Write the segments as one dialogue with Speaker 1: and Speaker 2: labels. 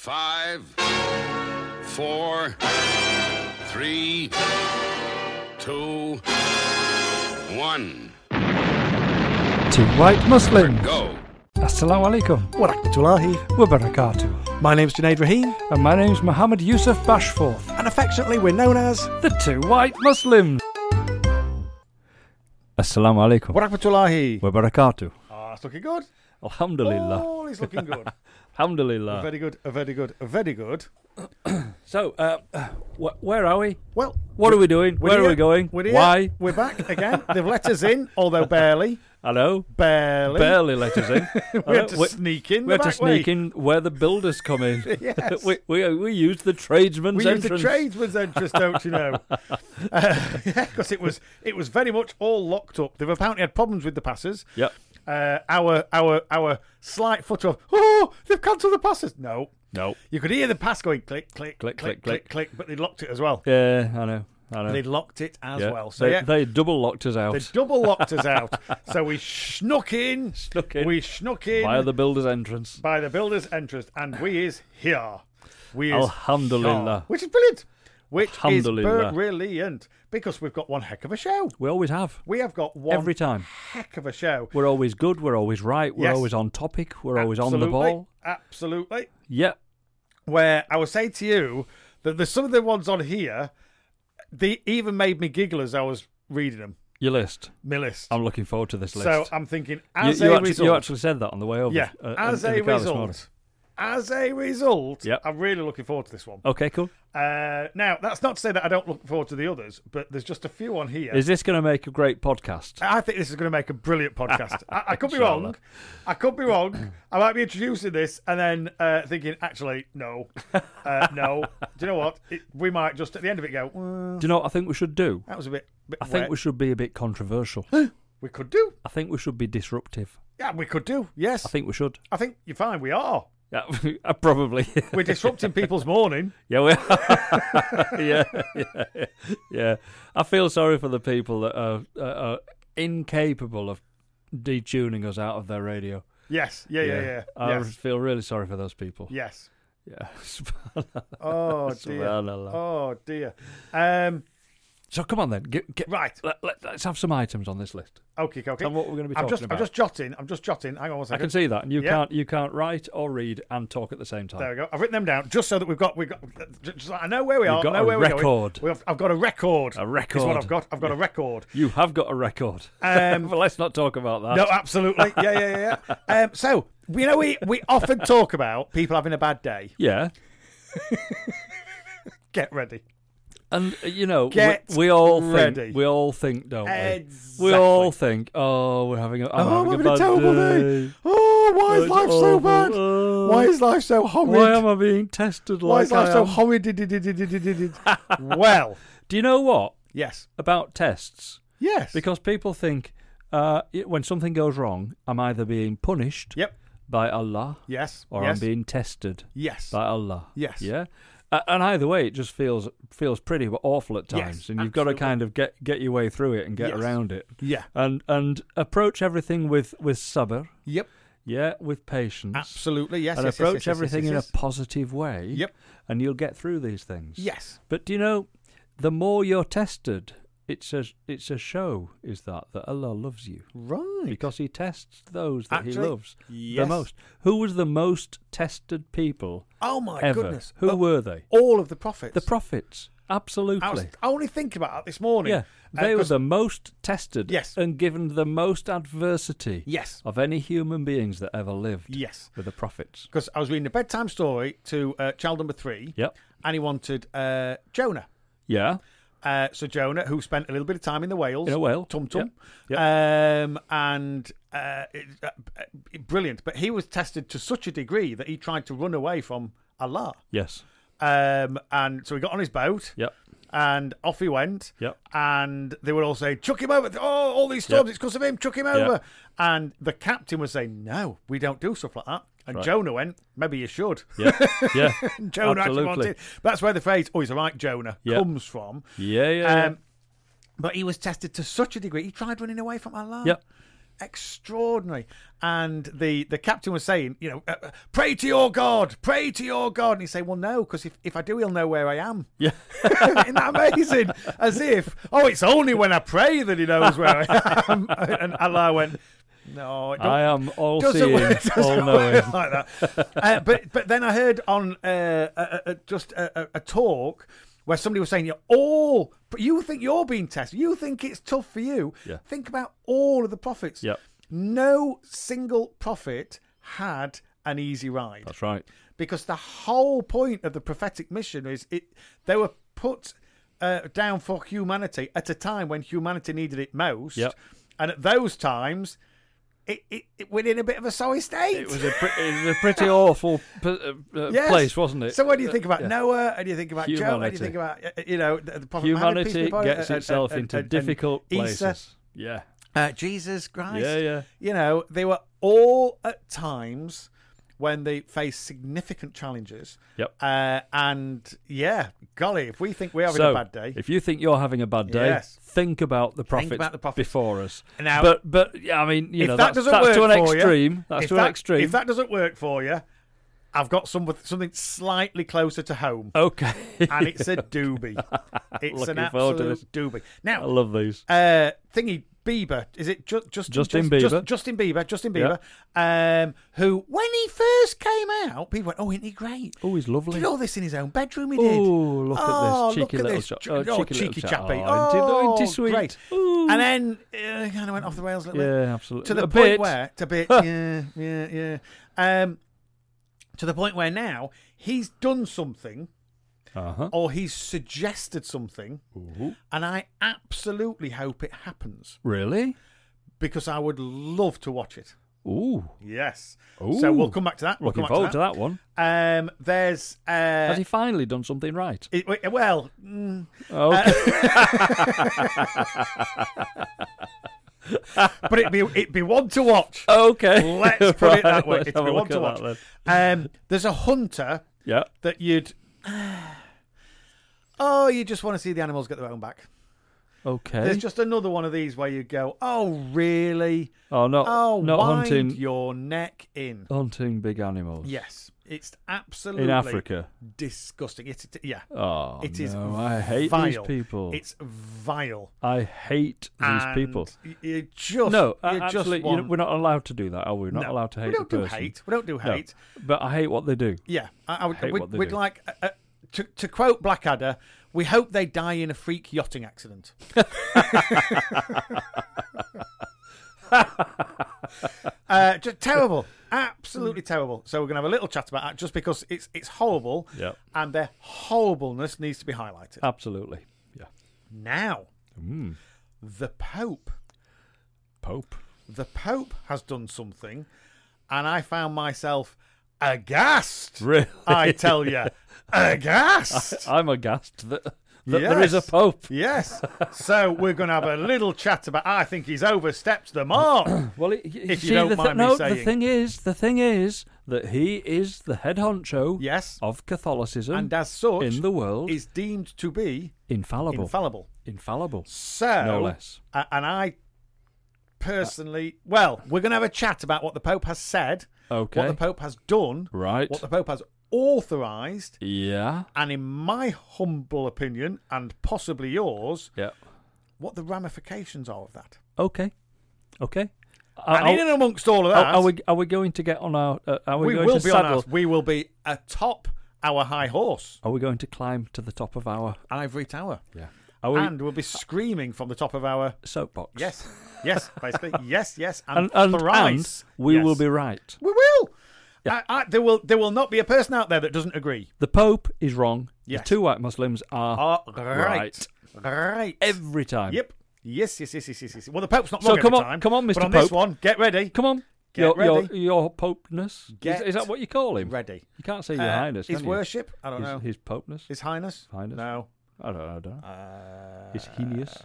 Speaker 1: Five, four, three, two, one.
Speaker 2: Two White Muslims.
Speaker 1: Go.
Speaker 2: Assalamu alaikum
Speaker 3: Warakmatullahi.
Speaker 2: wa barakatuh.
Speaker 3: My name's Junaid Rahim,
Speaker 2: And my name's Mohammed Yusuf Bashforth,
Speaker 3: and affectionately we're known as
Speaker 2: the Two White Muslims. Assalamu alaikum
Speaker 3: Warakmatullahi.
Speaker 2: wa barakatuh.
Speaker 3: Ah, it's looking good.
Speaker 2: Alhamdulillah.
Speaker 3: Oh, it's looking good.
Speaker 2: Alhamdulillah.
Speaker 3: very good, very good, very good.
Speaker 2: So, uh, wh- where are we?
Speaker 3: Well,
Speaker 2: What are we doing?
Speaker 3: we're
Speaker 2: Where
Speaker 3: here.
Speaker 2: are we going?
Speaker 3: We're here.
Speaker 2: Why?
Speaker 3: We're back again. They've let us in, although barely.
Speaker 2: Hello.
Speaker 3: Barely.
Speaker 2: Barely let us in.
Speaker 3: We
Speaker 2: Hello?
Speaker 3: had to sneak
Speaker 2: we
Speaker 3: in. the
Speaker 2: had to
Speaker 3: back
Speaker 2: sneak
Speaker 3: way.
Speaker 2: in where the builders come in.
Speaker 3: Yes.
Speaker 2: we, we, we used the tradesman's
Speaker 3: We used
Speaker 2: entrance.
Speaker 3: the tradesman's entrance, don't you know? Because it was it was very much all locked up. They've apparently had problems with the passes.
Speaker 2: Yep.
Speaker 3: Uh, our our our slight foot of oh they've cancelled the passes. No,
Speaker 2: No.
Speaker 3: You could hear the pass going click, click, click, click, click, click, but they locked it as well.
Speaker 2: Yeah, I know. I know.
Speaker 3: They locked it as
Speaker 2: Yeah.
Speaker 3: well. So
Speaker 2: they,
Speaker 3: yeah, they,
Speaker 2: they double locked us out
Speaker 3: double locked us out. So we snuck in,
Speaker 2: Snuck in.
Speaker 3: we snuck in
Speaker 2: via the builder's entrance.
Speaker 3: by the builder's entrance, and we is here. We is
Speaker 2: Alhamdulillah.
Speaker 3: here, which is brilliant. Which is
Speaker 2: Alhamdulillah.
Speaker 3: brilliant because we've got one heck of a show.
Speaker 2: We always have.
Speaker 3: We have got one
Speaker 2: Every time.
Speaker 3: heck of a show.
Speaker 2: We're always good. We're always right. We're
Speaker 3: Yes.
Speaker 2: always on topic. We're always on
Speaker 3: Absolutely,
Speaker 2: the ball.
Speaker 3: Absolutely.
Speaker 2: Yep.
Speaker 3: where I will say to you that there's some of the ones on here, they even made me giggle as I was reading them.
Speaker 2: Your list.
Speaker 3: My list.
Speaker 2: I'm looking forward to this list.
Speaker 3: so I'm thinking,
Speaker 2: you,
Speaker 3: as
Speaker 2: you
Speaker 3: a
Speaker 2: actually,
Speaker 3: result,
Speaker 2: you actually said that on the way over.
Speaker 3: yeah,
Speaker 2: uh,
Speaker 3: as
Speaker 2: in
Speaker 3: a
Speaker 2: the car this morning.
Speaker 3: result, as a result,
Speaker 2: Yep.
Speaker 3: I'm really looking forward to this one.
Speaker 2: Okay, cool.
Speaker 3: Uh, now, that's not to say that I don't look forward to the others, but there's just a few on here.
Speaker 2: Is this going to make a great podcast?
Speaker 3: I think this is going to make a brilliant podcast. I, I could be wrong. I could be wrong. I might be introducing this and then uh, thinking, actually, no, uh, no. Do you know what? It, we might just at the end of it go, "Well,
Speaker 2: Do you know what I think we should do?
Speaker 3: That was a bit. bit
Speaker 2: I think
Speaker 3: wet.
Speaker 2: we should be a bit controversial.
Speaker 3: We could do.
Speaker 2: I think we should be disruptive.
Speaker 3: Yeah, we could do. Yes,
Speaker 2: I think we should.
Speaker 3: I think you're fine. We are.
Speaker 2: Yeah, probably.
Speaker 3: We're disrupting people's morning.
Speaker 2: Yeah, we are. yeah, yeah, yeah. I feel sorry for the people that are, are, are incapable of detuning us out of their radio.
Speaker 3: Yes. Yeah. Yeah. Yeah.
Speaker 2: I
Speaker 3: Yes.
Speaker 2: feel really sorry for those people.
Speaker 3: yes.
Speaker 2: Yeah.
Speaker 3: Oh dear.
Speaker 2: Subhanallah.
Speaker 3: Oh dear. Um.
Speaker 2: So come on then. Get, get,
Speaker 3: Right.
Speaker 2: let, let, us have some items on this list.
Speaker 3: Okay. Okay.
Speaker 2: Tell me what we're going to be
Speaker 3: I'm
Speaker 2: talking
Speaker 3: just.
Speaker 2: about.
Speaker 3: I'm just jotting. I'm just jotting. Hang on one
Speaker 2: I
Speaker 3: second.
Speaker 2: can see that, and you
Speaker 3: Yeah.
Speaker 2: can't you can't write or read and talk at the same
Speaker 3: There
Speaker 2: time.
Speaker 3: we go. I've written them down just so that we've got we've got. Just, so I know where we are.
Speaker 2: got
Speaker 3: know
Speaker 2: a
Speaker 3: where we're going.
Speaker 2: record.
Speaker 3: We've, I've got a record.
Speaker 2: A
Speaker 3: Is
Speaker 2: record.
Speaker 3: what I've got. I've got a record.
Speaker 2: You have got a record.
Speaker 3: Um,
Speaker 2: but let's not talk about that.
Speaker 3: No, absolutely. Yeah, yeah, yeah. yeah. Um, so you know, we we often talk about people having a bad day.
Speaker 2: Yeah.
Speaker 3: Get ready.
Speaker 2: And uh, you know,
Speaker 3: Get
Speaker 2: we, we all
Speaker 3: ready.
Speaker 2: think we all think, don't we?
Speaker 3: Exactly.
Speaker 2: We all think, oh, we're having a, I'm
Speaker 3: Oh, I'm
Speaker 2: having
Speaker 3: having
Speaker 2: a,
Speaker 3: a
Speaker 2: bad
Speaker 3: terrible
Speaker 2: day.
Speaker 3: day. Oh, why
Speaker 2: It's
Speaker 3: is life so
Speaker 2: awful.
Speaker 3: bad?
Speaker 2: Oh,
Speaker 3: Why is life so horrid?
Speaker 2: why am I being tested
Speaker 3: Why
Speaker 2: like
Speaker 3: is life
Speaker 2: I
Speaker 3: so
Speaker 2: am?
Speaker 3: horrid? well,
Speaker 2: Do you know what
Speaker 3: yes,
Speaker 2: about tests?
Speaker 3: yes.
Speaker 2: Because people think uh, it- when something goes wrong, I'm either being punished
Speaker 3: yep,
Speaker 2: by Allah
Speaker 3: yes,
Speaker 2: or
Speaker 3: yes,
Speaker 2: I'm being tested
Speaker 3: yes,
Speaker 2: by Allah.
Speaker 3: Yes.
Speaker 2: Yeah. A- And either way, it just feels feels pretty awful at times,
Speaker 3: Yes,
Speaker 2: and you've got to
Speaker 3: absolutely.
Speaker 2: kind of get, get your way through it and get
Speaker 3: Yes.
Speaker 2: around it.
Speaker 3: yeah,
Speaker 2: and and approach everything with with sabr,
Speaker 3: yep,
Speaker 2: yeah, with patience,
Speaker 3: absolutely, yes.
Speaker 2: and
Speaker 3: yes, yes,
Speaker 2: approach
Speaker 3: yes, yes,
Speaker 2: everything
Speaker 3: yes,
Speaker 2: in a positive way.
Speaker 3: Yep.
Speaker 2: and you'll get through these things.
Speaker 3: yes.
Speaker 2: but do you know, the more you're tested, it's a it's a show. Is that that Allah loves you
Speaker 3: Right.
Speaker 2: because He tests those that He
Speaker 3: Actually,
Speaker 2: loves
Speaker 3: yes.
Speaker 2: the most. Who was the most tested people
Speaker 3: oh my
Speaker 2: ever?
Speaker 3: goodness,
Speaker 2: Who
Speaker 3: Oh,
Speaker 2: were they?
Speaker 3: all of the prophets?
Speaker 2: The prophets, absolutely.
Speaker 3: I, was, I only think about that this morning.
Speaker 2: yeah,
Speaker 3: Uh,
Speaker 2: they were
Speaker 3: 'cause-
Speaker 2: the most tested
Speaker 3: Yes.
Speaker 2: and given the most adversity.
Speaker 3: yes,
Speaker 2: of any human beings that ever lived
Speaker 3: yes.
Speaker 2: with the prophets.
Speaker 3: Because I was reading a bedtime story to uh, child number three,
Speaker 2: Yep.
Speaker 3: and he wanted uh, Jonah.
Speaker 2: Yeah.
Speaker 3: Uh, so Jonah, who spent a little bit of time in the Wales,
Speaker 2: In a whale.
Speaker 3: Tum Tum,
Speaker 2: Yep.
Speaker 3: Um, and uh, it, uh, uh, brilliant. But he was tested to such a degree that he tried to run away from Allah.
Speaker 2: Yes.
Speaker 3: Um, and so he got on his boat,
Speaker 2: Yep.
Speaker 3: and off he went.
Speaker 2: Yep.
Speaker 3: And they were all saying, "Chuck him over! Oh, all these storms!
Speaker 2: Yep.
Speaker 3: It's because of him! Chuck him over!" And the captain was saying, "No, we don't do stuff like that." And
Speaker 2: Right.
Speaker 3: Jonah went, "Maybe you should."
Speaker 2: Yeah. Yeah.
Speaker 3: Jonah actually
Speaker 2: Absolutely.
Speaker 3: wanted. That's where the phrase "Oh, he's all right, Jonah"
Speaker 2: Yeah.
Speaker 3: comes from.
Speaker 2: Yeah. Yeah. yeah.
Speaker 3: Um, but he was tested to such a degree, he tried running away from Allah.
Speaker 2: Yep.
Speaker 3: extraordinary. And the, the captain was saying, you know, uh, uh, pray to your God, pray to your God. And he's saying, well, no, because if, if I do, he'll know where I am.
Speaker 2: Yeah.
Speaker 3: Isn't that amazing? As if, oh, it's only when I pray that he knows where I am. And Allah went, no, it don't,
Speaker 2: I am all
Speaker 3: doesn't
Speaker 2: seeing,
Speaker 3: work, doesn't
Speaker 2: all knowing.
Speaker 3: work like that. Uh, but but then I heard on uh, a, a, a- just a, a- a talk where somebody was saying, "You're all you think you're being tested. You think it's tough for you.
Speaker 2: Yeah.
Speaker 3: Think about all of the prophets.
Speaker 2: Yep.
Speaker 3: No single prophet had an easy ride
Speaker 2: That's right.
Speaker 3: because the whole point of the prophetic mission is it they were put uh, down for humanity at a time when humanity needed it most
Speaker 2: Yep.
Speaker 3: and at those times it, it, it went in a bit of a sorry state
Speaker 2: It was a, pre- it was a pretty awful p- uh, uh,
Speaker 3: Yes.
Speaker 2: place, wasn't it?
Speaker 3: So when you think about Noah, and you think about Job, and
Speaker 2: Humanity.
Speaker 3: you think about uh, you know the, the prophet Muhammad, peace be
Speaker 2: Humanity
Speaker 3: upon him,
Speaker 2: gets
Speaker 3: and- and-
Speaker 2: itself
Speaker 3: and-
Speaker 2: into
Speaker 3: and- and
Speaker 2: difficult places.
Speaker 3: Isa,
Speaker 2: Yeah.
Speaker 3: uh, Jesus Christ,
Speaker 2: Yeah, yeah.
Speaker 3: you know they were all at times when they faced significant challenges.
Speaker 2: Yep.
Speaker 3: Uh, and yeah, golly, if we think we're having
Speaker 2: so,
Speaker 3: a bad day,
Speaker 2: if you think you're having a bad day,
Speaker 3: Yes.
Speaker 2: think about the prophets,
Speaker 3: about the prophets.
Speaker 2: before us.
Speaker 3: Now-
Speaker 2: but but yeah, I mean, you
Speaker 3: if
Speaker 2: know,
Speaker 3: that
Speaker 2: that's,
Speaker 3: doesn't
Speaker 2: that's
Speaker 3: work
Speaker 2: to an
Speaker 3: for
Speaker 2: extreme.
Speaker 3: you,
Speaker 2: That's
Speaker 3: if
Speaker 2: to
Speaker 3: that,
Speaker 2: an extreme.
Speaker 3: If that doesn't work for you, I've got some something slightly closer to home,
Speaker 2: okay,
Speaker 3: and it's a doobie. It's an
Speaker 2: Looking forward to
Speaker 3: absolute doobie.
Speaker 2: I
Speaker 3: Now,
Speaker 2: love these.
Speaker 3: uh, thingy Bieber, is it ju- just
Speaker 2: Justin Bieber.
Speaker 3: Justin Bieber, Justin Bieber, um, who when he first came out, people went, "Oh, isn't he great?"
Speaker 2: Oh, he's lovely.
Speaker 3: Did all this in his own bedroom. He did.
Speaker 2: Oh, look
Speaker 3: Oh,
Speaker 2: at this cheeky
Speaker 3: look at
Speaker 2: little
Speaker 3: this.
Speaker 2: chap.
Speaker 3: Ju- oh, cheeky, chappy.
Speaker 2: Oh,
Speaker 3: Oh,
Speaker 2: isn't he sweet?
Speaker 3: great.
Speaker 2: Ooh.
Speaker 3: And then uh, kind of went off the rails a little bit.
Speaker 2: yeah, absolutely.
Speaker 3: To the
Speaker 2: a
Speaker 3: point
Speaker 2: bit.
Speaker 3: where, to bit, yeah, yeah, yeah. Um, to the point where now he's done something
Speaker 2: Uh-huh.
Speaker 3: or he's suggested something, and I absolutely hope it happens
Speaker 2: Really?
Speaker 3: because I would love to watch it.
Speaker 2: Ooh.
Speaker 3: Yes. So
Speaker 2: Ooh.
Speaker 3: we'll come back to that. We'll
Speaker 2: Looking
Speaker 3: come
Speaker 2: forward
Speaker 3: back
Speaker 2: to that one.
Speaker 3: that. Um, there's. Uh,
Speaker 2: Has he finally done something right?
Speaker 3: it- well, mm,
Speaker 2: Oh, Okay.
Speaker 3: but it'd be it'd be one to watch.
Speaker 2: okay.
Speaker 3: Let's put it that way.
Speaker 2: let's
Speaker 3: It's
Speaker 2: have
Speaker 3: be
Speaker 2: a
Speaker 3: one
Speaker 2: look
Speaker 3: to
Speaker 2: at
Speaker 3: watch.
Speaker 2: that then.
Speaker 3: Um, there's a hunter
Speaker 2: Yeah.
Speaker 3: that you'd. Oh, you just want to see the animals get their own back.
Speaker 2: Okay.
Speaker 3: There's just another one of these where you go, oh really?
Speaker 2: oh, not
Speaker 3: Oh,
Speaker 2: not
Speaker 3: wind
Speaker 2: hunting
Speaker 3: your neck in.
Speaker 2: hunting big animals
Speaker 3: Yes, it's absolutely
Speaker 2: in Africa.
Speaker 3: disgusting. It's it, yeah,
Speaker 2: Oh,
Speaker 3: It is
Speaker 2: no, I hate these
Speaker 3: vile.
Speaker 2: people.
Speaker 3: it's vile.
Speaker 2: I hate these
Speaker 3: And
Speaker 2: people.
Speaker 3: y- You just
Speaker 2: No,
Speaker 3: you
Speaker 2: a-
Speaker 3: just
Speaker 2: actually, you know,
Speaker 3: want-
Speaker 2: we're not allowed to do that, are we? We're not
Speaker 3: No,
Speaker 2: allowed to hate
Speaker 3: We don't
Speaker 2: the
Speaker 3: do
Speaker 2: person.
Speaker 3: hate. We don't do
Speaker 2: No,
Speaker 3: hate.
Speaker 2: but I hate what they do.
Speaker 3: Yeah, I, I would.
Speaker 2: hate
Speaker 3: we'd
Speaker 2: what they
Speaker 3: we'd
Speaker 2: do.
Speaker 3: like uh, uh, to to quote Blackadder. We hope they die in a freak yachting accident. uh, just terrible, absolutely terrible. So we're gonna have a little chat about that, just because it's it's horrible,
Speaker 2: Yep.
Speaker 3: and their horribleness needs to be highlighted.
Speaker 2: Absolutely. Yeah.
Speaker 3: now, the Pope,
Speaker 2: Hmm. Pope.
Speaker 3: the Pope has done something, and I found myself aghast.
Speaker 2: Really?
Speaker 3: I tell you, aghast.
Speaker 2: I'm aghast that, that there is a Pope.
Speaker 3: Yes. So we're going to have a little chat about. I think he's overstepped the mark.
Speaker 2: Well, it, you
Speaker 3: If you
Speaker 2: see,
Speaker 3: don't
Speaker 2: the
Speaker 3: mind me
Speaker 2: no, the
Speaker 3: saying.
Speaker 2: thing is, the thing is that he is the head honcho
Speaker 3: Yes.
Speaker 2: of Catholicism
Speaker 3: And as such,
Speaker 2: in the world
Speaker 3: is deemed to be
Speaker 2: infallible,
Speaker 3: infallible.
Speaker 2: infallible.
Speaker 3: So,
Speaker 2: No less.
Speaker 3: a- and I personally, well, we're going to have a chat about what the Pope has said,
Speaker 2: Okay.
Speaker 3: what the Pope has done,
Speaker 2: Right.
Speaker 3: what the Pope has authorised,
Speaker 2: Yeah.
Speaker 3: and in my humble opinion, and possibly yours,
Speaker 2: Yeah.
Speaker 3: what the ramifications are of that.
Speaker 2: Okay. Okay.
Speaker 3: And
Speaker 2: Uh, I'll-
Speaker 3: in and amongst all of
Speaker 2: Are,
Speaker 3: that,
Speaker 2: are we are we going to get on our? Uh, are we,
Speaker 3: we
Speaker 2: going
Speaker 3: will
Speaker 2: to
Speaker 3: be on
Speaker 2: saddle?
Speaker 3: our, we will be atop our high horse,
Speaker 2: Are we going to climb to the top of our?
Speaker 3: ivory tower,
Speaker 2: Yeah. Are we
Speaker 3: and we'll be screaming from the top of our
Speaker 2: soapbox?
Speaker 3: yes, yes, basically yes, yes,
Speaker 2: And
Speaker 3: and,
Speaker 2: and, and
Speaker 3: thrice.
Speaker 2: we
Speaker 3: Yes.
Speaker 2: will be right.
Speaker 3: we will. I, I, there will there will not be a person out there that doesn't agree.
Speaker 2: The Pope is wrong.
Speaker 3: Yes.
Speaker 2: The two white Muslims are
Speaker 3: All right, right.
Speaker 2: every time.
Speaker 3: yep. Yes, yes, yes, yes, yes, yes. Well, the Pope's not
Speaker 2: So
Speaker 3: wrong
Speaker 2: come
Speaker 3: every
Speaker 2: on-
Speaker 3: time.
Speaker 2: come on,
Speaker 3: But
Speaker 2: Mr.
Speaker 3: on this
Speaker 2: Pope.
Speaker 3: one, get ready.
Speaker 2: Come on.
Speaker 3: Get
Speaker 2: your, your
Speaker 3: ready.
Speaker 2: your popeness.
Speaker 3: Get
Speaker 2: is, is that what you call him?
Speaker 3: ready.
Speaker 2: You can't say your
Speaker 3: Uh,
Speaker 2: highness.
Speaker 3: his
Speaker 2: can you?
Speaker 3: worship. I don't
Speaker 2: His,
Speaker 3: know.
Speaker 2: his
Speaker 3: His,
Speaker 2: popeness.
Speaker 3: highness.
Speaker 2: Highness.
Speaker 3: No.
Speaker 2: I don't know. I don't know.
Speaker 3: Uh,
Speaker 2: His heinous.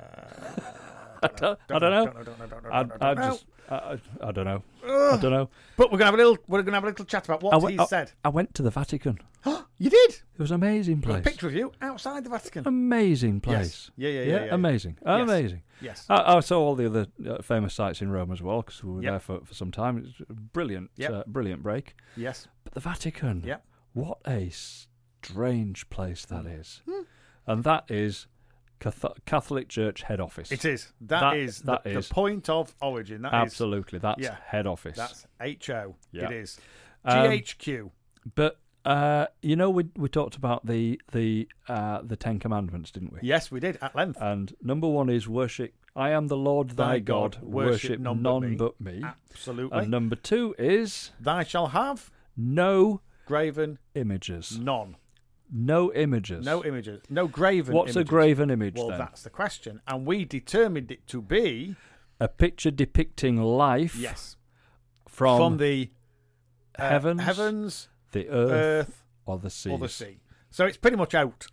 Speaker 3: I
Speaker 2: don't- I don't know.
Speaker 3: Don't know. Don't know.
Speaker 2: I,
Speaker 3: Don't know.
Speaker 2: I
Speaker 3: don't know.
Speaker 2: just. I, I I don't know. I don't know.
Speaker 3: But we're gonna have a little. We're gonna have a little chat about what
Speaker 2: I, went-
Speaker 3: he
Speaker 2: I-
Speaker 3: said.
Speaker 2: I went to the Vatican.
Speaker 3: Oh, You did.
Speaker 2: It was an amazing
Speaker 3: Got a
Speaker 2: place.
Speaker 3: picture of you outside the Vatican.
Speaker 2: Amazing place.
Speaker 3: Yeah, yeah, yeah, yeah, yeah.
Speaker 2: amazing. Amazing.
Speaker 3: Yes.
Speaker 2: I, I saw all the other uh, famous sites in Rome as well because we were
Speaker 3: Yep.
Speaker 2: there for, for some time. It's a brilliant,
Speaker 3: Yep.
Speaker 2: uh, brilliant break.
Speaker 3: Yes.
Speaker 2: But the Vatican,
Speaker 3: Yep. Hmm.
Speaker 2: what a strange place that is. And that is Catho- Catholic Church head office.
Speaker 3: It is.
Speaker 2: That-
Speaker 3: that is,
Speaker 2: that
Speaker 3: the,
Speaker 2: is.
Speaker 3: the point of origin. That is
Speaker 2: Absolutely. That's
Speaker 3: yeah.
Speaker 2: head office.
Speaker 3: That's HO.
Speaker 2: Yeah.
Speaker 3: It is.
Speaker 2: Um,
Speaker 3: GHQ.
Speaker 2: But uh, you know, we we talked about the the uh, the Ten Commandments, didn't we?
Speaker 3: Yes, we did at length.
Speaker 2: And number one is worship. I am the Lord thy,
Speaker 3: Thy God,
Speaker 2: Worship,
Speaker 3: worship
Speaker 2: none,
Speaker 3: none
Speaker 2: but
Speaker 3: but
Speaker 2: me.
Speaker 3: Absolutely.
Speaker 2: And number two is
Speaker 3: Thou shall have
Speaker 2: no
Speaker 3: graven
Speaker 2: images.
Speaker 3: none.
Speaker 2: No images.
Speaker 3: No images. No graven.
Speaker 2: What's a
Speaker 3: images.
Speaker 2: graven image
Speaker 3: Well,
Speaker 2: then?
Speaker 3: that's the question, and we determined it to be
Speaker 2: A picture depicting life
Speaker 3: yes
Speaker 2: from,
Speaker 3: from the uh,
Speaker 2: heavens,
Speaker 3: heavens,
Speaker 2: the earth,
Speaker 3: earth,
Speaker 2: or the sea.
Speaker 3: or the sea. So it's pretty much out.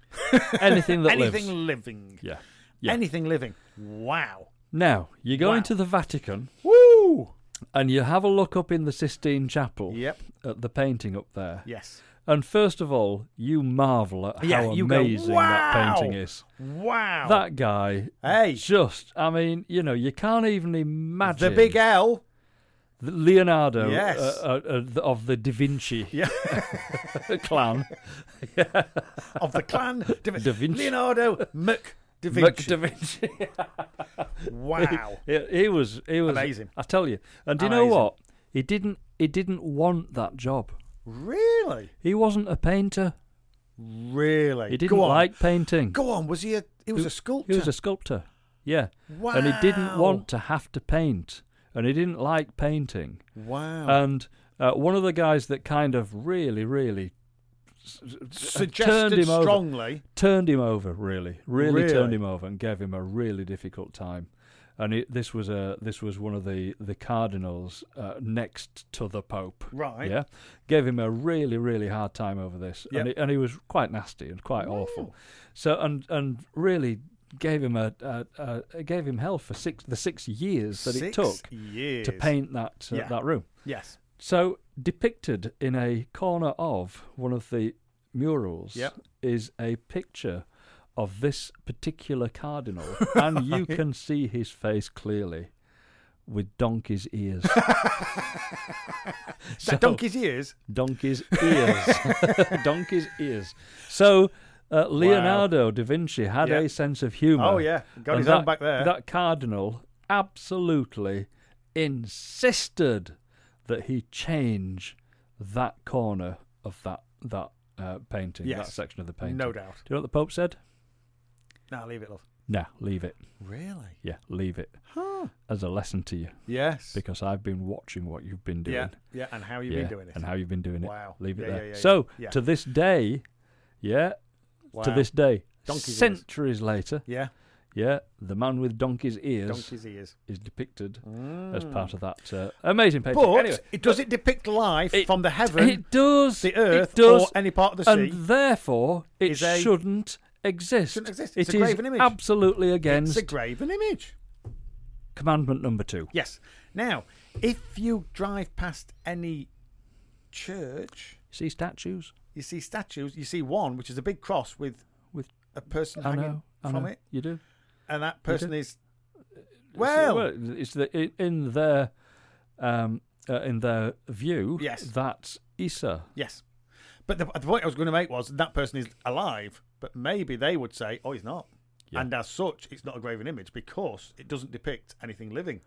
Speaker 2: Anything that
Speaker 3: Anything
Speaker 2: lives.
Speaker 3: living.
Speaker 2: Yeah. Yeah.
Speaker 3: Anything living. Wow.
Speaker 2: Now you go
Speaker 3: Wow.
Speaker 2: into the Vatican
Speaker 3: Woo.
Speaker 2: and you have a look up in the Sistine Chapel
Speaker 3: Yep.
Speaker 2: at the painting up there.
Speaker 3: Yes.
Speaker 2: And first of all, you marvel at
Speaker 3: Yeah,
Speaker 2: how
Speaker 3: you go,
Speaker 2: amazing that
Speaker 3: "Wow!"
Speaker 2: painting is.
Speaker 3: Wow.
Speaker 2: That guy,
Speaker 3: hey,
Speaker 2: just, I mean, you know, you can't even
Speaker 3: the
Speaker 2: imagine
Speaker 3: big L.
Speaker 2: the Leonardo
Speaker 3: Yes.
Speaker 2: uh, uh, uh, th- of the Da Vinci
Speaker 3: Yeah.
Speaker 2: clan,
Speaker 3: of the clan Da Vin-
Speaker 2: Da Vinci.
Speaker 3: Leonardo Mc Da
Speaker 2: Mac
Speaker 3: Vinci.
Speaker 2: Da Vinci.
Speaker 3: wow.
Speaker 2: he, he was, he was
Speaker 3: Amazing.
Speaker 2: I tell you. And do you know
Speaker 3: Amazing.
Speaker 2: what? He didn't, he didn't want that job.
Speaker 3: Really?
Speaker 2: He wasn't a painter.
Speaker 3: Really?
Speaker 2: He didn't
Speaker 3: Go on.
Speaker 2: like painting.
Speaker 3: Go on. Was he a? He was a sculptor.
Speaker 2: He was a sculptor. Yeah.
Speaker 3: wow.
Speaker 2: And he didn't want to have to paint. And he didn't like painting.
Speaker 3: Wow.
Speaker 2: And uh, one of the guys that kind of really, really turned
Speaker 3: Suggested
Speaker 2: him over.
Speaker 3: strongly.
Speaker 2: turned him over, really, really,
Speaker 3: Really?
Speaker 2: turned him over, and gave him a really difficult time. And it, this was a this was one of the the cardinals uh, next to the pope.
Speaker 3: Right.
Speaker 2: Yeah, gave him a really really hard time over this,
Speaker 3: Yep.
Speaker 2: and he, and he was quite nasty and quite awful. So and and really gave him a, a, a gave him hell for six the six years that it
Speaker 3: Six
Speaker 2: took
Speaker 3: years.
Speaker 2: to paint that uh,
Speaker 3: Yeah.
Speaker 2: that room.
Speaker 3: Yes.
Speaker 2: So depicted in a corner of one of the murals
Speaker 3: Yep.
Speaker 2: is a picture of this particular cardinal, and you can see his face clearly with donkey's ears.
Speaker 3: That donkey's ears.
Speaker 2: donkey's ears, donkey's ears. So. Uh, Leonardo da Vinci had
Speaker 3: Yeah.
Speaker 2: a sense of humour.
Speaker 3: Oh, yeah. Got
Speaker 2: And
Speaker 3: his own
Speaker 2: that-
Speaker 3: back there.
Speaker 2: That cardinal absolutely insisted that he change that corner of that that uh, painting,
Speaker 3: Yes.
Speaker 2: that section of the painting.
Speaker 3: No doubt.
Speaker 2: Do you know what the Pope said?
Speaker 3: Now leave it, love.
Speaker 2: Nah, leave it.
Speaker 3: Really?
Speaker 2: Yeah, leave it
Speaker 3: Huh.
Speaker 2: as a lesson to you
Speaker 3: Yes.
Speaker 2: because I've been watching what you've been doing.
Speaker 3: yeah. Yeah. And how you've
Speaker 2: Yeah,
Speaker 3: been doing it.
Speaker 2: and how you've been doing it.
Speaker 3: Wow.
Speaker 2: Leave it
Speaker 3: Yeah,
Speaker 2: there.
Speaker 3: yeah, yeah,
Speaker 2: so
Speaker 3: yeah.
Speaker 2: to this day, yeah,
Speaker 3: wow.
Speaker 2: to this day,
Speaker 3: Donkey's ears.
Speaker 2: centuries later,
Speaker 3: Yeah.
Speaker 2: yeah, the man with donkey's ears
Speaker 3: Donkey's ears.
Speaker 2: is depicted as part of that uh, amazing painting.
Speaker 3: Mm. But
Speaker 2: anyway,
Speaker 3: it, does it depict life
Speaker 2: It-
Speaker 3: from the heaven,
Speaker 2: it does
Speaker 3: the earth,
Speaker 2: it does,
Speaker 3: or any part of the sea?
Speaker 2: and therefore it
Speaker 3: is a-
Speaker 2: shouldn't exist.
Speaker 3: Shouldn't exist.
Speaker 2: It
Speaker 3: It's a
Speaker 2: is
Speaker 3: graven image.
Speaker 2: absolutely
Speaker 3: It's
Speaker 2: against
Speaker 3: a graven image.
Speaker 2: commandment number two.
Speaker 3: Yes. Now, if you drive past any church,
Speaker 2: See statues
Speaker 3: you see statues. You see one, which is a big cross with
Speaker 2: with
Speaker 3: a person
Speaker 2: I
Speaker 3: hanging
Speaker 2: know, I
Speaker 3: from
Speaker 2: know.
Speaker 3: it,
Speaker 2: You do.
Speaker 3: and that person is.
Speaker 2: So,
Speaker 3: Well,
Speaker 2: it's the, in, in their um, uh, in their view.
Speaker 3: Yes.
Speaker 2: that's Issa.
Speaker 3: yes. But the, the point I was going to make was that person is alive, but maybe they would say, "Oh, he's not,"
Speaker 2: Yeah.
Speaker 3: and as such, it's not a graven image because it doesn't depict anything living.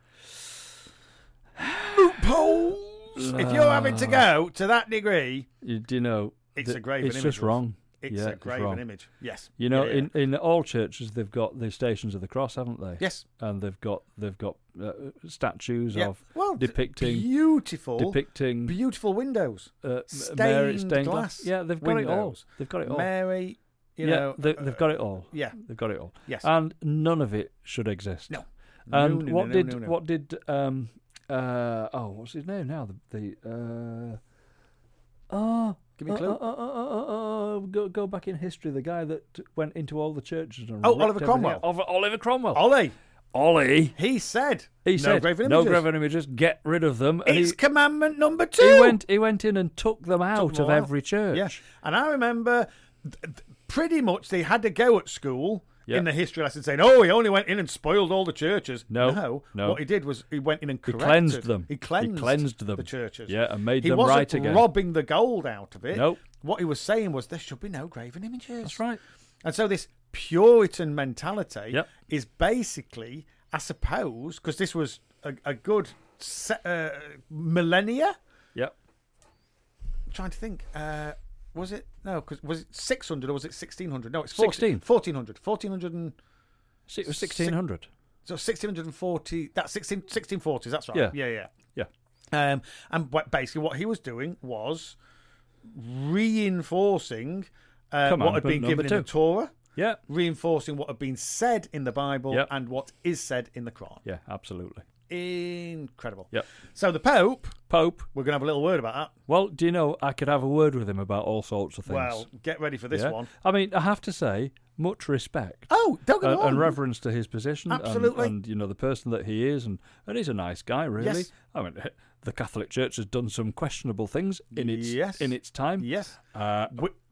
Speaker 3: Loopholes. if you're having to go to that degree,
Speaker 2: You, do you know?
Speaker 3: It's
Speaker 2: th-
Speaker 3: a graven
Speaker 2: Ah. It's
Speaker 3: image,
Speaker 2: just
Speaker 3: Ruth.
Speaker 2: wrong.
Speaker 3: it's
Speaker 2: Yeah,
Speaker 3: a graven
Speaker 2: wrong.
Speaker 3: image. Yes.
Speaker 2: You know,
Speaker 3: Yeah, yeah.
Speaker 2: in, in all churches they've got the stations of the cross, haven't they?
Speaker 3: yes.
Speaker 2: and they've got they've got uh, statues
Speaker 3: Yeah.
Speaker 2: of
Speaker 3: Well, d-
Speaker 2: depicting
Speaker 3: beautiful,
Speaker 2: depicting
Speaker 3: beautiful windows.
Speaker 2: uh,
Speaker 3: stained
Speaker 2: Mary stained glass.
Speaker 3: glass
Speaker 2: Yeah, they've got it all.
Speaker 3: windows.
Speaker 2: They've got it all.
Speaker 3: Mary, you
Speaker 2: Oh. yeah,
Speaker 3: know,
Speaker 2: they,
Speaker 3: uh,
Speaker 2: they've got it all.
Speaker 3: yeah.
Speaker 2: they've got it all.
Speaker 3: Yes.
Speaker 2: and none of it should exist.
Speaker 3: No.
Speaker 2: And
Speaker 3: No, no,
Speaker 2: what
Speaker 3: no,
Speaker 2: did
Speaker 3: no, no.
Speaker 2: what did um uh oh what's his name now the the uh oh.
Speaker 3: Give me a clue.
Speaker 2: Uh, uh, uh, uh, uh, go, go back in history. The guy that went into all the churches and
Speaker 3: Oh,
Speaker 2: wrecked
Speaker 3: Oliver
Speaker 2: everything
Speaker 3: Cromwell.
Speaker 2: out. Oliver, Oliver Cromwell.
Speaker 3: Ollie.
Speaker 2: Ollie,
Speaker 3: He said
Speaker 2: he
Speaker 3: no
Speaker 2: said,
Speaker 3: graven
Speaker 2: "No
Speaker 3: images.
Speaker 2: graven images. Get rid of them." And
Speaker 3: It's
Speaker 2: he,
Speaker 3: commandment number two.
Speaker 2: he went. He went in and took them out
Speaker 3: them
Speaker 2: of
Speaker 3: all out.
Speaker 2: every church.
Speaker 3: Yeah, and I remember th- th- pretty much they had to go at school
Speaker 2: Yeah.
Speaker 3: in the history lesson saying, "Oh, he only went in and spoiled all the churches."
Speaker 2: No,
Speaker 3: no,
Speaker 2: no.
Speaker 3: What he did was he went in and
Speaker 2: He
Speaker 3: corrected.
Speaker 2: cleansed them.
Speaker 3: He cleansed,
Speaker 2: He cleansed them.
Speaker 3: the churches.
Speaker 2: Yeah, and made
Speaker 3: he
Speaker 2: them
Speaker 3: wasn't
Speaker 2: right again.
Speaker 3: robbing the gold out of it.
Speaker 2: Nope.
Speaker 3: What he was saying was there should be no graven images.
Speaker 2: That's right.
Speaker 3: And so this Puritan mentality
Speaker 2: Yep.
Speaker 3: is basically, I suppose, because this was a, a good se- uh, millennia.
Speaker 2: Yep.
Speaker 3: I'm trying to think. Uh, was it no? 'cause was it 600 or was it 1600? No, it's
Speaker 2: 16.
Speaker 3: 14, 1400. 1400 and
Speaker 2: See, It was sixteen hundred.
Speaker 3: so 1640. That's 16, 1640s. That's right.
Speaker 2: Yeah.
Speaker 3: yeah, yeah.
Speaker 2: Yeah.
Speaker 3: Um, and what, basically, what he was doing was reinforcing uh, what
Speaker 2: Commandment
Speaker 3: had been
Speaker 2: number
Speaker 3: given in the
Speaker 2: two.
Speaker 3: Torah,
Speaker 2: Yeah.
Speaker 3: reinforcing what had been said in the Bible
Speaker 2: Yep.
Speaker 3: and what is said in the Quran.
Speaker 2: Yeah. Absolutely.
Speaker 3: Incredible.
Speaker 2: Yep.
Speaker 3: So the Pope,
Speaker 2: Pope.
Speaker 3: we're going to have a little word about that.
Speaker 2: Well, do you know I could have a word with him about all sorts of things.
Speaker 3: Well, get ready for this
Speaker 2: Yeah.
Speaker 3: one.
Speaker 2: I mean, I have to say, much respect.
Speaker 3: Oh, don't go
Speaker 2: and,
Speaker 3: on.
Speaker 2: Uh, and reverence to his position, and-
Speaker 3: Absolutely.
Speaker 2: and, you know the person that he is, and, and he's a nice guy, really.
Speaker 3: Yes.
Speaker 2: I mean, eh, the Catholic Church has done some questionable things in its
Speaker 3: Yes.
Speaker 2: in its time,
Speaker 3: Yes.
Speaker 2: uh,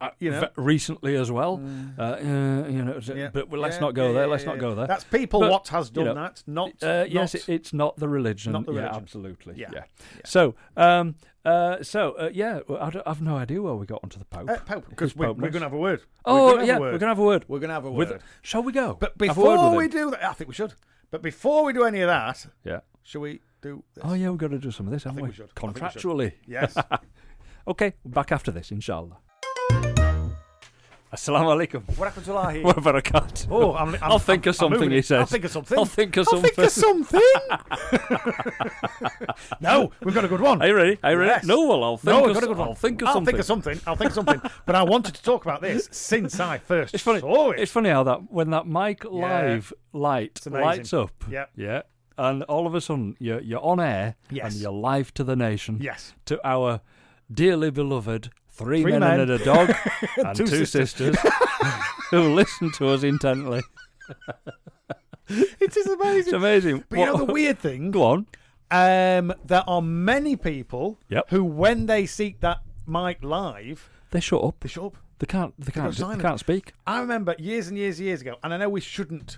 Speaker 3: uh, you know. Mm.
Speaker 2: ve- recently as well. Uh, uh, you know,
Speaker 3: Yeah.
Speaker 2: but well, let's
Speaker 3: Yeah,
Speaker 2: not go
Speaker 3: yeah,
Speaker 2: there.
Speaker 3: yeah,
Speaker 2: let's
Speaker 3: yeah,
Speaker 2: not
Speaker 3: yeah.
Speaker 2: go there.
Speaker 3: That's people
Speaker 2: But,
Speaker 3: what has
Speaker 2: you
Speaker 3: done
Speaker 2: know,
Speaker 3: that, not
Speaker 2: uh,
Speaker 3: not-
Speaker 2: yes, it, it's not the religion.
Speaker 3: Not the
Speaker 2: Yeah,
Speaker 3: religion.
Speaker 2: absolutely. Yeah.
Speaker 3: Yeah.
Speaker 2: yeah. So, um, uh, so uh, yeah, well, I don't- I've no idea where we got onto the Pope.
Speaker 3: Uh, Pope, because
Speaker 2: Who's
Speaker 3: we, are
Speaker 2: Pope
Speaker 3: going
Speaker 2: next?
Speaker 3: to have a word.
Speaker 2: oh,
Speaker 3: we're gonna
Speaker 2: yeah,
Speaker 3: have a
Speaker 2: we're
Speaker 3: word.
Speaker 2: going to have a word.
Speaker 3: We're gonna have a
Speaker 2: With-
Speaker 3: word.
Speaker 2: shall we go?
Speaker 3: But
Speaker 2: Have a word
Speaker 3: before
Speaker 2: with
Speaker 3: we
Speaker 2: him.
Speaker 3: do that, I think we should. But before we do any of that,
Speaker 2: yeah.
Speaker 3: shall we do? This?
Speaker 2: Oh yeah, we've got to do some of this, haven't
Speaker 3: think
Speaker 2: we?
Speaker 3: we should. I think we should.
Speaker 2: Contractually.
Speaker 3: Yes.
Speaker 2: Okay, we're back after this, inshallah. Assalamu alaikum.
Speaker 3: what happened to Lahi?
Speaker 2: Wa barakatuh.
Speaker 3: Oh, I'm, I'm,
Speaker 2: I'll think
Speaker 3: I'm-
Speaker 2: of
Speaker 3: I'm
Speaker 2: something,
Speaker 3: moving
Speaker 2: he
Speaker 3: it. I'll
Speaker 2: says.
Speaker 3: think of something.
Speaker 2: I'll think of
Speaker 3: I'll think of something. no, we've got a good one.
Speaker 2: Are you ready? Are you ready?
Speaker 3: Yes.
Speaker 2: No, well, I'll think
Speaker 3: no,
Speaker 2: of
Speaker 3: I've got a good
Speaker 2: some-
Speaker 3: one.
Speaker 2: I'll think of
Speaker 3: I'll
Speaker 2: something.
Speaker 3: think of something. I'll think of something. but I wanted to talk about this since I first
Speaker 2: It's funny.
Speaker 3: saw it.
Speaker 2: It's funny how that when that mic live light
Speaker 3: amazing.
Speaker 2: lights up.
Speaker 3: Yep.
Speaker 2: Yeah. And all of a sudden you're you're on air
Speaker 3: Yes.
Speaker 2: and you're live to the nation.
Speaker 3: Yes.
Speaker 2: To our dearly beloved three,
Speaker 3: Three
Speaker 2: men,
Speaker 3: men.
Speaker 2: and a dog and two,
Speaker 3: Two
Speaker 2: sisters who listen to us intently.
Speaker 3: it is amazing.
Speaker 2: It's amazing.
Speaker 3: But you know
Speaker 2: What-
Speaker 3: the weird thing?
Speaker 2: Go on.
Speaker 3: Um, there are many people
Speaker 2: Yep.
Speaker 3: who, when they seek that mic live,
Speaker 2: They shut up.
Speaker 3: they shut up.
Speaker 2: They can't. They can't. They
Speaker 3: silent.
Speaker 2: can't speak.
Speaker 3: I remember years and years, years ago, and I know we shouldn't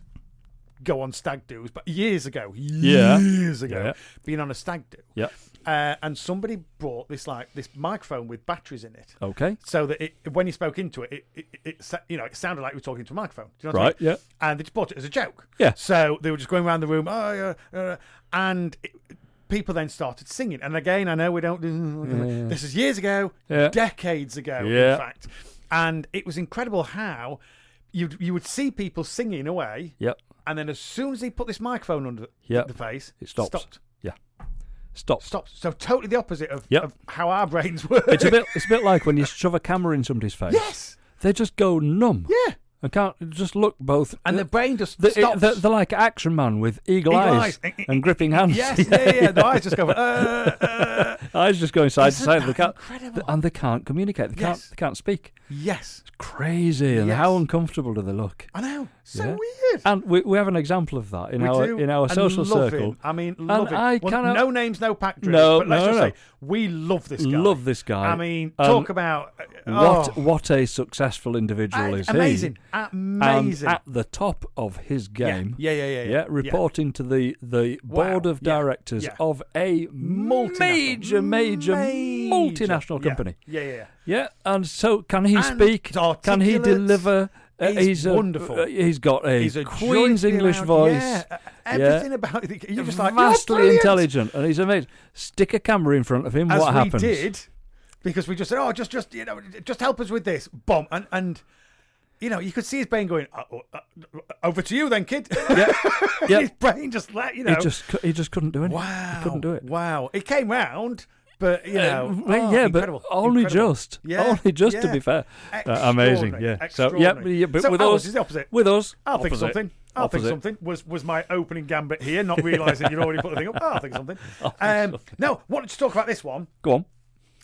Speaker 3: go on stag doos, but years ago,
Speaker 2: Yeah.
Speaker 3: years ago,
Speaker 2: Yeah.
Speaker 3: being on a stag do,
Speaker 2: Yep.
Speaker 3: uh, and somebody brought this like this microphone with batteries in it.
Speaker 2: Okay.
Speaker 3: So that it, when you spoke into it, it, it, it, sa- you know, it sounded like you were talking to a microphone. Do you know what
Speaker 2: Right,
Speaker 3: I mean?
Speaker 2: yeah.
Speaker 3: And they just bought it as a joke.
Speaker 2: Yeah.
Speaker 3: So they were just going around the room, oh, yeah, yeah, yeah," and it, people then started singing. And again, I know we don't do this is years ago,
Speaker 2: Yeah.
Speaker 3: decades ago,
Speaker 2: Yeah.
Speaker 3: in fact. And it was incredible how you you would see people singing away,
Speaker 2: Yep.
Speaker 3: and then as soon as they put this microphone under
Speaker 2: Yeah.
Speaker 3: the face,
Speaker 2: It stops.
Speaker 3: stopped.
Speaker 2: Yeah. Stop.
Speaker 3: Stopped. So totally the opposite of,
Speaker 2: Yep.
Speaker 3: of how our brains work.
Speaker 2: It's a bit. It's a bit like when you shove a camera in somebody's face.
Speaker 3: yes.
Speaker 2: They just go numb.
Speaker 3: Yeah.
Speaker 2: And can't just look both.
Speaker 3: And the brain just
Speaker 2: They-
Speaker 3: stops.
Speaker 2: they're, they're like Action Man with eagle,
Speaker 3: Eagle
Speaker 2: eyes,
Speaker 3: eyes. E,
Speaker 2: and gripping hands.
Speaker 3: Yes, yeah, yeah. yeah. The eyes just go. Uh, uh.
Speaker 2: eyes just going side to
Speaker 3: Isn't
Speaker 2: side. They
Speaker 3: that
Speaker 2: can't.
Speaker 3: incredible?
Speaker 2: And they can't communicate. They can't.
Speaker 3: Yes.
Speaker 2: They can't speak.
Speaker 3: Yes,
Speaker 2: Crazy. And
Speaker 3: Yes.
Speaker 2: how uncomfortable do they look?
Speaker 3: I know. So
Speaker 2: Yeah.
Speaker 3: weird.
Speaker 2: And we, we have an example of that in
Speaker 3: we
Speaker 2: our
Speaker 3: do.
Speaker 2: in our
Speaker 3: and
Speaker 2: social
Speaker 3: love
Speaker 2: circle.
Speaker 3: Him. I mean,
Speaker 2: And
Speaker 3: love him.
Speaker 2: I
Speaker 3: well,
Speaker 2: cannot-
Speaker 3: No names, no pack drills.
Speaker 2: No,
Speaker 3: but let's
Speaker 2: no,
Speaker 3: just
Speaker 2: no.
Speaker 3: say we love this guy.
Speaker 2: Love this guy.
Speaker 3: I mean,
Speaker 2: Um,
Speaker 3: talk about oh,
Speaker 2: What what a successful individual
Speaker 3: a-
Speaker 2: is
Speaker 3: amazing,
Speaker 2: he? And
Speaker 3: amazing.
Speaker 2: at the top of his game.
Speaker 3: Yeah, yeah, yeah, yeah, yeah.
Speaker 2: reporting to the the
Speaker 3: Wow,
Speaker 2: board of
Speaker 3: yeah,
Speaker 2: directors
Speaker 3: yeah.
Speaker 2: of a
Speaker 3: Multinational.
Speaker 2: major, major,
Speaker 3: Major.
Speaker 2: multinational company.
Speaker 3: Yeah, yeah, yeah.
Speaker 2: Yeah, and so can he
Speaker 3: And
Speaker 2: speak? Can he
Speaker 3: articulate.
Speaker 2: deliver?
Speaker 3: He's
Speaker 2: a-
Speaker 3: wonderful.
Speaker 2: uh, he's got a,
Speaker 3: He's a
Speaker 2: Queen's
Speaker 3: joyfully
Speaker 2: English
Speaker 3: loud-
Speaker 2: voice.
Speaker 3: Yeah, uh, everything about it. You're just like "You're
Speaker 2: vastly
Speaker 3: brilliant."
Speaker 2: intelligent, and he's amazing. Stick a camera in front of him.
Speaker 3: As
Speaker 2: what
Speaker 3: we
Speaker 2: happens?
Speaker 3: did, because we just said, "Oh, just, just, you know, just help us with this." Bomb, and and you know, you could see his brain going, "Uh, uh, uh, "Over to you, then, kid."
Speaker 2: Yeah, yeah.
Speaker 3: his brain just let you know.
Speaker 2: he just cou- he just couldn't do it.
Speaker 3: wow,
Speaker 2: he couldn't do it.
Speaker 3: Wow, it came round, but you
Speaker 2: Uh,
Speaker 3: know, oh,
Speaker 2: yeah,
Speaker 3: incredible,
Speaker 2: but only
Speaker 3: incredible.
Speaker 2: just,
Speaker 3: Yeah,
Speaker 2: only just to
Speaker 3: yeah.
Speaker 2: be fair, Uh, amazing.
Speaker 3: Extraordinary,
Speaker 2: Yeah, so yeah, but,
Speaker 3: extraordinary.
Speaker 2: yeah, but
Speaker 3: So
Speaker 2: with
Speaker 3: ours
Speaker 2: us,
Speaker 3: is the opposite.
Speaker 2: With us,
Speaker 3: I'll think
Speaker 2: opposite.
Speaker 3: something. I'll
Speaker 2: Opposite.
Speaker 3: think something was was my opening gambit here, not realizing you'd already put the thing up. I'll think something. Um, no, wanted to talk about this one.
Speaker 2: Go on.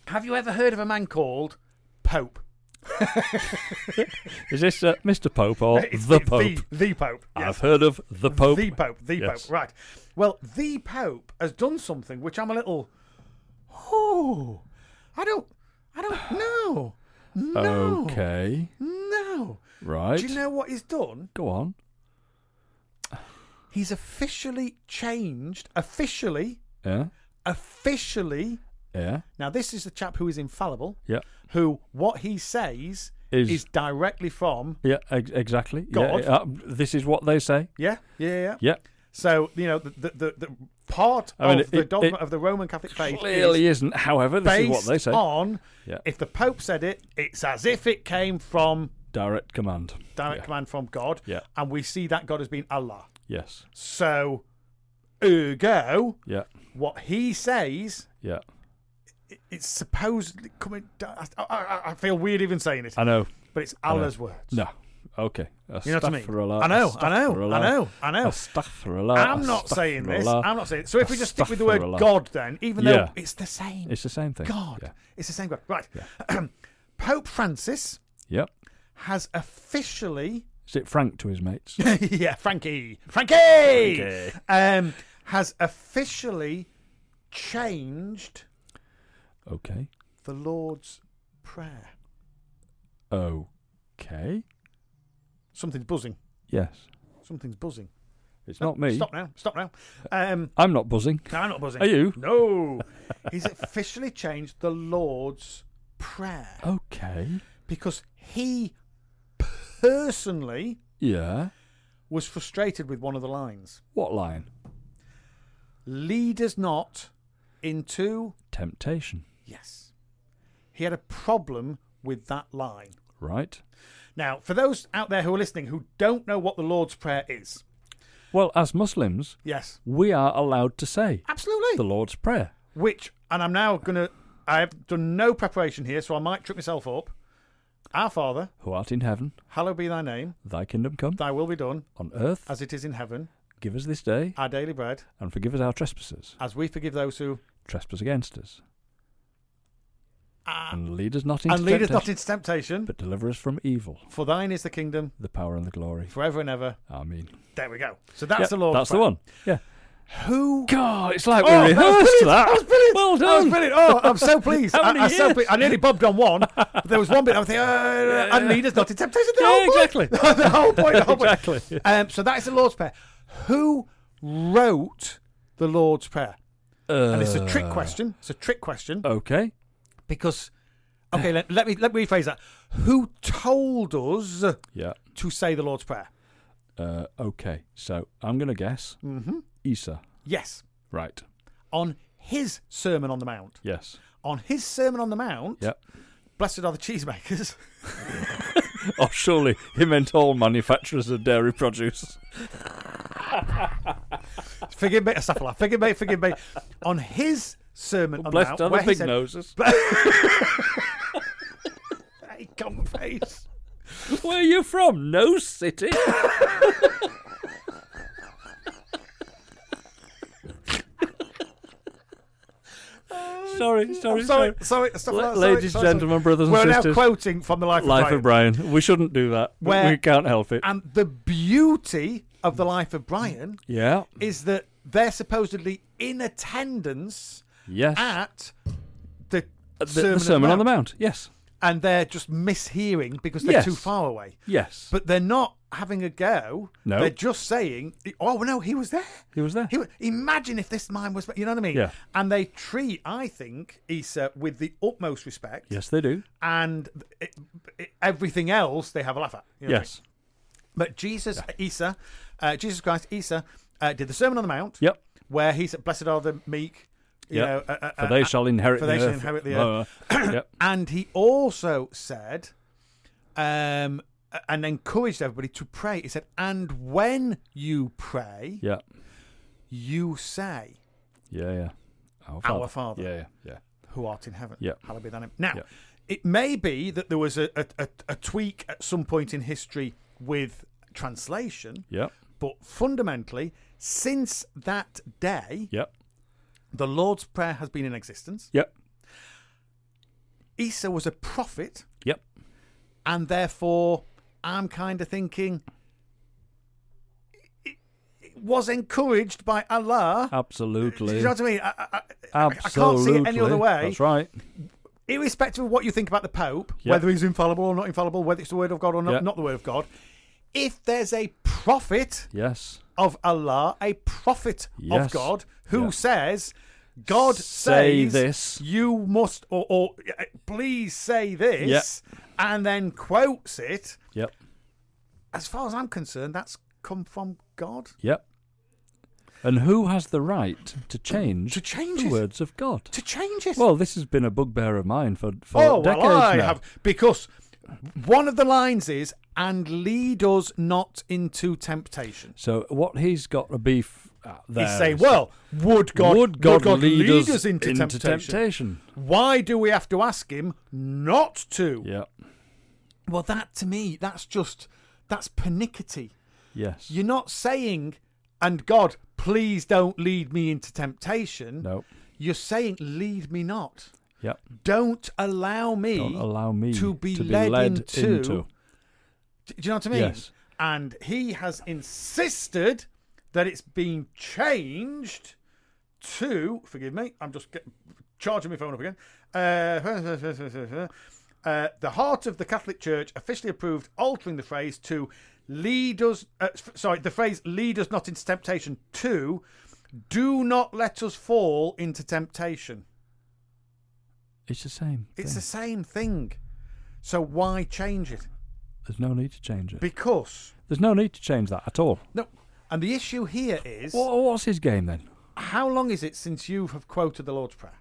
Speaker 3: Have you ever heard of a man called Pope?
Speaker 2: Is this uh, Mr. Pope or
Speaker 3: It's
Speaker 2: the Pope?
Speaker 3: The, the Pope.
Speaker 2: I've
Speaker 3: Yes.
Speaker 2: heard of the Pope.
Speaker 3: The Pope. The
Speaker 2: Yes.
Speaker 3: Pope. Right. Well, the Pope has done something which I'm a little. Oh, I don't. I don't know. No.
Speaker 2: Okay,
Speaker 3: No.
Speaker 2: right.
Speaker 3: Do you know what he's done?
Speaker 2: Go on.
Speaker 3: He's officially changed. Officially.
Speaker 2: Yeah,
Speaker 3: Officially.
Speaker 2: yeah,
Speaker 3: Now, this is the chap who is infallible,
Speaker 2: yeah,
Speaker 3: who what he says
Speaker 2: Is-
Speaker 3: is, directly from.
Speaker 2: yeah. Ex- exactly.
Speaker 3: God.
Speaker 2: Yeah, uh, this is what they say.
Speaker 3: Yeah, yeah, yeah.
Speaker 2: Yeah,
Speaker 3: So you know the the, the, the part
Speaker 2: I mean,
Speaker 3: of the
Speaker 2: it-
Speaker 3: dogma
Speaker 2: it
Speaker 3: of the Roman Catholic faith
Speaker 2: clearly
Speaker 3: is
Speaker 2: isn't. However, this
Speaker 3: based
Speaker 2: is what they say.
Speaker 3: on.
Speaker 2: Yeah.
Speaker 3: If the Pope said it, it's as if it came from
Speaker 2: Direct command.
Speaker 3: direct
Speaker 2: Yeah.
Speaker 3: command from God,
Speaker 2: Yeah.
Speaker 3: and we see that God has been Allah.
Speaker 2: Yes.
Speaker 3: So, ergo,
Speaker 2: Yeah.
Speaker 3: what he says,
Speaker 2: Yeah.
Speaker 3: i- it's supposedly coming. di- I, I, I feel weird even saying it,
Speaker 2: I know.
Speaker 3: but it's Allah's words.
Speaker 2: No. Okay.
Speaker 3: You know what I mean? I know, I know, I know, I know.
Speaker 2: Astaghfirullah.
Speaker 3: I'm not saying this.
Speaker 2: astaghfirullah.
Speaker 3: I'm not saying. So if we just stick with the word
Speaker 2: Astaghfirullah.
Speaker 3: God, then even though
Speaker 2: Yeah.
Speaker 3: it's the same
Speaker 2: It's the same thing.
Speaker 3: God,
Speaker 2: Yeah.
Speaker 3: it's the same God. Right. Pope Francis
Speaker 2: Yep.
Speaker 3: has officially,
Speaker 2: Is it Frank to his mates?
Speaker 3: yeah, Frankie, Frankie,
Speaker 2: Frankie.
Speaker 3: Um, has officially changed
Speaker 2: okay.
Speaker 3: the Lord's Prayer.
Speaker 2: Okay.
Speaker 3: Something's buzzing.
Speaker 2: Yes.
Speaker 3: Something's buzzing.
Speaker 2: It's not me.
Speaker 3: Stop now. Stop now. Um,
Speaker 2: I'm not buzzing.
Speaker 3: no, I'm not buzzing.
Speaker 2: Are you?
Speaker 3: No. He's officially changed the Lord's Prayer.
Speaker 2: Oh. Okay.
Speaker 3: because he personally
Speaker 2: Yeah.
Speaker 3: was frustrated with one of the lines.
Speaker 2: What line?
Speaker 3: Lead us not into.
Speaker 2: Temptation.
Speaker 3: Yes. He had a problem with that line.
Speaker 2: Right.
Speaker 3: Now, for those out there who are listening who don't know what the Lord's Prayer is,
Speaker 2: Well, as Muslims,
Speaker 3: yes,
Speaker 2: we are allowed to say the
Speaker 3: absolutely.
Speaker 2: Lord's Prayer.
Speaker 3: Which, and I'm now going to. I have done no preparation here, so I might trip myself up. Our Father,
Speaker 2: Who art in heaven,
Speaker 3: hallowed be thy name,
Speaker 2: thy kingdom come,
Speaker 3: thy will be done,
Speaker 2: on earth
Speaker 3: as it is in heaven.
Speaker 2: Give us this day,
Speaker 3: Our daily bread,
Speaker 2: and forgive us our trespasses,
Speaker 3: as we forgive those who.
Speaker 2: trespass against us.
Speaker 3: Ah.
Speaker 2: and lead us not into
Speaker 3: And lead us not
Speaker 2: temptation,
Speaker 3: into temptation,
Speaker 2: but deliver us from evil,
Speaker 3: For thine is the kingdom,
Speaker 2: the power and the glory.
Speaker 3: forever and ever.
Speaker 2: Amen.
Speaker 3: There we go. So that's
Speaker 2: Yeah,
Speaker 3: the Lord's
Speaker 2: That's
Speaker 3: Prayer.
Speaker 2: the one. Yeah.
Speaker 3: Who?
Speaker 2: God, it's like
Speaker 3: Oh,
Speaker 2: we
Speaker 3: that was
Speaker 2: rehearsed
Speaker 3: brilliant, that was brilliant.
Speaker 2: Well done.
Speaker 3: That was brilliant. Oh, I'm so pleased.
Speaker 2: How
Speaker 3: I,
Speaker 2: many
Speaker 3: I, so
Speaker 2: years?
Speaker 3: ple- I nearly bobbed on one, but there was one bit I was thinking, uh, and lead us not in temptation. The
Speaker 2: Yeah,
Speaker 3: whole point.
Speaker 2: exactly.
Speaker 3: the whole point. The whole point.
Speaker 2: Oh, Exactly.
Speaker 3: Um, so that is the Lord's Prayer. Who wrote the Lord's Prayer? And it's a trick question. It's a trick question
Speaker 2: Uh, Okay.
Speaker 3: because, okay, let, let me let me rephrase that. Who told us
Speaker 2: Yeah.
Speaker 3: to say the Lord's Prayer?
Speaker 2: Uh, okay. So I'm going to guess mm-hmm. Isa.
Speaker 3: Yes,
Speaker 2: Right.
Speaker 3: on his Sermon on the Mount.
Speaker 2: Yes.
Speaker 3: on his Sermon on the Mount,
Speaker 2: Yep.
Speaker 3: blessed are the cheesemakers.
Speaker 2: oh, surely he meant all manufacturers of dairy produce.
Speaker 3: forgive me, Asafallah, forgive me, forgive me. On his Sermon on
Speaker 2: Blessed
Speaker 3: the
Speaker 2: are the
Speaker 3: Mount, where he
Speaker 2: big
Speaker 3: said,
Speaker 2: noses.
Speaker 3: "Hey, come face."
Speaker 2: Where are you from? No city. sorry, sorry,
Speaker 3: I'm sorry,
Speaker 2: sorry.
Speaker 3: sorry, Asafallah,
Speaker 2: La-
Speaker 3: sorry,
Speaker 2: ladies,
Speaker 3: sorry, sorry.
Speaker 2: gentlemen, brothers and
Speaker 3: We're
Speaker 2: sisters.
Speaker 3: now quoting from the Life,
Speaker 2: Life
Speaker 3: of
Speaker 2: of
Speaker 3: Brian.
Speaker 2: Brian. We shouldn't do that. We-
Speaker 3: Where-
Speaker 2: we can't help it.
Speaker 3: And the beauty of the Life of Brian
Speaker 2: yeah.
Speaker 3: is that they're supposedly in attendance
Speaker 2: Yes.
Speaker 3: at the,
Speaker 2: the, the
Speaker 3: Sermon,
Speaker 2: Sermon, on the Mount. Yes.
Speaker 3: and they're just mishearing because they're
Speaker 2: Yes.
Speaker 3: too far away.
Speaker 2: Yes.
Speaker 3: But they're not having a go.
Speaker 2: No.
Speaker 3: They're just saying, oh, well, no, he was there.
Speaker 2: He was there.
Speaker 3: He wa- imagine if this man was, you know what I mean?
Speaker 2: Yeah.
Speaker 3: And they treat, I think, Issa with the utmost respect.
Speaker 2: yes, they do.
Speaker 3: And it, it- everything else they have a laugh at. you know what I mean?
Speaker 2: Yes.
Speaker 3: But Jesus, Issa, uh, Jesus Christ, Issa, uh, did the Sermon on the Mount.
Speaker 2: Yep.
Speaker 3: Where he said, blessed are the meek. You
Speaker 2: Yep.
Speaker 3: know, uh, uh,
Speaker 2: For
Speaker 3: uh,
Speaker 2: they
Speaker 3: uh,
Speaker 2: shall inherit
Speaker 3: for
Speaker 2: the
Speaker 3: they
Speaker 2: earth.
Speaker 3: shall inherit the
Speaker 2: Blah, blah, blah. yep.
Speaker 3: and he also said, um, a- and encouraged everybody to pray. He said, and when you pray,
Speaker 2: Yeah.
Speaker 3: you say,
Speaker 2: Yeah. Yeah. Our
Speaker 3: Our Father.
Speaker 2: Yeah. Yeah.
Speaker 3: who art in heaven.
Speaker 2: Yeah.
Speaker 3: Hallowed be thy name. Now,
Speaker 2: Yeah.
Speaker 3: it may be that there was a, a, a, a tweak at some point in history with translation,
Speaker 2: Yeah. Yep.
Speaker 3: but fundamentally, since that day,
Speaker 2: Yep.
Speaker 3: the Lord's Prayer has been in existence.
Speaker 2: Yep.
Speaker 3: Isa was a prophet
Speaker 2: Yep.
Speaker 3: and therefore I'm kind of thinking it- it was encouraged by Allah. Do
Speaker 2: Absolutely.
Speaker 3: you know what I mean? I, I- I- I can't
Speaker 2: Absolutely.
Speaker 3: see it any other way.
Speaker 2: That's right.
Speaker 3: Irrespective of what you think about the Pope,
Speaker 2: Yeah.
Speaker 3: whether he's infallible or not infallible, whether it's the word of God or not,
Speaker 2: Yeah.
Speaker 3: not the word of God, if there's a prophet
Speaker 2: Yes.
Speaker 3: of Allah, a prophet
Speaker 2: Yes.
Speaker 3: of God, who
Speaker 2: Yeah.
Speaker 3: says, God
Speaker 2: Say
Speaker 3: says,
Speaker 2: this.
Speaker 3: you must, or, or uh, please say this, and then quotes it.
Speaker 2: Yep.
Speaker 3: As far as I'm concerned, that's come from God.
Speaker 2: Yep. And who has the right to change
Speaker 3: To change
Speaker 2: the
Speaker 3: it.
Speaker 2: words of God?
Speaker 3: To change it.
Speaker 2: Well, this has been a bugbear of mine for, for
Speaker 3: oh,
Speaker 2: decades
Speaker 3: well, I
Speaker 2: now.
Speaker 3: have. Because one of the lines is, and lead us not into temptation.
Speaker 2: So what he's got a beef at uh, there.
Speaker 3: He's saying,
Speaker 2: is-
Speaker 3: well, would God,
Speaker 2: would God,
Speaker 3: lead, us, into, temptation?
Speaker 2: temptation?
Speaker 3: Why do we have to ask him not to?
Speaker 2: Yeah.
Speaker 3: Well, that to me, that's just that's pernickety.
Speaker 2: Yes.
Speaker 3: You're not saying, and God, please don't lead me into temptation.
Speaker 2: no.
Speaker 3: You're saying, lead me not.
Speaker 2: Yep.
Speaker 3: Don't allow me.
Speaker 2: Don't allow me
Speaker 3: E to be
Speaker 2: led,
Speaker 3: led into- Do you know what I mean?
Speaker 2: Yes.
Speaker 3: And he has insisted that it's been changed to. Forgive me, I'm just get, charging my phone up again. Uh, uh, the heart of the Catholic Church officially approved altering the phrase to lead us. Uh, f- sorry, the phrase "lead us not into temptation" to "do not let us fall into temptation."
Speaker 2: It's the same.
Speaker 3: It's
Speaker 2: thing.
Speaker 3: the same thing. So why change it?
Speaker 2: There's no need to change it.
Speaker 3: Because
Speaker 2: There's no need to change that at all.
Speaker 3: no. And the issue here is
Speaker 2: What, what's his game then?
Speaker 3: How long is it since you have quoted the Lord's Prayer?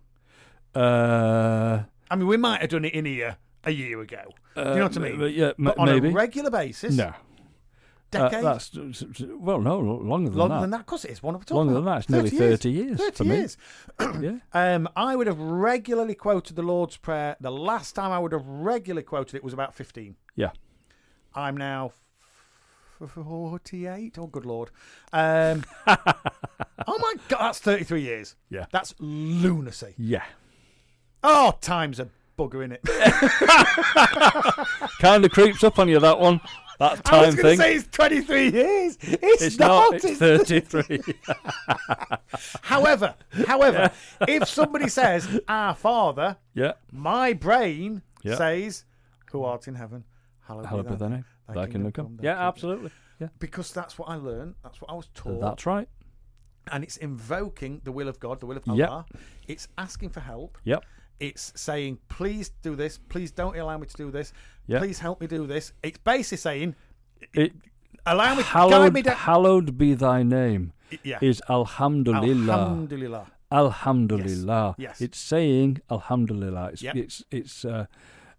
Speaker 2: Uh,
Speaker 3: I mean, we might have done it in here a year ago. Do you know what I
Speaker 2: uh,
Speaker 3: mean?
Speaker 2: but yeah,
Speaker 3: but
Speaker 2: ma-
Speaker 3: on
Speaker 2: maybe.
Speaker 3: a regular basis,
Speaker 2: no. Uh,
Speaker 3: decades,
Speaker 2: that's well, no, longer than
Speaker 3: longer
Speaker 2: that.
Speaker 3: than that. Of course, it is. One of the
Speaker 2: Longer than that, it's nearly 30 years for
Speaker 3: Thirty
Speaker 2: me.
Speaker 3: years.
Speaker 2: Yeah.
Speaker 3: Um, I would have regularly quoted the Lord's Prayer. The last time I would have regularly quoted it was about fifteen.
Speaker 2: Yeah.
Speaker 3: I'm now f- forty-eight. Oh, good lord! Um, oh my god, that's thirty-three years.
Speaker 2: Yeah.
Speaker 3: that's lunacy.
Speaker 2: Yeah.
Speaker 3: Oh, time's a bugger in it.
Speaker 2: kind of creeps up on you that one. That
Speaker 3: I
Speaker 2: time
Speaker 3: was going to
Speaker 2: thing.
Speaker 3: say it's 23 years. It's,
Speaker 2: it's
Speaker 3: not.
Speaker 2: not. It's
Speaker 3: It's-
Speaker 2: 33.
Speaker 3: however, however, if somebody says "Our Father,"
Speaker 2: yeah.
Speaker 3: my brain
Speaker 2: Yeah.
Speaker 3: says, "Who art in heaven, hallowed,
Speaker 2: Hello,
Speaker 3: be thy
Speaker 2: brother.
Speaker 3: name."
Speaker 2: Thy
Speaker 3: Thy
Speaker 2: kingdom
Speaker 3: kingdom
Speaker 2: come.
Speaker 3: come, thy
Speaker 2: Yeah,
Speaker 3: kingdom-
Speaker 2: absolutely. Yeah.
Speaker 3: Because that's what I learned. That's what I was taught.
Speaker 2: That's right.
Speaker 3: and it's invoking the will of God, the will of
Speaker 2: Yeah.
Speaker 3: Allah. It's asking for help.
Speaker 2: Yep.
Speaker 3: It's saying, "Please do this. Please don't allow me to do this.
Speaker 2: Yeah.
Speaker 3: Please help me do this." It's basically saying,
Speaker 2: It,
Speaker 3: "Allow me, guide
Speaker 2: hallowed,
Speaker 3: me down."
Speaker 2: hallowed be thy name
Speaker 3: yeah.
Speaker 2: is Alhamdulillah.
Speaker 3: Alhamdulillah.
Speaker 2: Alhamdulillah.
Speaker 3: Yes.
Speaker 2: It's saying Alhamdulillah. It's
Speaker 3: Yep.
Speaker 2: it's it's uh,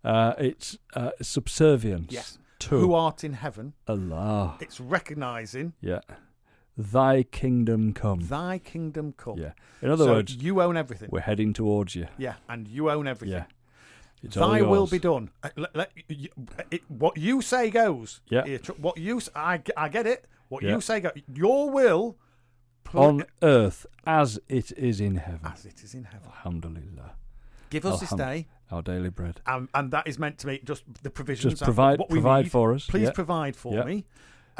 Speaker 2: uh, it's uh, subservience
Speaker 3: Yes.
Speaker 2: to
Speaker 3: Who art in heaven?
Speaker 2: Allah.
Speaker 3: It's recognizing
Speaker 2: Yeah. Thy kingdom come.
Speaker 3: thy kingdom come.
Speaker 2: yeah. In other
Speaker 3: so
Speaker 2: words,
Speaker 3: you own everything.
Speaker 2: we're heading towards you.
Speaker 3: Yeah, and you own everything.
Speaker 2: Yeah. It's all
Speaker 3: Thy will
Speaker 2: yours.
Speaker 3: be done. Uh, let- let- y- y- it- what you say goes.
Speaker 2: Yeah.
Speaker 3: Here, tr- What you s- I, g- I get it. What
Speaker 2: Yeah.
Speaker 3: you say goes. Your will pl-
Speaker 2: on earth as it is in heaven.
Speaker 3: as it is in heaven.
Speaker 2: Alhamdulillah.
Speaker 3: Give us this
Speaker 2: Alhamd-
Speaker 3: day,
Speaker 2: Our daily bread.
Speaker 3: and, and that is meant to be just the provisions.
Speaker 2: Just provide-
Speaker 3: what we
Speaker 2: provide
Speaker 3: need.
Speaker 2: for us,
Speaker 3: Please
Speaker 2: yeah.
Speaker 3: provide for
Speaker 2: Yeah.
Speaker 3: me.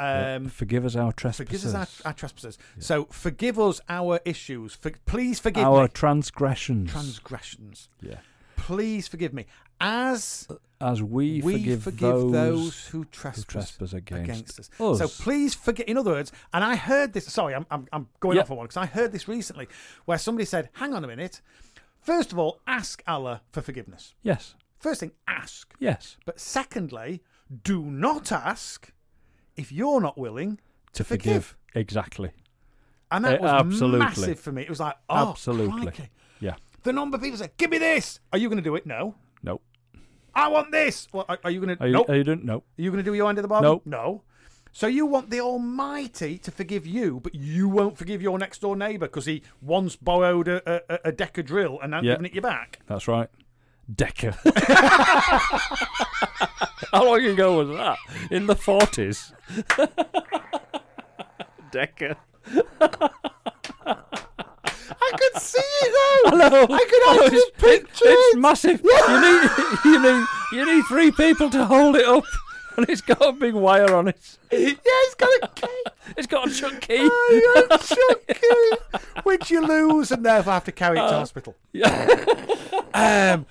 Speaker 2: Yeah.
Speaker 3: Um,
Speaker 2: Uh, forgive us our
Speaker 3: forgive
Speaker 2: trespasses.
Speaker 3: us our, our trespasses. So forgive us our issues. For, please forgive
Speaker 2: our
Speaker 3: me.
Speaker 2: transgressions.
Speaker 3: transgressions.
Speaker 2: yeah.
Speaker 3: Please forgive me, as
Speaker 2: As we,
Speaker 3: we
Speaker 2: Uh, forgive,
Speaker 3: forgive,
Speaker 2: those,
Speaker 3: those, who trespass,
Speaker 2: trespass against
Speaker 3: us.
Speaker 2: us.
Speaker 3: So please forget. In other words, and I heard this. Sorry, I'm I'm, I'm going
Speaker 2: Yeah.
Speaker 3: off on one because I heard this recently, where somebody said, "Hang on a minute. First of all, ask Allah for forgiveness.
Speaker 2: Yes.
Speaker 3: First thing, ask.
Speaker 2: Yes.
Speaker 3: But secondly, do not ask if you're not willing to,
Speaker 2: To forgive.
Speaker 3: forgive.
Speaker 2: Exactly.
Speaker 3: And
Speaker 2: Eh,
Speaker 3: that was
Speaker 2: absolutely.
Speaker 3: massive for me. It was like, oh,
Speaker 2: Absolutely.
Speaker 3: crikey.
Speaker 2: Yeah.
Speaker 3: The number of people said, "Give me this." Are you going to do it? No.
Speaker 2: No.
Speaker 3: I want this. Well, are, are you going
Speaker 2: Are
Speaker 3: to?
Speaker 2: you,
Speaker 3: Nope.
Speaker 2: are you doing? No.
Speaker 3: Are you going to do your end of the bargain?
Speaker 2: Nope.
Speaker 3: No. So you want the Almighty to forgive you, but you won't forgive your next door neighbour because he once borrowed a, a, a deck of drill and hasn't
Speaker 2: Yeah.
Speaker 3: given it you back.
Speaker 2: That's right. Decker. How long ago was that? In the 40s. Decker.
Speaker 3: I could see it though.
Speaker 2: Hello.
Speaker 3: I could actually
Speaker 2: Oh, it's,
Speaker 3: picture
Speaker 2: It's
Speaker 3: it.
Speaker 2: massive. You need, you need You need three people to hold it up, and it's got a big wire on it.
Speaker 3: yeah, it's got a cape.
Speaker 2: It's got a chuck key.
Speaker 3: Oh, yeah, chuck key, which you lose and therefore have to carry it to hospital. um,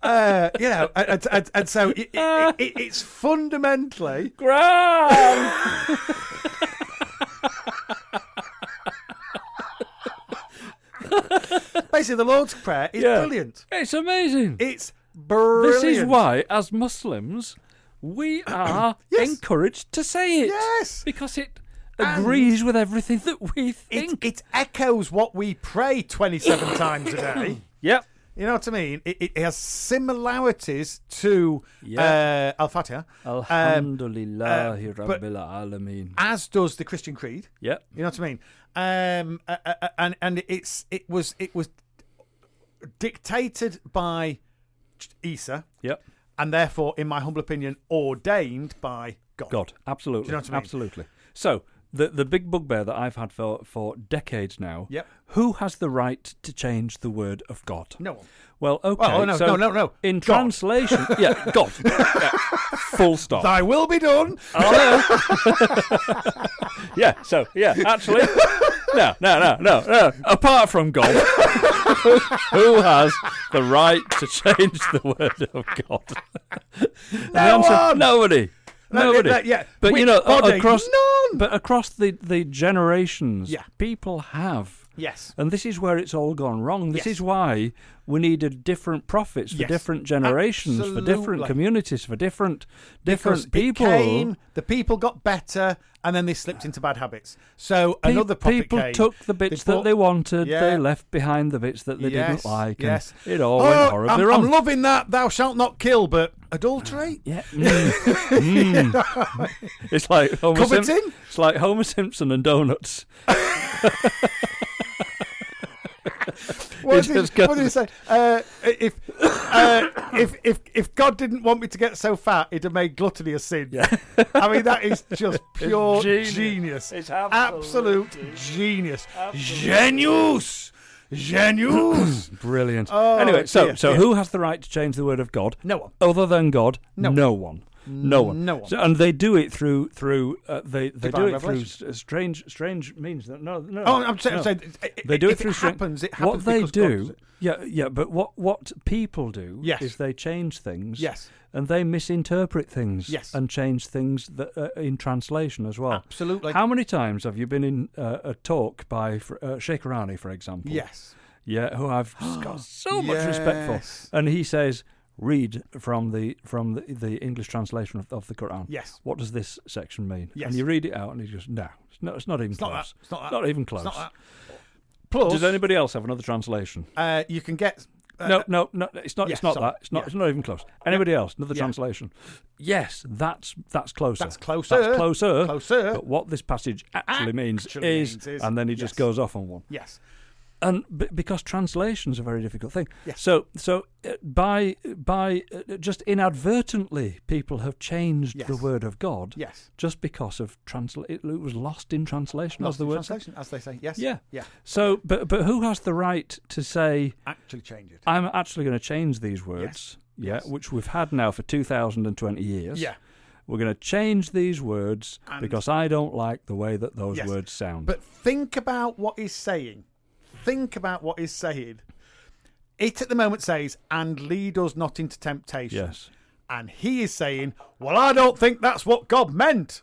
Speaker 3: uh, you know, and, and, and so it, it, it, it's fundamentally
Speaker 2: Graham!
Speaker 3: basically the Lord's Prayer is
Speaker 2: Yeah.
Speaker 3: brilliant.
Speaker 2: It's amazing. this
Speaker 3: It's brilliant.
Speaker 2: is why, as Muslims, we are
Speaker 3: Yes.
Speaker 2: encouraged to say it.
Speaker 3: Yes.
Speaker 2: Because it agrees with everything that we
Speaker 3: it,
Speaker 2: think.
Speaker 3: it echoes what we pray 27 times a day.
Speaker 2: yep.
Speaker 3: You know what I mean? It, it has similarities to
Speaker 2: Yeah.
Speaker 3: uh, Al Fatiha, um,
Speaker 2: Alhamdulillahi
Speaker 3: uh, but-
Speaker 2: Rabbil Alameen.
Speaker 3: as does the Christian Creed.
Speaker 2: Yep.
Speaker 3: You know what I mean? Um, uh, uh, uh, and and it's it was it was dictated by Isa,
Speaker 2: Yep.
Speaker 3: and therefore, in my humble opinion, ordained by God.
Speaker 2: God, absolutely,
Speaker 3: you know what I mean?
Speaker 2: absolutely. So the the big bugbear that I've had for for decades now.
Speaker 3: Yep.
Speaker 2: Who has the right to change the word of God?
Speaker 3: No one.
Speaker 2: Well, okay.
Speaker 3: oh, no,
Speaker 2: so
Speaker 3: no, no, no.
Speaker 2: In
Speaker 3: God.
Speaker 2: translation, yeah, God. Yeah, full stop.
Speaker 3: Thy will be done.
Speaker 2: Oh. Yeah. So yeah, actually, no, no, no, no, no. Apart from God, who- who has the right to change the word of God? No
Speaker 3: one!
Speaker 2: Nobody. Nobody.
Speaker 3: that- yeah.
Speaker 2: But
Speaker 3: Which
Speaker 2: you know, a-
Speaker 3: body?
Speaker 2: across
Speaker 3: None!
Speaker 2: but across the the generations,
Speaker 3: Yeah.
Speaker 2: people have.
Speaker 3: Yes.
Speaker 2: And this is where it's all gone wrong. This is why we needed different prophets for
Speaker 3: Yes.
Speaker 2: different generations, for different
Speaker 3: Absolutely.
Speaker 2: communities, for different different
Speaker 3: 'Cause
Speaker 2: people.
Speaker 3: It came, the people got better, and then they slipped into bad habits. So
Speaker 2: Pe-
Speaker 3: another prophet
Speaker 2: people
Speaker 3: came,
Speaker 2: took the bits
Speaker 3: bought-
Speaker 2: that they wanted. They
Speaker 3: Yeah.
Speaker 2: left behind the bits that they
Speaker 3: Yes,
Speaker 2: didn't like. and
Speaker 3: Yes,
Speaker 2: it all
Speaker 3: oh,
Speaker 2: went horribly
Speaker 3: I'm,
Speaker 2: wrong.
Speaker 3: I'm loving that. Thou shalt not kill, but adultery.
Speaker 2: yeah, mm, mm. it's like Homer Sim-
Speaker 3: Coveting?
Speaker 2: It's like Homer Simpson and donuts. It
Speaker 3: What did,
Speaker 2: just
Speaker 3: what did he
Speaker 2: goes-
Speaker 3: say? Uh, if, uh, if if if God didn't want me to get so fat, He'd have made gluttony a sin. I mean, that is just pure
Speaker 2: genius.
Speaker 3: genius.
Speaker 2: It's absolute
Speaker 3: absolute, genius. Genius. Genius.
Speaker 2: Brilliant.
Speaker 3: Oh,
Speaker 2: anyway, so
Speaker 3: dear,
Speaker 2: so
Speaker 3: dear.
Speaker 2: who has the right to change the word of God?
Speaker 3: No one.
Speaker 2: Other than God, no,
Speaker 3: No.
Speaker 2: one. No one.
Speaker 3: No one.
Speaker 2: So, and they do it through through uh, they they
Speaker 3: Divine
Speaker 2: do it
Speaker 3: revelation.
Speaker 2: through s- strange strange means. No, no.
Speaker 3: Oh, I'm saying,
Speaker 2: no.
Speaker 3: I'm saying i-
Speaker 2: they do
Speaker 3: if
Speaker 2: it through string-
Speaker 3: happens. It
Speaker 2: what
Speaker 3: happens
Speaker 2: they
Speaker 3: because God does
Speaker 2: do
Speaker 3: it.
Speaker 2: yeah yeah but what what people do
Speaker 3: Yes.
Speaker 2: is they change things
Speaker 3: Yes.
Speaker 2: and they misinterpret things
Speaker 3: Yes.
Speaker 2: and change things that uh, in translation as well
Speaker 3: Absolutely.
Speaker 2: how many times have you been in uh, a talk by for, uh, Sheikh Irani for example
Speaker 3: Yes.
Speaker 2: yeah who I've just got so much respect
Speaker 3: Yes.
Speaker 2: for and he says read from the from the, the English translation of, of the Quran
Speaker 3: Yes.
Speaker 2: what does this section mean
Speaker 3: Yes.
Speaker 2: and you read it out and he goes no it's not, it's not even
Speaker 3: not
Speaker 2: close
Speaker 3: that. It's not that.
Speaker 2: not even close
Speaker 3: It's not that. Plus,
Speaker 2: does anybody else have another translation?
Speaker 3: uh, you can get. Uh,
Speaker 2: no, no, no. It's not.
Speaker 3: yeah,
Speaker 2: it's not
Speaker 3: sorry,
Speaker 2: that. It's not.
Speaker 3: yeah.
Speaker 2: It's not even close. Anybody else? Another
Speaker 3: Yeah.
Speaker 2: translation? Yes, that's that's closer.
Speaker 3: That's closer.
Speaker 2: That's closer.
Speaker 3: Closer.
Speaker 2: But what this passage actually, means,
Speaker 3: Actually
Speaker 2: is,
Speaker 3: means is-
Speaker 2: and then he just
Speaker 3: yes.
Speaker 2: goes off on one.
Speaker 3: Yes.
Speaker 2: And b- because translation's a very difficult thing.
Speaker 3: Yes.
Speaker 2: So so uh, by by uh, just inadvertently, people have changed the
Speaker 3: Yes.
Speaker 2: word of God.
Speaker 3: Yes.
Speaker 2: Just because of transla- it was lost in translation. as
Speaker 3: Lost
Speaker 2: the
Speaker 3: in
Speaker 2: word. said.
Speaker 3: translation, as they say. Yes.
Speaker 2: Yeah.
Speaker 3: Yeah.
Speaker 2: So, but but who has the right to say?
Speaker 3: Actually change it.
Speaker 2: I'm actually going to change these words, yeah,
Speaker 3: Yes.
Speaker 2: which we've had now for 2,020 years.
Speaker 3: Yeah.
Speaker 2: We're going to change these words
Speaker 3: And-
Speaker 2: because I don't like the way that those
Speaker 3: Yes.
Speaker 2: words sound.
Speaker 3: But think about what he's saying. Think about what he's saying. It at the moment says, and lead us not into temptation.
Speaker 2: yes.
Speaker 3: And he is saying, well, I don't think that's what God meant.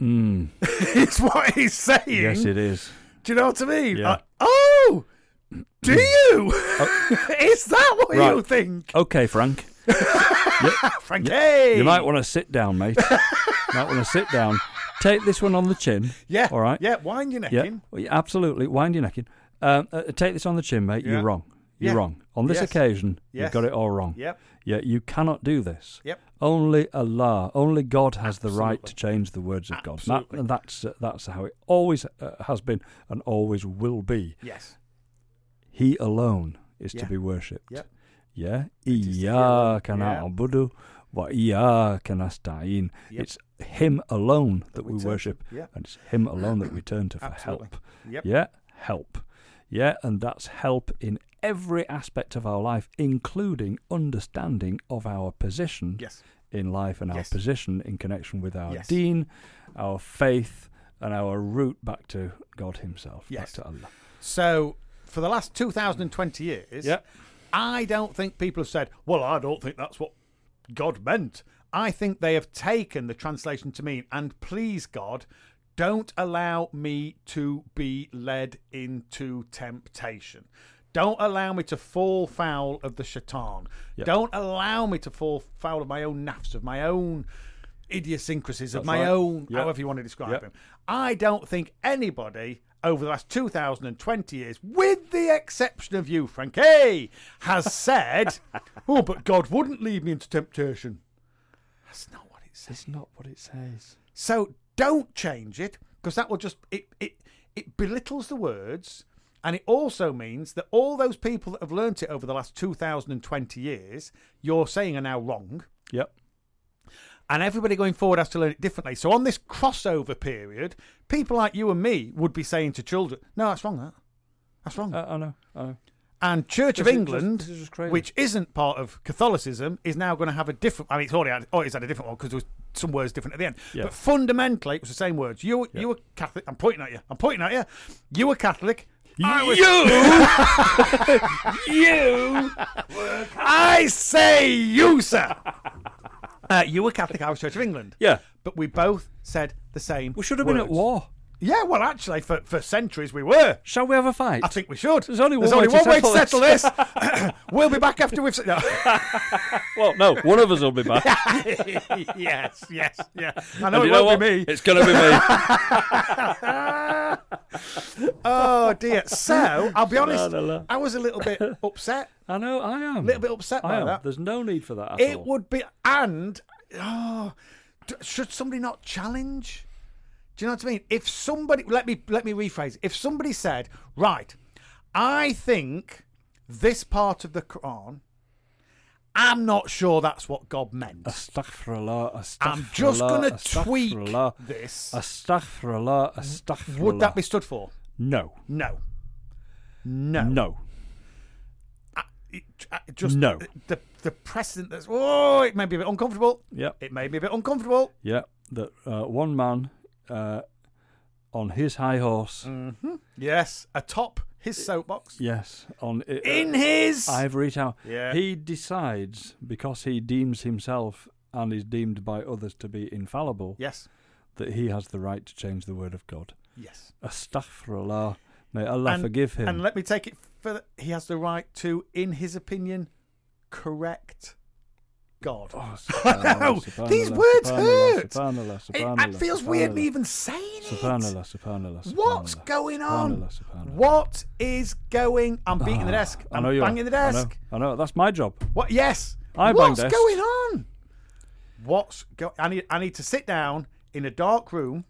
Speaker 3: it's what he's saying.
Speaker 2: Hmm. Yes, it is.
Speaker 3: Do you know what I mean?
Speaker 2: Yeah. Hmm.
Speaker 3: Like, oh, do you? is that what
Speaker 2: Uh, Right.
Speaker 3: you think?
Speaker 2: Okay, Frank.
Speaker 3: Frank, hey.
Speaker 2: You might want to sit down, mate. might want to sit down. Take this one on the chin.
Speaker 3: Yeah.
Speaker 2: All right.
Speaker 3: Yeah, wind your neck
Speaker 2: Yeah.
Speaker 3: in.
Speaker 2: Well, yeah, absolutely. Wind your neck in. Um, uh, take this on the chin, mate. You're
Speaker 3: Yeah.
Speaker 2: wrong. You're
Speaker 3: Yeah.
Speaker 2: wrong. On this
Speaker 3: Yes.
Speaker 2: occasion, you've
Speaker 3: Yes.
Speaker 2: got it all wrong.
Speaker 3: Yep.
Speaker 2: Yeah, you cannot do this.
Speaker 3: Yep.
Speaker 2: Only Allah, only God has the right to change the words of God. That,
Speaker 3: Absolutely.
Speaker 2: and that's uh, that's how it always uh, has been and always will be.
Speaker 3: Yes.
Speaker 2: He alone is to
Speaker 3: Yeah.
Speaker 2: be worshipped.
Speaker 3: Yep.
Speaker 2: Yeah.
Speaker 3: is he
Speaker 2: Iyyaka
Speaker 3: alone. Yeah.
Speaker 2: na'budu wa iyyaka nasta'in.
Speaker 3: Yep.
Speaker 2: It's him alone that,
Speaker 3: we
Speaker 2: we
Speaker 3: turn to.
Speaker 2: worship
Speaker 3: Yeah.
Speaker 2: and it's him alone that we turn to for
Speaker 3: Absolutely.
Speaker 2: help.
Speaker 3: Yep.
Speaker 2: Yeah, help. Yeah, and that's help in every aspect of our life, including understanding of our position
Speaker 3: Yes.
Speaker 2: in life and our
Speaker 3: Yes.
Speaker 2: position in connection with our
Speaker 3: Yes.
Speaker 2: dean, our faith, and our route back to God Himself.
Speaker 3: Yes.
Speaker 2: Back to Allah.
Speaker 3: So for the last 2020 years,
Speaker 2: Yeah.
Speaker 3: I don't think people have said, well, I don't think that's what God meant. I think they have taken the translation to mean, and please, God, don't allow me to be led into temptation. Don't allow me to fall foul of the shaitan. Don't allow me to fall foul of my own nafs, of my own idiosyncrasies, of my
Speaker 2: right.
Speaker 3: own,
Speaker 2: Yeah.
Speaker 3: however you want to describe
Speaker 2: Yeah.
Speaker 3: him. I don't think anybody over the last 2020 years, with the exception of you, Frankie, has said, Oh, but God wouldn't lead me into temptation. That's not what it says.
Speaker 2: It's not what it says.
Speaker 3: So don't change it, because that will just it, it it belittles the words and it also means that all those people that have learnt it over the last 2020 years, you're saying are now wrong
Speaker 2: Yep.
Speaker 3: and everybody going forward has to learn it differently. So on this crossover period, people like you and me would be saying to children, "No, that's wrong. That that's wrong."
Speaker 2: I, I know. I know.
Speaker 3: and Church of
Speaker 2: Uh, This is just-
Speaker 3: England,
Speaker 2: this is just crazy.
Speaker 3: which isn't part of Catholicism, is now going to have a different. I mean, it's already had, oh, it's had a different one because there was some words different at the end.
Speaker 2: Yeah.
Speaker 3: But fundamentally, it was the same words. You you were Catholic. I'm pointing at you. I'm pointing at you. You were Catholic. I was.
Speaker 2: you.
Speaker 3: I say you, sir. Uh, you were Catholic. I was Church of England.
Speaker 2: Yeah.
Speaker 3: But we both said the same.
Speaker 2: We should have been at
Speaker 3: words.
Speaker 2: war.
Speaker 3: Yeah, well, actually, for, for centuries we were.
Speaker 2: Shall we have a fight?
Speaker 3: I think we should.
Speaker 2: There's only one way to settle this.
Speaker 3: settle this. we'll be back after we've. se- No.
Speaker 2: well, no, one of us will be back.
Speaker 3: yes, yes, yeah. I
Speaker 2: And
Speaker 3: know it
Speaker 2: you know what?
Speaker 3: won't be me.
Speaker 2: It's going to be me.
Speaker 3: Oh dear. So I'll be honest.
Speaker 2: la, la.
Speaker 3: I was a little bit upset.
Speaker 2: I know. I am. A
Speaker 3: Little bit upset
Speaker 2: I
Speaker 3: by
Speaker 2: am.
Speaker 3: that.
Speaker 2: There's no need for that at
Speaker 3: It
Speaker 2: all.
Speaker 3: would be, and oh, d- should somebody not challenge? Do you know what I mean? If somebody, let me let me rephrase. If somebody said, "Right, I think this part of the Quran, I'm not sure that's what God meant.
Speaker 2: Astaghfirullah, astaghfirullah.
Speaker 3: I'm just gonna tweak
Speaker 2: astaghfirullah,
Speaker 3: this."
Speaker 2: Astaghfirullah, astaghfirullah.
Speaker 3: Would that be stood for?
Speaker 2: No.
Speaker 3: No, no,
Speaker 2: No.
Speaker 3: It- I- just
Speaker 2: No.
Speaker 3: The the precedent that's oh, it may be a bit uncomfortable.
Speaker 2: Yep.
Speaker 3: It may be a bit uncomfortable.
Speaker 2: Yep. That uh, one man uh, on his high horse.
Speaker 3: Mm. Yes, atop his soapbox.
Speaker 2: Yes. On i- uh,
Speaker 3: In his
Speaker 2: ivory tower.
Speaker 3: Yeah.
Speaker 2: He decides because he deems himself and is deemed by others to be infallible
Speaker 3: yes,
Speaker 2: that he has the right to change the word of God.
Speaker 3: yes.
Speaker 2: Astaghfirullah. May Allah
Speaker 3: And-
Speaker 2: forgive him.
Speaker 3: And let me take it further. He has the right to, in his opinion, correct God.
Speaker 2: Oh,
Speaker 3: know.
Speaker 2: subhanallah,
Speaker 3: These
Speaker 2: subhanallah,
Speaker 3: words
Speaker 2: subhanallah,
Speaker 3: hurt.
Speaker 2: subhanallah,
Speaker 3: it, it
Speaker 2: subhanallah,
Speaker 3: feels weird me
Speaker 2: subhanallah.
Speaker 3: even saying it.
Speaker 2: Subhanallah, subhanallah.
Speaker 3: What's
Speaker 2: subhanallah.
Speaker 3: going on?
Speaker 2: Subhanallah, subhanallah.
Speaker 3: What is going? I'm beating the
Speaker 2: Ah,
Speaker 3: desk.
Speaker 2: I
Speaker 3: I'm
Speaker 2: know you are.
Speaker 3: banging the
Speaker 2: I know,
Speaker 3: desk.
Speaker 2: I know, that's my job.
Speaker 3: What? Yes.
Speaker 2: I bang
Speaker 3: What's
Speaker 2: desks.
Speaker 3: going on? What's go? I need. I need to sit down in a dark room.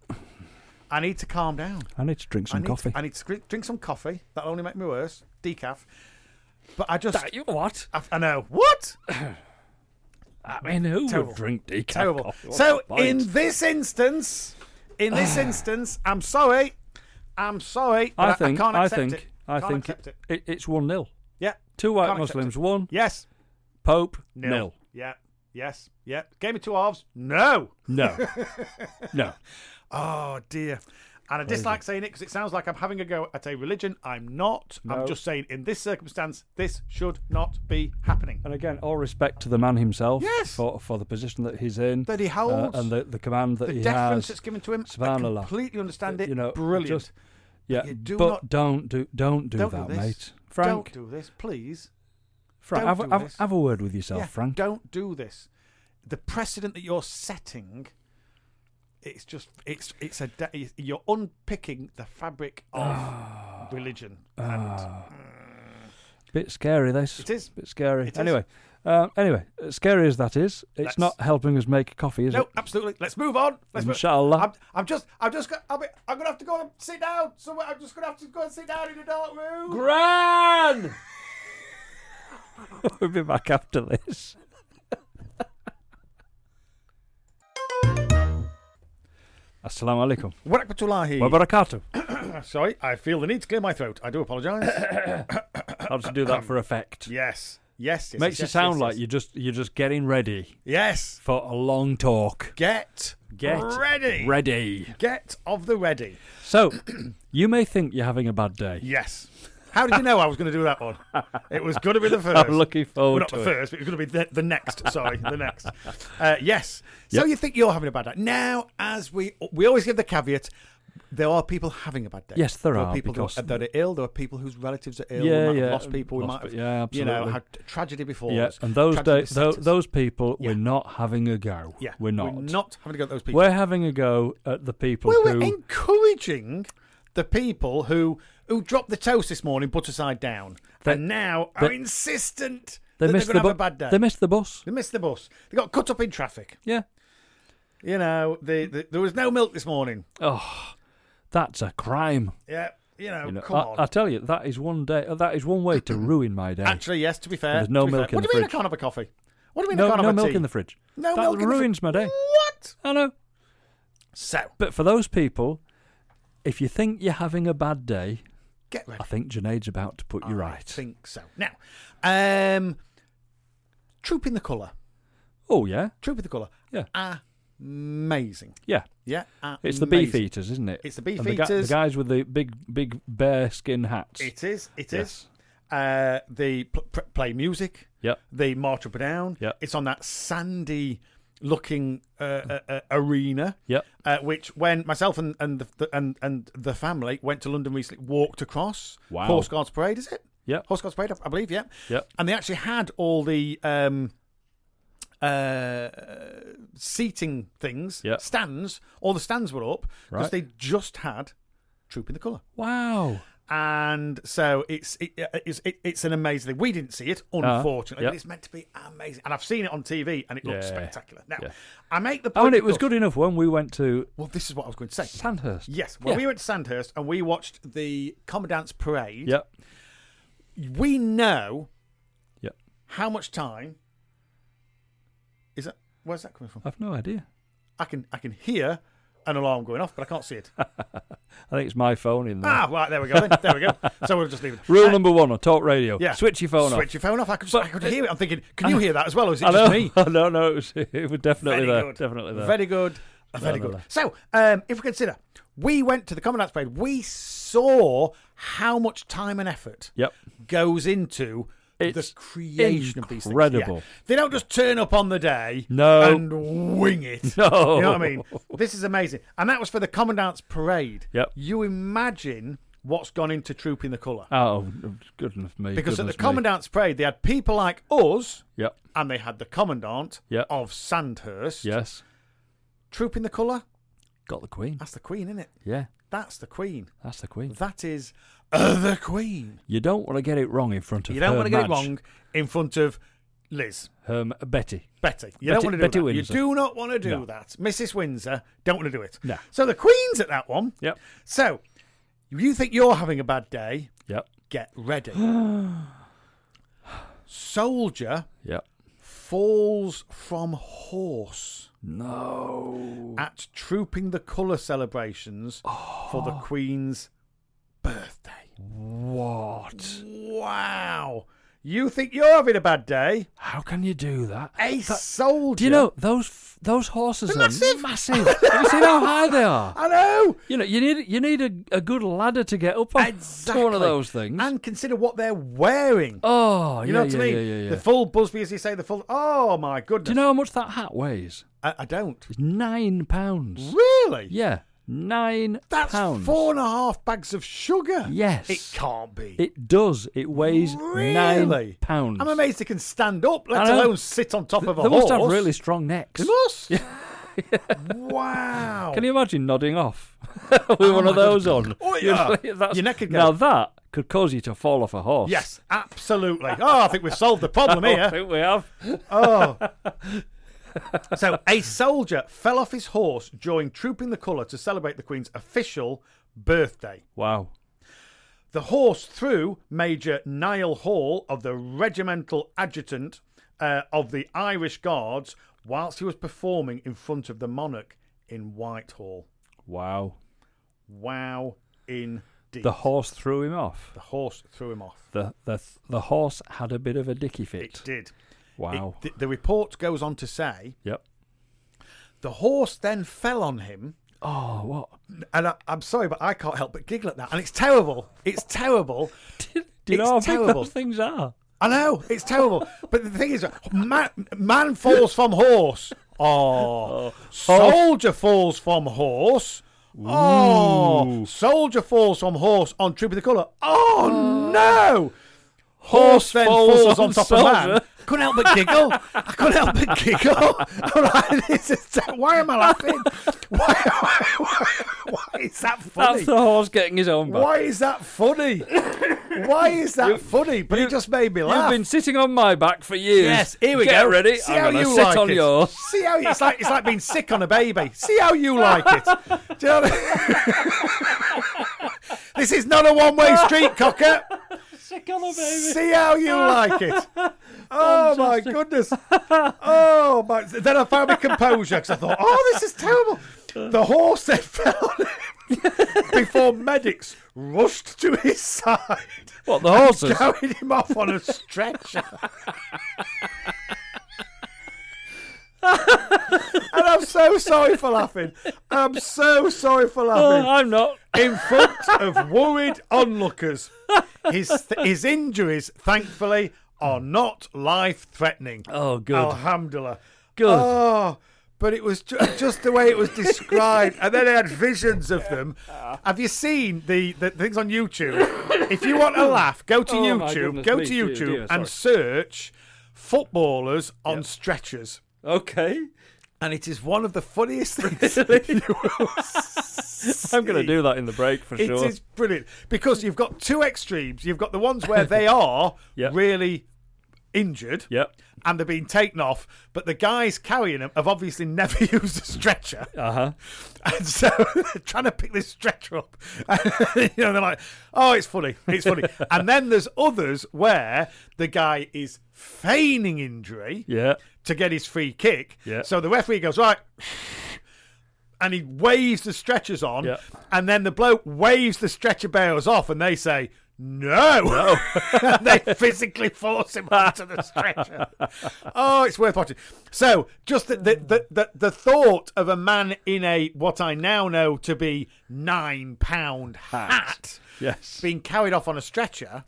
Speaker 3: I need to calm down.
Speaker 2: I need to drink some
Speaker 3: I need
Speaker 2: coffee.
Speaker 3: To, I need to sc- drink some coffee. That'll only make me worse. Decaf. But I just.
Speaker 2: you what?
Speaker 3: I, I know. What?
Speaker 2: I mean, who
Speaker 3: Terrible.
Speaker 2: would drink decaf
Speaker 3: Terrible.
Speaker 2: coffee? What's
Speaker 3: So
Speaker 2: the point?
Speaker 3: in this instance, in this instance, I'm sorry. I'm sorry. but
Speaker 2: I think,
Speaker 3: I, can't accept
Speaker 2: think,
Speaker 3: it.
Speaker 2: I
Speaker 3: Can't
Speaker 2: think
Speaker 3: accept it.
Speaker 2: it- it's one 0
Speaker 3: Yeah.
Speaker 2: Two white
Speaker 3: Can't accept
Speaker 2: Muslims, one
Speaker 3: Yes.
Speaker 2: Pope,
Speaker 3: Nil.
Speaker 2: nil.
Speaker 3: Yeah. Yes. Yeah. Game of two halves. No.
Speaker 2: No, no.
Speaker 3: Oh dear. And I dislike saying it because it sounds like I'm having a go at a religion. I'm not. I'm
Speaker 2: No.
Speaker 3: just saying, in this circumstance, this should not be happening.
Speaker 2: And again, all respect to the man himself
Speaker 3: Yes.
Speaker 2: for for the position that he's in,
Speaker 3: That he
Speaker 2: uh,
Speaker 3: holds.
Speaker 2: and the, the command that
Speaker 3: the
Speaker 2: he
Speaker 3: deference
Speaker 2: has.
Speaker 3: that's given to him. I
Speaker 2: Subhanallah.
Speaker 3: completely understand it.
Speaker 2: you know,
Speaker 3: brilliant.
Speaker 2: just- yeah,
Speaker 3: you do
Speaker 2: but
Speaker 3: not-
Speaker 2: don't do don't do
Speaker 3: don't
Speaker 2: that,
Speaker 3: do this.
Speaker 2: mate. Frank,
Speaker 3: don't do this, please.
Speaker 2: Frank,
Speaker 3: don't
Speaker 2: have,
Speaker 3: do
Speaker 2: have,
Speaker 3: this.
Speaker 2: have a word with yourself,
Speaker 3: Yeah,
Speaker 2: Frank.
Speaker 3: Don't do this. The precedent that you're setting. It's just it's it's a de- you're unpicking the fabric of religion.
Speaker 2: Uh,
Speaker 3: And
Speaker 2: Bit scary, this.
Speaker 3: It is.
Speaker 2: Bit scary.
Speaker 3: It is.
Speaker 2: anyway, um, anyway, as scary as that is, it's
Speaker 3: Let's-
Speaker 2: not helping us make coffee, is
Speaker 3: no,
Speaker 2: it?
Speaker 3: absolutely. Let's move on. Let's move-
Speaker 2: Inshallah.
Speaker 3: I'm, I'm just I'm just go- I'll be, I'm gonna have to go and sit down somewhere. I'm just gonna have to go and sit down in a dark room.
Speaker 2: Gran! we'll be back after this. Assalamu alaikum. Wa
Speaker 3: Warakpatullahi.
Speaker 2: barakatuh.
Speaker 3: Sorry, I feel the need to clear my throat. I do apologise.
Speaker 2: How to do that for effect.
Speaker 3: yes. Yes, yes.
Speaker 2: Makes
Speaker 3: yes,
Speaker 2: you
Speaker 3: yes,
Speaker 2: sound
Speaker 3: yes,
Speaker 2: like
Speaker 3: yes.
Speaker 2: you're just you're just getting ready
Speaker 3: Yes.
Speaker 2: for a long talk.
Speaker 3: Get.
Speaker 2: Get
Speaker 3: ready.
Speaker 2: Ready.
Speaker 3: Get of the ready.
Speaker 2: So, you may think you're having a bad day.
Speaker 3: Yes. How did you know I was going to do that one? It was going to be the first.
Speaker 2: I'm looking
Speaker 3: Well,
Speaker 2: forward
Speaker 3: not
Speaker 2: to
Speaker 3: the
Speaker 2: it.
Speaker 3: first, but it's going to be the, the next. Sorry, the next. Uh, yes. So
Speaker 2: Yep.
Speaker 3: you think you're having a bad day? Now, as we we always give the caveat, there are people having a bad day.
Speaker 2: Yes, there
Speaker 3: are
Speaker 2: are,
Speaker 3: people who-
Speaker 2: because-
Speaker 3: that are ill. There are people whose relatives are ill.
Speaker 2: Yeah,
Speaker 3: we might have
Speaker 2: yeah,
Speaker 3: lost people. We
Speaker 2: lost
Speaker 3: might have,
Speaker 2: pe- yeah,
Speaker 3: you know,
Speaker 2: absolutely.
Speaker 3: had tragedy before.
Speaker 2: Yeah,
Speaker 3: us,
Speaker 2: and those
Speaker 3: tragedy
Speaker 2: days, tho-
Speaker 3: beset us.
Speaker 2: those people,
Speaker 3: Yeah.
Speaker 2: we're not having a go.
Speaker 3: yeah,
Speaker 2: we're not.
Speaker 3: We're not having to go at those people.
Speaker 2: We're having a go at the people
Speaker 3: Well,
Speaker 2: who.
Speaker 3: we're encouraging the people who who dropped the toast this morning, butter side down,
Speaker 2: They-
Speaker 3: and now are insistent
Speaker 2: they
Speaker 3: that they're
Speaker 2: missed
Speaker 3: going to
Speaker 2: the
Speaker 3: have
Speaker 2: bu-
Speaker 3: a bad day.
Speaker 2: They missed the bus.
Speaker 3: They missed the bus. They got caught up in traffic.
Speaker 2: Yeah.
Speaker 3: You know, they, they, there was no milk this morning.
Speaker 2: Oh, that's a crime.
Speaker 3: Yeah, you know,
Speaker 2: You know,
Speaker 3: come
Speaker 2: I,
Speaker 3: on.
Speaker 2: I tell you, that is one day. uh, That is one way to ruin my day.
Speaker 3: Actually, yes. To be fair,
Speaker 2: there's no
Speaker 3: to be
Speaker 2: milk in
Speaker 3: fair. What
Speaker 2: the
Speaker 3: do you mean
Speaker 2: fridge.
Speaker 3: a can of a coffee? What do you mean a
Speaker 2: no,
Speaker 3: can
Speaker 2: no
Speaker 3: of a
Speaker 2: milk
Speaker 3: tea?
Speaker 2: in the fridge.
Speaker 3: No
Speaker 2: that
Speaker 3: milk in the fridge.
Speaker 2: ruins my day.
Speaker 3: What?
Speaker 2: I know.
Speaker 3: So
Speaker 2: But for those people, if you think you're having a bad day,
Speaker 3: get ready.
Speaker 2: I think Junaid's about to put you
Speaker 3: I
Speaker 2: right.
Speaker 3: think so. Now, um, troop in the colour.
Speaker 2: Oh yeah,
Speaker 3: Troop in the colour.
Speaker 2: Yeah.
Speaker 3: Amazing.
Speaker 2: yeah.
Speaker 3: Yeah.
Speaker 2: It's the
Speaker 3: amazing.
Speaker 2: beef eaters, isn't it?
Speaker 3: It's the beef
Speaker 2: And the gu-
Speaker 3: eaters.
Speaker 2: the guys with the big, big bear skin hats.
Speaker 3: It is. It is.
Speaker 2: Yes.
Speaker 3: Uh, they pl- pr- play music.
Speaker 2: Yep.
Speaker 3: They march up and down.
Speaker 2: Yep.
Speaker 3: It's on that sandy looking uh, uh, uh, arena.
Speaker 2: Yep.
Speaker 3: Uh, which, when myself and and the, the and and the family went to London recently, walked across
Speaker 2: Wow.
Speaker 3: Horse Guards Parade. Is it?
Speaker 2: Yep.
Speaker 3: Horse Guards Parade, I- I believe. Yeah.
Speaker 2: Yep.
Speaker 3: And they actually had all the um, uh, seating things,
Speaker 2: Yep.
Speaker 3: stands. All the stands were up because
Speaker 2: Right.
Speaker 3: they just had Troop in the Colour
Speaker 2: Wow.
Speaker 3: and so it's it, uh, it's it, it's an amazing thing. We didn't see it,
Speaker 2: Ah,
Speaker 3: unfortunately,
Speaker 2: yeah.
Speaker 3: but it's meant to be amazing. And I've seen it on TV, and it looks
Speaker 2: Yeah.
Speaker 3: spectacular. Now,
Speaker 2: Yeah.
Speaker 3: I make the point.
Speaker 2: Oh, and it was
Speaker 3: because-
Speaker 2: good enough when we went to
Speaker 3: Well, this is what I was going to say.
Speaker 2: Sandhurst.
Speaker 3: Yes, when
Speaker 2: Yeah.
Speaker 3: we went to Sandhurst and we watched the Commandant's Parade,
Speaker 2: Yep.
Speaker 3: we know
Speaker 2: Yep.
Speaker 3: how much time is that. Where's that coming from?
Speaker 2: I've no idea.
Speaker 3: I can I can hear an alarm going off, but I can't see it.
Speaker 2: I think it's my phone in there.
Speaker 3: ah, right, there we go. Then. There we go. So we'll just leave it.
Speaker 2: Rule
Speaker 3: Uh,
Speaker 2: number one on talk radio.
Speaker 3: Yeah.
Speaker 2: Switch your phone
Speaker 3: Switch your phone off. I could, I could hear it. I'm thinking, can you hear that as well? Or is it
Speaker 2: off.
Speaker 3: just
Speaker 2: I
Speaker 3: me?
Speaker 2: know. no, no, it was, it was definitely
Speaker 3: Very
Speaker 2: there.
Speaker 3: good.
Speaker 2: Definitely there.
Speaker 3: Very good. Very
Speaker 2: no,
Speaker 3: good.
Speaker 2: no.
Speaker 3: So, um, if we consider, we went to the Commandant's Parade. We saw how much time and effort
Speaker 2: Yep.
Speaker 3: goes into
Speaker 2: It's
Speaker 3: the creation of these things.
Speaker 2: incredible.
Speaker 3: Yeah. They don't just turn up on the day
Speaker 2: No.
Speaker 3: and wing it.
Speaker 2: No.
Speaker 3: You know what I mean? This is amazing. And that was for the Commandant's Parade.
Speaker 2: Yep.
Speaker 3: You imagine what's gone into Trooping the Colour.
Speaker 2: Oh, good enough me.
Speaker 3: because
Speaker 2: goodness
Speaker 3: at the
Speaker 2: me.
Speaker 3: Commandant's Parade, they had people like us
Speaker 2: Yep.
Speaker 3: and they had the Commandant
Speaker 2: Yep.
Speaker 3: of Sandhurst.
Speaker 2: Yes.
Speaker 3: Trooping the Colour.
Speaker 2: Got the Queen.
Speaker 3: That's the Queen, isn't it?
Speaker 2: Yeah.
Speaker 3: That's the Queen.
Speaker 2: That's the Queen.
Speaker 3: That is uh, the Queen.
Speaker 2: You don't want to get it wrong in front of
Speaker 3: You don't
Speaker 2: her
Speaker 3: want to get it
Speaker 2: Madge,
Speaker 3: wrong in front of Liz,
Speaker 2: Her m- Betty.
Speaker 3: Betty. You
Speaker 2: Betty-
Speaker 3: don't want to do
Speaker 2: Betty
Speaker 3: that.
Speaker 2: Windsor.
Speaker 3: You do not want to do
Speaker 2: No.
Speaker 3: that. Mrs. Windsor, don't want to do it.
Speaker 2: No.
Speaker 3: So the Queen's at that one.
Speaker 2: Yep.
Speaker 3: So you think you're having a bad day?
Speaker 2: Yep.
Speaker 3: Get ready. Soldier
Speaker 2: Yep.
Speaker 3: falls from horse
Speaker 2: No.
Speaker 3: at Trooping the Colour celebrations for
Speaker 2: Oh.
Speaker 3: the Queen's birthday.
Speaker 2: What?
Speaker 3: Wow. You think you're having a bad day?
Speaker 2: How can you do that?
Speaker 3: A
Speaker 2: That-
Speaker 3: soldier.
Speaker 2: Do you know those f- those horses
Speaker 3: They're
Speaker 2: are
Speaker 3: massive.
Speaker 2: massive. Have you seen how high they are?
Speaker 3: I know.
Speaker 2: You know, you need you need a, a good ladder to get up on
Speaker 3: Exactly.
Speaker 2: to one of those things.
Speaker 3: And consider what they're wearing.
Speaker 2: oh,
Speaker 3: you
Speaker 2: yeah,
Speaker 3: know what
Speaker 2: yeah,
Speaker 3: I mean?
Speaker 2: yeah, yeah, yeah.
Speaker 3: The full Busby, as you say, the full. Oh my goodness.
Speaker 2: Do you know how much that hat weighs?
Speaker 3: I, I don't.
Speaker 2: It's nine pounds.
Speaker 3: Really?
Speaker 2: Yeah, nine
Speaker 3: That's
Speaker 2: pounds.
Speaker 3: four and a half bags of sugar.
Speaker 2: Yes.
Speaker 3: It can't be.
Speaker 2: It does. It weighs
Speaker 3: Really?
Speaker 2: nine pounds.
Speaker 3: I'm amazed they can stand up, let
Speaker 2: I know.
Speaker 3: alone sit on top of a
Speaker 2: They
Speaker 3: horse.
Speaker 2: must have really strong necks.
Speaker 3: They must. wow.
Speaker 2: Can you imagine nodding off with one of those on?
Speaker 3: Oh,
Speaker 2: You know,
Speaker 3: yeah.
Speaker 2: that's-
Speaker 3: Your neck could go.
Speaker 2: Now that could cause you to fall off a horse.
Speaker 3: Yes, absolutely. Oh, I think we've solved the problem
Speaker 2: Oh, I
Speaker 3: here.
Speaker 2: think we have.
Speaker 3: Oh. so, a soldier fell off his horse during Trooping the Colour to celebrate the Queen's official birthday.
Speaker 2: Wow.
Speaker 3: The horse threw Major Niall Hall of the Regimental Adjutant uh, of the Irish Guards whilst he was performing in front of the monarch in Whitehall.
Speaker 2: Wow.
Speaker 3: Wow, indeed.
Speaker 2: The horse threw him off.
Speaker 3: The horse threw him off.
Speaker 2: The the the horse had a bit of a dicky
Speaker 3: It
Speaker 2: fit.
Speaker 3: did. It-
Speaker 2: wow.
Speaker 3: th- the report goes on to say
Speaker 2: yep.
Speaker 3: the horse then fell on him.
Speaker 2: Oh, what?
Speaker 3: And I, I'm sorry, but I can't help but giggle at that. And it's terrible. It's terrible.
Speaker 2: Do you know
Speaker 3: It's
Speaker 2: how big
Speaker 3: terrible.
Speaker 2: those things are?
Speaker 3: I know it's terrible, but the thing is, man, man falls from horse. Oh, soldier falls from horse. Oh, soldier falls from horse on Troop of the Colour. Oh no! Horse then
Speaker 2: falls
Speaker 3: falls,
Speaker 2: on
Speaker 3: on, top of man.
Speaker 2: soldier.
Speaker 3: Couldn't help but giggle. I couldn't help but giggle. All right, this is ter- why am I laughing? Why, why, why, why is that funny?
Speaker 2: That's the horse getting his own back.
Speaker 3: why is that funny? Why is that funny? But it just made me laugh.
Speaker 2: You've been sitting on my back for years.
Speaker 3: Yes, here we
Speaker 2: Get
Speaker 3: go.
Speaker 2: ready.
Speaker 3: See
Speaker 2: I'm
Speaker 3: how
Speaker 2: gonna
Speaker 3: you
Speaker 2: sit
Speaker 3: like
Speaker 2: on
Speaker 3: it.
Speaker 2: yours.
Speaker 3: See how it's like it's like being sick on a baby. See how you like it. Do you know what I mean? this is not a one-way street, cocker. See how you like it. Oh my goodness. Oh my! Then I found my composure because I thought, oh, this is terrible. The horse then fell on him before medics rushed to his side
Speaker 2: What the horses?
Speaker 3: carried him off on a stretcher. and I'm so sorry for laughing. I'm so sorry for
Speaker 2: Oh,
Speaker 3: laughing.
Speaker 2: I'm not.
Speaker 3: In front of worried onlookers, his his injuries, thankfully, are not life threatening.
Speaker 2: Oh, good.
Speaker 3: Alhamdulillah.
Speaker 2: Good.
Speaker 3: Oh, but it was ju- just the way it was described. and then I had visions of them. Have you seen the, the things on YouTube? If you want a laugh, go to
Speaker 2: Oh, my
Speaker 3: YouTube,
Speaker 2: goodness
Speaker 3: go
Speaker 2: me,
Speaker 3: to
Speaker 2: dear,
Speaker 3: YouTube
Speaker 2: dear,
Speaker 3: and search footballers on stretchers.
Speaker 2: Okay.
Speaker 3: And it is one of the funniest things you will
Speaker 2: I'm going to do that in the break for
Speaker 3: It
Speaker 2: sure.
Speaker 3: is brilliant because you've got two extremes. You've got the ones where they are
Speaker 2: Yep.
Speaker 3: really injured,
Speaker 2: Yep.
Speaker 3: and they're being taken off, but the guys carrying them have obviously never used a stretcher,
Speaker 2: Uh huh.
Speaker 3: and so they're trying to pick this stretcher up. And, you know, they're like, "Oh, it's funny, it's funny." and then there's others where the guy is feigning injury,
Speaker 2: Yeah.
Speaker 3: to get his free kick.
Speaker 2: Yeah.
Speaker 3: So the referee goes, right. And he waves the stretchers on.
Speaker 2: Yeah.
Speaker 3: And then the bloke waves the stretcher bearers off and they say, no. and they physically force him onto the stretcher. oh, it's worth watching. So just the, the, the, the, the thought of a man in a what I now know to be nine pound hat
Speaker 2: Yes.
Speaker 3: being carried off on a stretcher.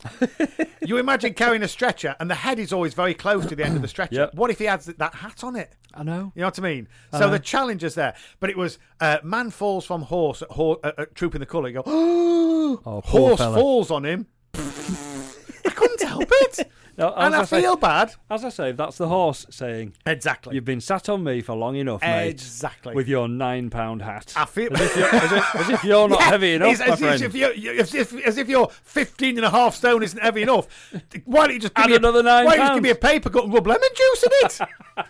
Speaker 3: you imagine carrying a stretcher, and the head is always very close to the end of the stretcher.
Speaker 2: Yep. Uh-huh.
Speaker 3: What if he adds that hat on it?
Speaker 2: I know.
Speaker 3: You know what I mean? So the challenge is there, but it was uh, man falls from horse at, hor at, at troop in the colour. You go,
Speaker 2: Oh, poor
Speaker 3: horse
Speaker 2: fella.
Speaker 3: falls on him. I couldn't help it,
Speaker 2: No, I
Speaker 3: and I
Speaker 2: was gonna say-
Speaker 3: feel bad.
Speaker 2: As I say, that's the horse saying,
Speaker 3: Exactly.
Speaker 2: You've been sat on me for long enough, mate.
Speaker 3: Exactly.
Speaker 2: With your nine pound hat.
Speaker 3: I feel.
Speaker 2: as, if you're, as, if, as if you're not
Speaker 3: Yeah,
Speaker 2: heavy enough,
Speaker 3: it's
Speaker 2: my
Speaker 3: as,
Speaker 2: friend.
Speaker 3: if you're, you- as, if, as if your 15 and a half stone isn't heavy enough. Why don't you just give,
Speaker 2: Add
Speaker 3: me, a-
Speaker 2: another nine
Speaker 3: why don't you just give me a
Speaker 2: pounds.
Speaker 3: paper cut and rub lemon juice in it?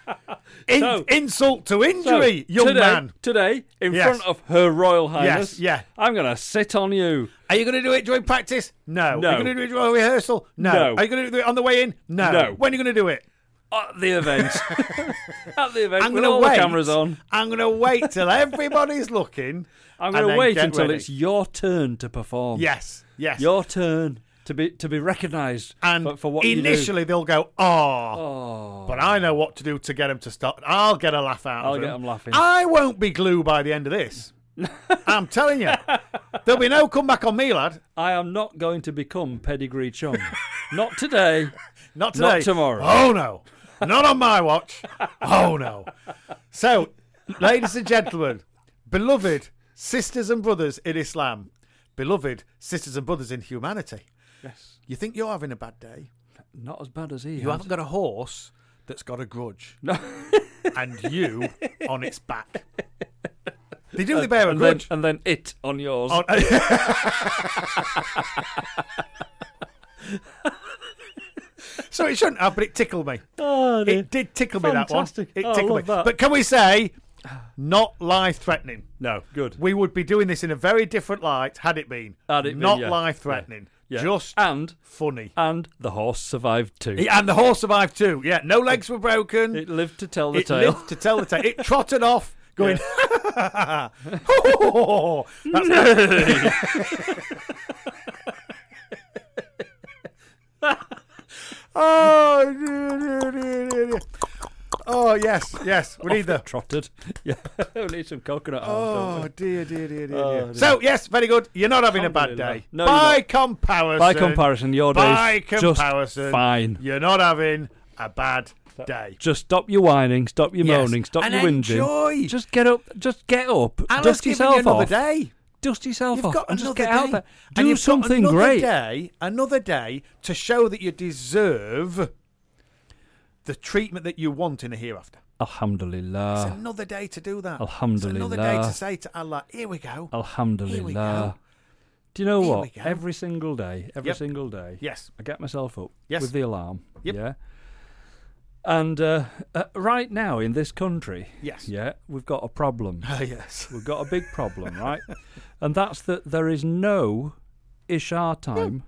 Speaker 3: In,
Speaker 2: So-
Speaker 3: insult to
Speaker 2: So,
Speaker 3: injury, young
Speaker 2: today,
Speaker 3: man.
Speaker 2: Today, in
Speaker 3: Yes.
Speaker 2: front of Her Royal Highness,
Speaker 3: yeah.
Speaker 2: I'm going to sit on you.
Speaker 3: Are you going to do it during practice? No.
Speaker 2: No.
Speaker 3: Are you going to do it during rehearsal? No.
Speaker 2: No.
Speaker 3: Are you going to do it on the way in? No.
Speaker 2: No.
Speaker 3: When are you going to do it?
Speaker 2: At the event. At the event.
Speaker 3: I'm
Speaker 2: with
Speaker 3: going to
Speaker 2: all
Speaker 3: wait.
Speaker 2: the cameras on.
Speaker 3: I'm going to wait till everybody's looking.
Speaker 2: I'm
Speaker 3: and
Speaker 2: going to
Speaker 3: then
Speaker 2: wait
Speaker 3: get
Speaker 2: until
Speaker 3: ready.
Speaker 2: it's your turn to perform.
Speaker 3: Yes. Yes.
Speaker 2: Your turn to be to be recognised
Speaker 3: and
Speaker 2: for, for what
Speaker 3: initially they'll go, "Ah," but I know what to do to get them to stop. I'll get a laugh out.
Speaker 2: I'll
Speaker 3: of
Speaker 2: get
Speaker 3: them.
Speaker 2: 'em laughing.
Speaker 3: I won't be glue by the end of this. I'm telling you, there'll be no comeback on me, lad.
Speaker 2: you do. I am not going to become pedigree chum. not today.
Speaker 3: Not today.
Speaker 2: Not tomorrow.
Speaker 3: Oh no, not on my watch. Oh no. So, ladies and gentlemen, beloved sisters and brothers in Islam, beloved sisters and brothers in humanity.
Speaker 2: Yes.
Speaker 3: You think you're having a bad day?
Speaker 2: Not as bad as he.
Speaker 3: You
Speaker 2: had.
Speaker 3: haven't got a horse that's got a grudge.
Speaker 2: No.
Speaker 3: and you on its back. They do, they bear a Oh,
Speaker 2: and then
Speaker 3: grudge.
Speaker 2: and then it on yours.
Speaker 3: On- so it shouldn't have, but it tickled me.
Speaker 2: Oh, dear.
Speaker 3: It did tickle me
Speaker 2: Fantastic.
Speaker 3: that one.
Speaker 2: Oh, I
Speaker 3: It tickled me.
Speaker 2: love that.
Speaker 3: But can we say, not life threatening?
Speaker 2: no, good.
Speaker 3: We would be doing this in a very different light had it been.
Speaker 2: Had it been,
Speaker 3: not
Speaker 2: yeah.
Speaker 3: life threatening.
Speaker 2: Yeah. Ah.
Speaker 3: Just
Speaker 2: and
Speaker 3: funny.
Speaker 2: and the horse survived too.
Speaker 3: Yeah, and the horse survived too. Yeah, no legs were broken.
Speaker 2: It lived to tell the
Speaker 3: it
Speaker 2: tale.
Speaker 3: lived to tell the tale. It trotted off, going That's oh, dear, dear, dear, dear. oh yes, yes, we need the.
Speaker 2: Trotted. Yeah. we need some coconut oil. don't
Speaker 3: Oh
Speaker 2: we?
Speaker 3: dear, dear, dear, dear, dear.
Speaker 2: Oh, dear.
Speaker 3: So yes, very good. You're not having a bad day.
Speaker 2: No, you're
Speaker 3: by
Speaker 2: not.
Speaker 3: comparison.
Speaker 2: By comparison, your day's
Speaker 3: By
Speaker 2: just
Speaker 3: comparison,
Speaker 2: fine.
Speaker 3: You're not having a bad day.
Speaker 2: Just stop your whining, stop your
Speaker 3: Yes,
Speaker 2: moaning, stop
Speaker 3: and
Speaker 2: your whinging.
Speaker 3: enjoy.
Speaker 2: Just get up, just get up,
Speaker 3: And let's
Speaker 2: dust
Speaker 3: give it
Speaker 2: yourself
Speaker 3: another
Speaker 2: off,
Speaker 3: day.
Speaker 2: dust yourself
Speaker 3: You've
Speaker 2: off,
Speaker 3: got
Speaker 2: and just
Speaker 3: another
Speaker 2: get
Speaker 3: day.
Speaker 2: out there.
Speaker 3: And
Speaker 2: Do
Speaker 3: you've got
Speaker 2: something
Speaker 3: another
Speaker 2: great.
Speaker 3: Day, another day to show that you deserve the treatment that you want in the hereafter. It's
Speaker 2: Alhamdulillah.
Speaker 3: another day to do that. It's another day
Speaker 2: Ah. Alhamdulillah.
Speaker 3: to say to Allah, "Here we go." Here we
Speaker 2: Alhamdulillah.
Speaker 3: go.
Speaker 2: Do you know
Speaker 3: Here
Speaker 2: what?
Speaker 3: we go.
Speaker 2: Every single day, every
Speaker 3: Yep.
Speaker 2: single day,
Speaker 3: Yes.
Speaker 2: I get myself up
Speaker 3: Yes.
Speaker 2: with the alarm.
Speaker 3: Yep.
Speaker 2: Yeah. And uh, uh, right now in this country,
Speaker 3: Yes.
Speaker 2: yeah, we've got a problem.
Speaker 3: Ah, yes.
Speaker 2: We've got a big problem, right? and that's that there is no Ishar time,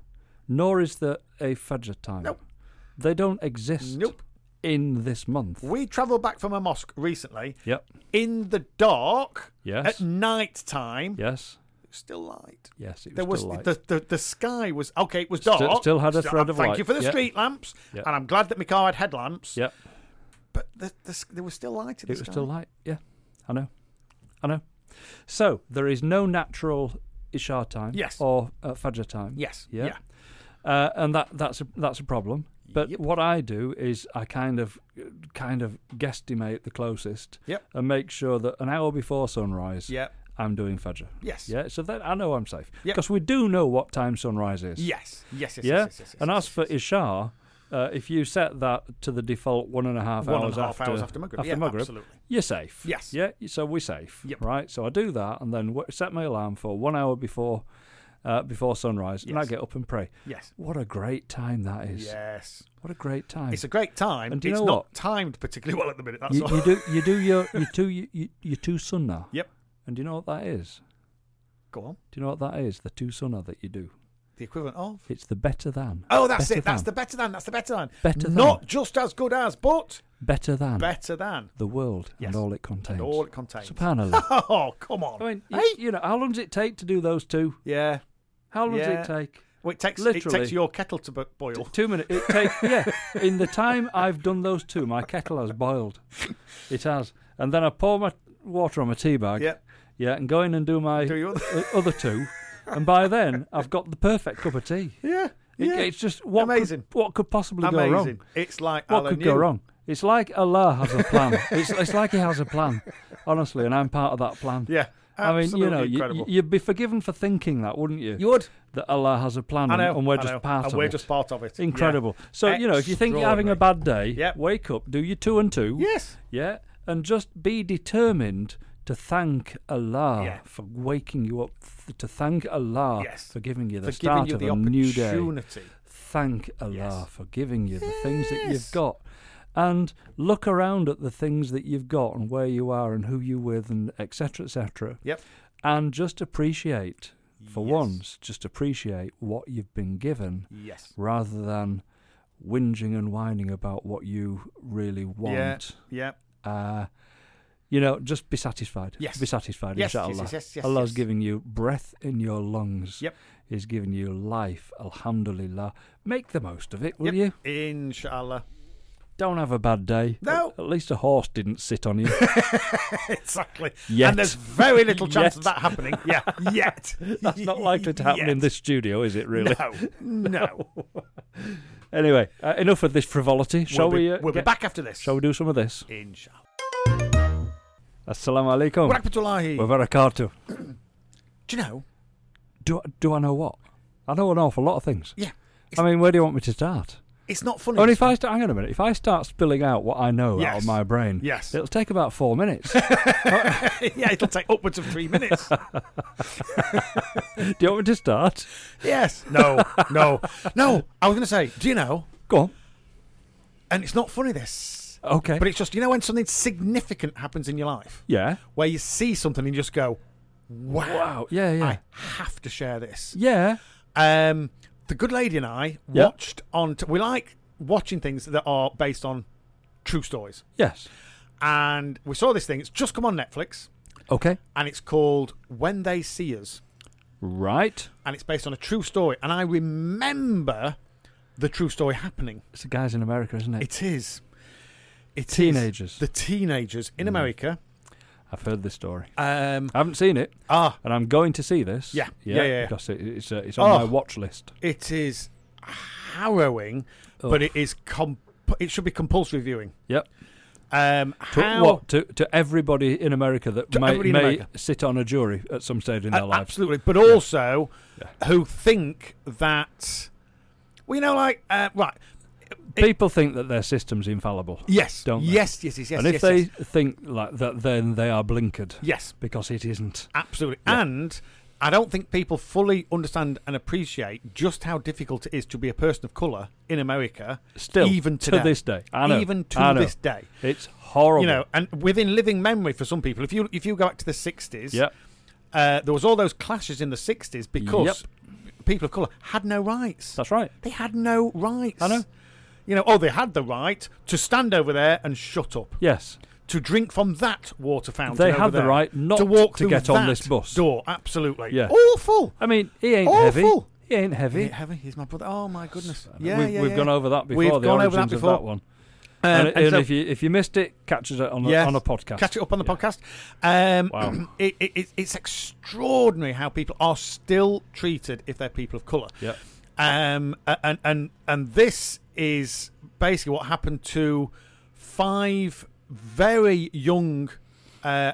Speaker 2: nor is there a Fajr time.
Speaker 3: Nope.
Speaker 2: They don't exist
Speaker 3: Nope.
Speaker 2: in this month.
Speaker 3: We travelled back from a mosque recently
Speaker 2: Yep.
Speaker 3: in the dark
Speaker 2: Yes.
Speaker 3: at night time.
Speaker 2: Yes.
Speaker 3: Still light.
Speaker 2: Yes. It was
Speaker 3: There was
Speaker 2: still light.
Speaker 3: the, the the sky was okay. It was
Speaker 2: Still-
Speaker 3: dark.
Speaker 2: still had a thread of
Speaker 3: Thank
Speaker 2: light.
Speaker 3: you for the
Speaker 2: Yeah.
Speaker 3: street lamps,
Speaker 2: Yeah.
Speaker 3: and I'm glad that my car had headlamps.
Speaker 2: Yep.
Speaker 3: But the, the, s- there was still light in the
Speaker 2: It was
Speaker 3: sky.
Speaker 2: still light. Yeah, I know. I know. So there is no natural Ishar time
Speaker 3: Yes.
Speaker 2: or uh, Fajr time.
Speaker 3: Yes.
Speaker 2: Yeah.
Speaker 3: Yeah.
Speaker 2: Uh, and that, that's a that's a problem. But
Speaker 3: Yep.
Speaker 2: what I do is I kind of kind of guesstimate the closest
Speaker 3: Yep.
Speaker 2: and make sure that an hour before sunrise
Speaker 3: Yep.
Speaker 2: I'm doing Fajr.
Speaker 3: Yes.
Speaker 2: Yeah, so then I know I'm safe.
Speaker 3: Yep.
Speaker 2: Because we do know what time sunrise is.
Speaker 3: Yes. Yes. Yes. yes,
Speaker 2: Yeah.
Speaker 3: Yes, yes, yes,
Speaker 2: and
Speaker 3: yes,
Speaker 2: as for Ishar, uh, if you set that to the default one and a half
Speaker 3: One and a
Speaker 2: hours,
Speaker 3: half
Speaker 2: after,
Speaker 3: hours after Maghrib. Yeah, absolutely.
Speaker 2: you're safe.
Speaker 3: Yes.
Speaker 2: Yeah. So we're safe.
Speaker 3: Yep.
Speaker 2: Right. So I do that, and then w- set my alarm for one hour before, uh, before sunrise, and I
Speaker 3: Yes.
Speaker 2: get up and pray.
Speaker 3: Yes.
Speaker 2: What a great time that is.
Speaker 3: yes.
Speaker 2: What a great time.
Speaker 3: It's a great time.
Speaker 2: And do you
Speaker 3: it's
Speaker 2: know
Speaker 3: not
Speaker 2: what?
Speaker 3: timed particularly well at the minute. That's
Speaker 2: you,
Speaker 3: all.
Speaker 2: you do you do your you two you, you, your two sunnah.
Speaker 3: Yep.
Speaker 2: And do you know what that is?
Speaker 3: Go on.
Speaker 2: Do you know what that is? The two sunnah that you do.
Speaker 3: The equivalent of.
Speaker 2: It's the better than.
Speaker 3: Oh, that's
Speaker 2: better
Speaker 3: it. That's the
Speaker 2: than,
Speaker 3: better than. That's the better than.
Speaker 2: Better than.
Speaker 3: Not just as good as, but
Speaker 2: better than
Speaker 3: better than.
Speaker 2: the world
Speaker 3: Yes.
Speaker 2: and all it contains.
Speaker 3: And all it contains.
Speaker 2: Subhanallah.
Speaker 3: Oh, come on.
Speaker 2: I mean,
Speaker 3: hey?
Speaker 2: y- you know, how long does it take to do those two?
Speaker 3: yeah.
Speaker 2: How long
Speaker 3: Yeah.
Speaker 2: does it take?
Speaker 3: Well, it takes it
Speaker 2: Literally.
Speaker 3: takes your kettle to bo- boil.
Speaker 2: Two minutes. It takes. Yeah. In the time I've done those two, my kettle has boiled. It has. And then I pour my water on my tea bag.
Speaker 3: Yep.
Speaker 2: Yeah, and go in and do my
Speaker 3: Do your other-
Speaker 2: o- other two, and by then I've got the perfect cup of tea.
Speaker 3: Yeah.
Speaker 2: It,
Speaker 3: yeah.
Speaker 2: It's just what
Speaker 3: Amazing.
Speaker 2: Could, what could possibly
Speaker 3: Amazing.
Speaker 2: go wrong?
Speaker 3: It's like
Speaker 2: What
Speaker 3: Allah
Speaker 2: could
Speaker 3: knew.
Speaker 2: go wrong? It's like Allah has a plan. it's, it's like He has a plan, honestly, and I'm part of that plan.
Speaker 3: Yeah.
Speaker 2: I mean, you
Speaker 3: absolutely
Speaker 2: know, you,
Speaker 3: incredible.
Speaker 2: you'd be forgiven for thinking that, wouldn't you?
Speaker 3: You would.
Speaker 2: That Allah has a plan,
Speaker 3: I know,
Speaker 2: and, and we're
Speaker 3: I
Speaker 2: just
Speaker 3: know.
Speaker 2: part
Speaker 3: and
Speaker 2: of
Speaker 3: we're
Speaker 2: it.
Speaker 3: just part of it. Yeah.
Speaker 2: Incredible. So, you know, if you think you're having a bad day,
Speaker 3: Yep.
Speaker 2: wake up, do your two and two.
Speaker 3: Yes.
Speaker 2: Yeah. And just be determined to thank Allah
Speaker 3: Yeah.
Speaker 2: for waking you up, th- to thank Allah
Speaker 3: Yes.
Speaker 2: for giving you the
Speaker 3: for
Speaker 2: start
Speaker 3: giving you
Speaker 2: of
Speaker 3: the
Speaker 2: a new day.
Speaker 3: opportunity.
Speaker 2: Thank Allah
Speaker 3: Yes.
Speaker 2: for giving you the things that you've
Speaker 3: Yes.
Speaker 2: got. And look around at the things that you've got and where you are and who you're with and etc. etc.
Speaker 3: Yep.
Speaker 2: And just appreciate, for
Speaker 3: Yes.
Speaker 2: once, just appreciate what you've been given
Speaker 3: Yes.
Speaker 2: rather than whinging and whining about what you really want.
Speaker 3: Yeah.
Speaker 2: Uh, you know, just be satisfied.
Speaker 3: Yes.
Speaker 2: Be satisfied,
Speaker 3: Yes, yes,
Speaker 2: inshallah.
Speaker 3: yes, yes, yes,
Speaker 2: Allah's
Speaker 3: yes.
Speaker 2: giving you breath in your lungs.
Speaker 3: Yep.
Speaker 2: He's giving you life. Alhamdulillah. Make the most of it, will you?
Speaker 3: Yep. Inshallah.
Speaker 2: Don't have a bad day.
Speaker 3: No.
Speaker 2: At, at least a horse didn't sit on you.
Speaker 3: Exactly.
Speaker 2: Yet.
Speaker 3: And there's very little chance of
Speaker 2: Yet.
Speaker 3: that happening. Yeah. Yet.
Speaker 2: That's not likely to happen in
Speaker 3: Yet.
Speaker 2: this studio, is it, really?
Speaker 3: No. No.
Speaker 2: Anyway, uh, enough of this frivolity. Shall
Speaker 3: we'll be,
Speaker 2: we? uh,
Speaker 3: we'll be
Speaker 2: get-
Speaker 3: back after this.
Speaker 2: Shall we do some of this?
Speaker 3: Inshallah.
Speaker 2: Assalamu alaikum.
Speaker 3: Rahmatullahi.
Speaker 2: Wa barakatuh.
Speaker 3: Do you know?
Speaker 2: Do, do I know what? I know an awful lot of things.
Speaker 3: Yeah.
Speaker 2: I mean, where do you want me to start?
Speaker 3: It's not funny.
Speaker 2: Well, if I st- hang on a minute, if I start spilling out what I know out of
Speaker 3: Yes.
Speaker 2: my brain,
Speaker 3: Yes.
Speaker 2: it'll take about four minutes.
Speaker 3: yeah, it'll take upwards of three minutes.
Speaker 2: do you want me to start?
Speaker 3: yes. No. No. No. I was going to say, do you know?
Speaker 2: Go on.
Speaker 3: And it's not funny this,
Speaker 2: Okay.
Speaker 3: but it's just you know when something significant happens in your life,
Speaker 2: yeah.
Speaker 3: where you see something and you just go, "Wow,
Speaker 2: Wow. Yeah. Yeah.
Speaker 3: I have to share this."
Speaker 2: Yeah.
Speaker 3: Um, the good lady and I
Speaker 2: Yeah.
Speaker 3: watched on. T- we like watching things that are based on true stories,
Speaker 2: Yes.
Speaker 3: and we saw this thing. It's just come on Netflix.
Speaker 2: Okay.
Speaker 3: and it's called When They See Us,
Speaker 2: Right.
Speaker 3: and it's based on a true story. And I remember the true story happening.
Speaker 2: It's the guys in America, isn't it?
Speaker 3: It is. It is
Speaker 2: Teenagers.
Speaker 3: the teenagers
Speaker 2: Mm.
Speaker 3: in America.
Speaker 2: I've heard this story.
Speaker 3: Um,
Speaker 2: I haven't seen it,
Speaker 3: ah,
Speaker 2: and I'm going to see this.
Speaker 3: Yeah. Yeah, yeah, yeah.
Speaker 2: Because it, it's, uh, it's on my
Speaker 3: Oh.
Speaker 2: watch list.
Speaker 3: it is harrowing, but it is comp- it should be compulsory viewing.
Speaker 2: Yep.
Speaker 3: Um,
Speaker 2: To,
Speaker 3: how
Speaker 2: What to to everybody in America that may,
Speaker 3: everybody in
Speaker 2: may
Speaker 3: America.
Speaker 2: sit on a jury at some stage in
Speaker 3: A-
Speaker 2: their lives.
Speaker 3: Absolutely, but also who think that well, you know, like uh, right,
Speaker 2: People think that their system's infallible.
Speaker 3: yes,
Speaker 2: Don't they?
Speaker 3: yes, yes, yes, yes,
Speaker 2: and if
Speaker 3: yes,
Speaker 2: they
Speaker 3: yes,
Speaker 2: think like that, then they are blinkered.
Speaker 3: yes,
Speaker 2: Because it isn't.
Speaker 3: absolutely, and I don't think people fully understand and appreciate just how difficult it is to be a person of color in America,
Speaker 2: Still,
Speaker 3: even
Speaker 2: to
Speaker 3: today.
Speaker 2: this day. I know,
Speaker 3: even to
Speaker 2: I know.
Speaker 3: this day.
Speaker 2: It's horrible.
Speaker 3: You know, and within living memory for some people, if you if you go back to the sixties,
Speaker 2: Yep.
Speaker 3: uh, there was all those clashes in the sixties because people of color had no rights.
Speaker 2: That's right.
Speaker 3: They had no rights.
Speaker 2: I know.
Speaker 3: You know, oh, they had the right to stand over there and shut up,
Speaker 2: Yes.
Speaker 3: to drink from that water fountain.
Speaker 2: They
Speaker 3: over
Speaker 2: had the
Speaker 3: there,
Speaker 2: right not
Speaker 3: to walk
Speaker 2: to
Speaker 3: through
Speaker 2: get on
Speaker 3: that
Speaker 2: this bus.
Speaker 3: Door, absolutely.
Speaker 2: Yeah.
Speaker 3: Awful.
Speaker 2: I mean, he ain't heavy.
Speaker 3: Awful.
Speaker 2: He ain't heavy.
Speaker 3: He's heavy. He's my brother. Oh my goodness. Yeah,
Speaker 2: we've,
Speaker 3: yeah,
Speaker 2: we've
Speaker 3: yeah.
Speaker 2: gone over that before.
Speaker 3: We've
Speaker 2: the
Speaker 3: gone
Speaker 2: origins
Speaker 3: over that before.
Speaker 2: of that one.
Speaker 3: Um,
Speaker 2: and and
Speaker 3: so-
Speaker 2: if you if you missed it, catch it on a,
Speaker 3: Yes.
Speaker 2: on a podcast.
Speaker 3: Catch it up on the
Speaker 2: Yeah.
Speaker 3: podcast. Um,
Speaker 2: Wow.
Speaker 3: it, it, it- it's extraordinary how people are still treated if they're people of colour.
Speaker 2: Yep.
Speaker 3: Um, a- and and and this is basically what happened to five very young uh,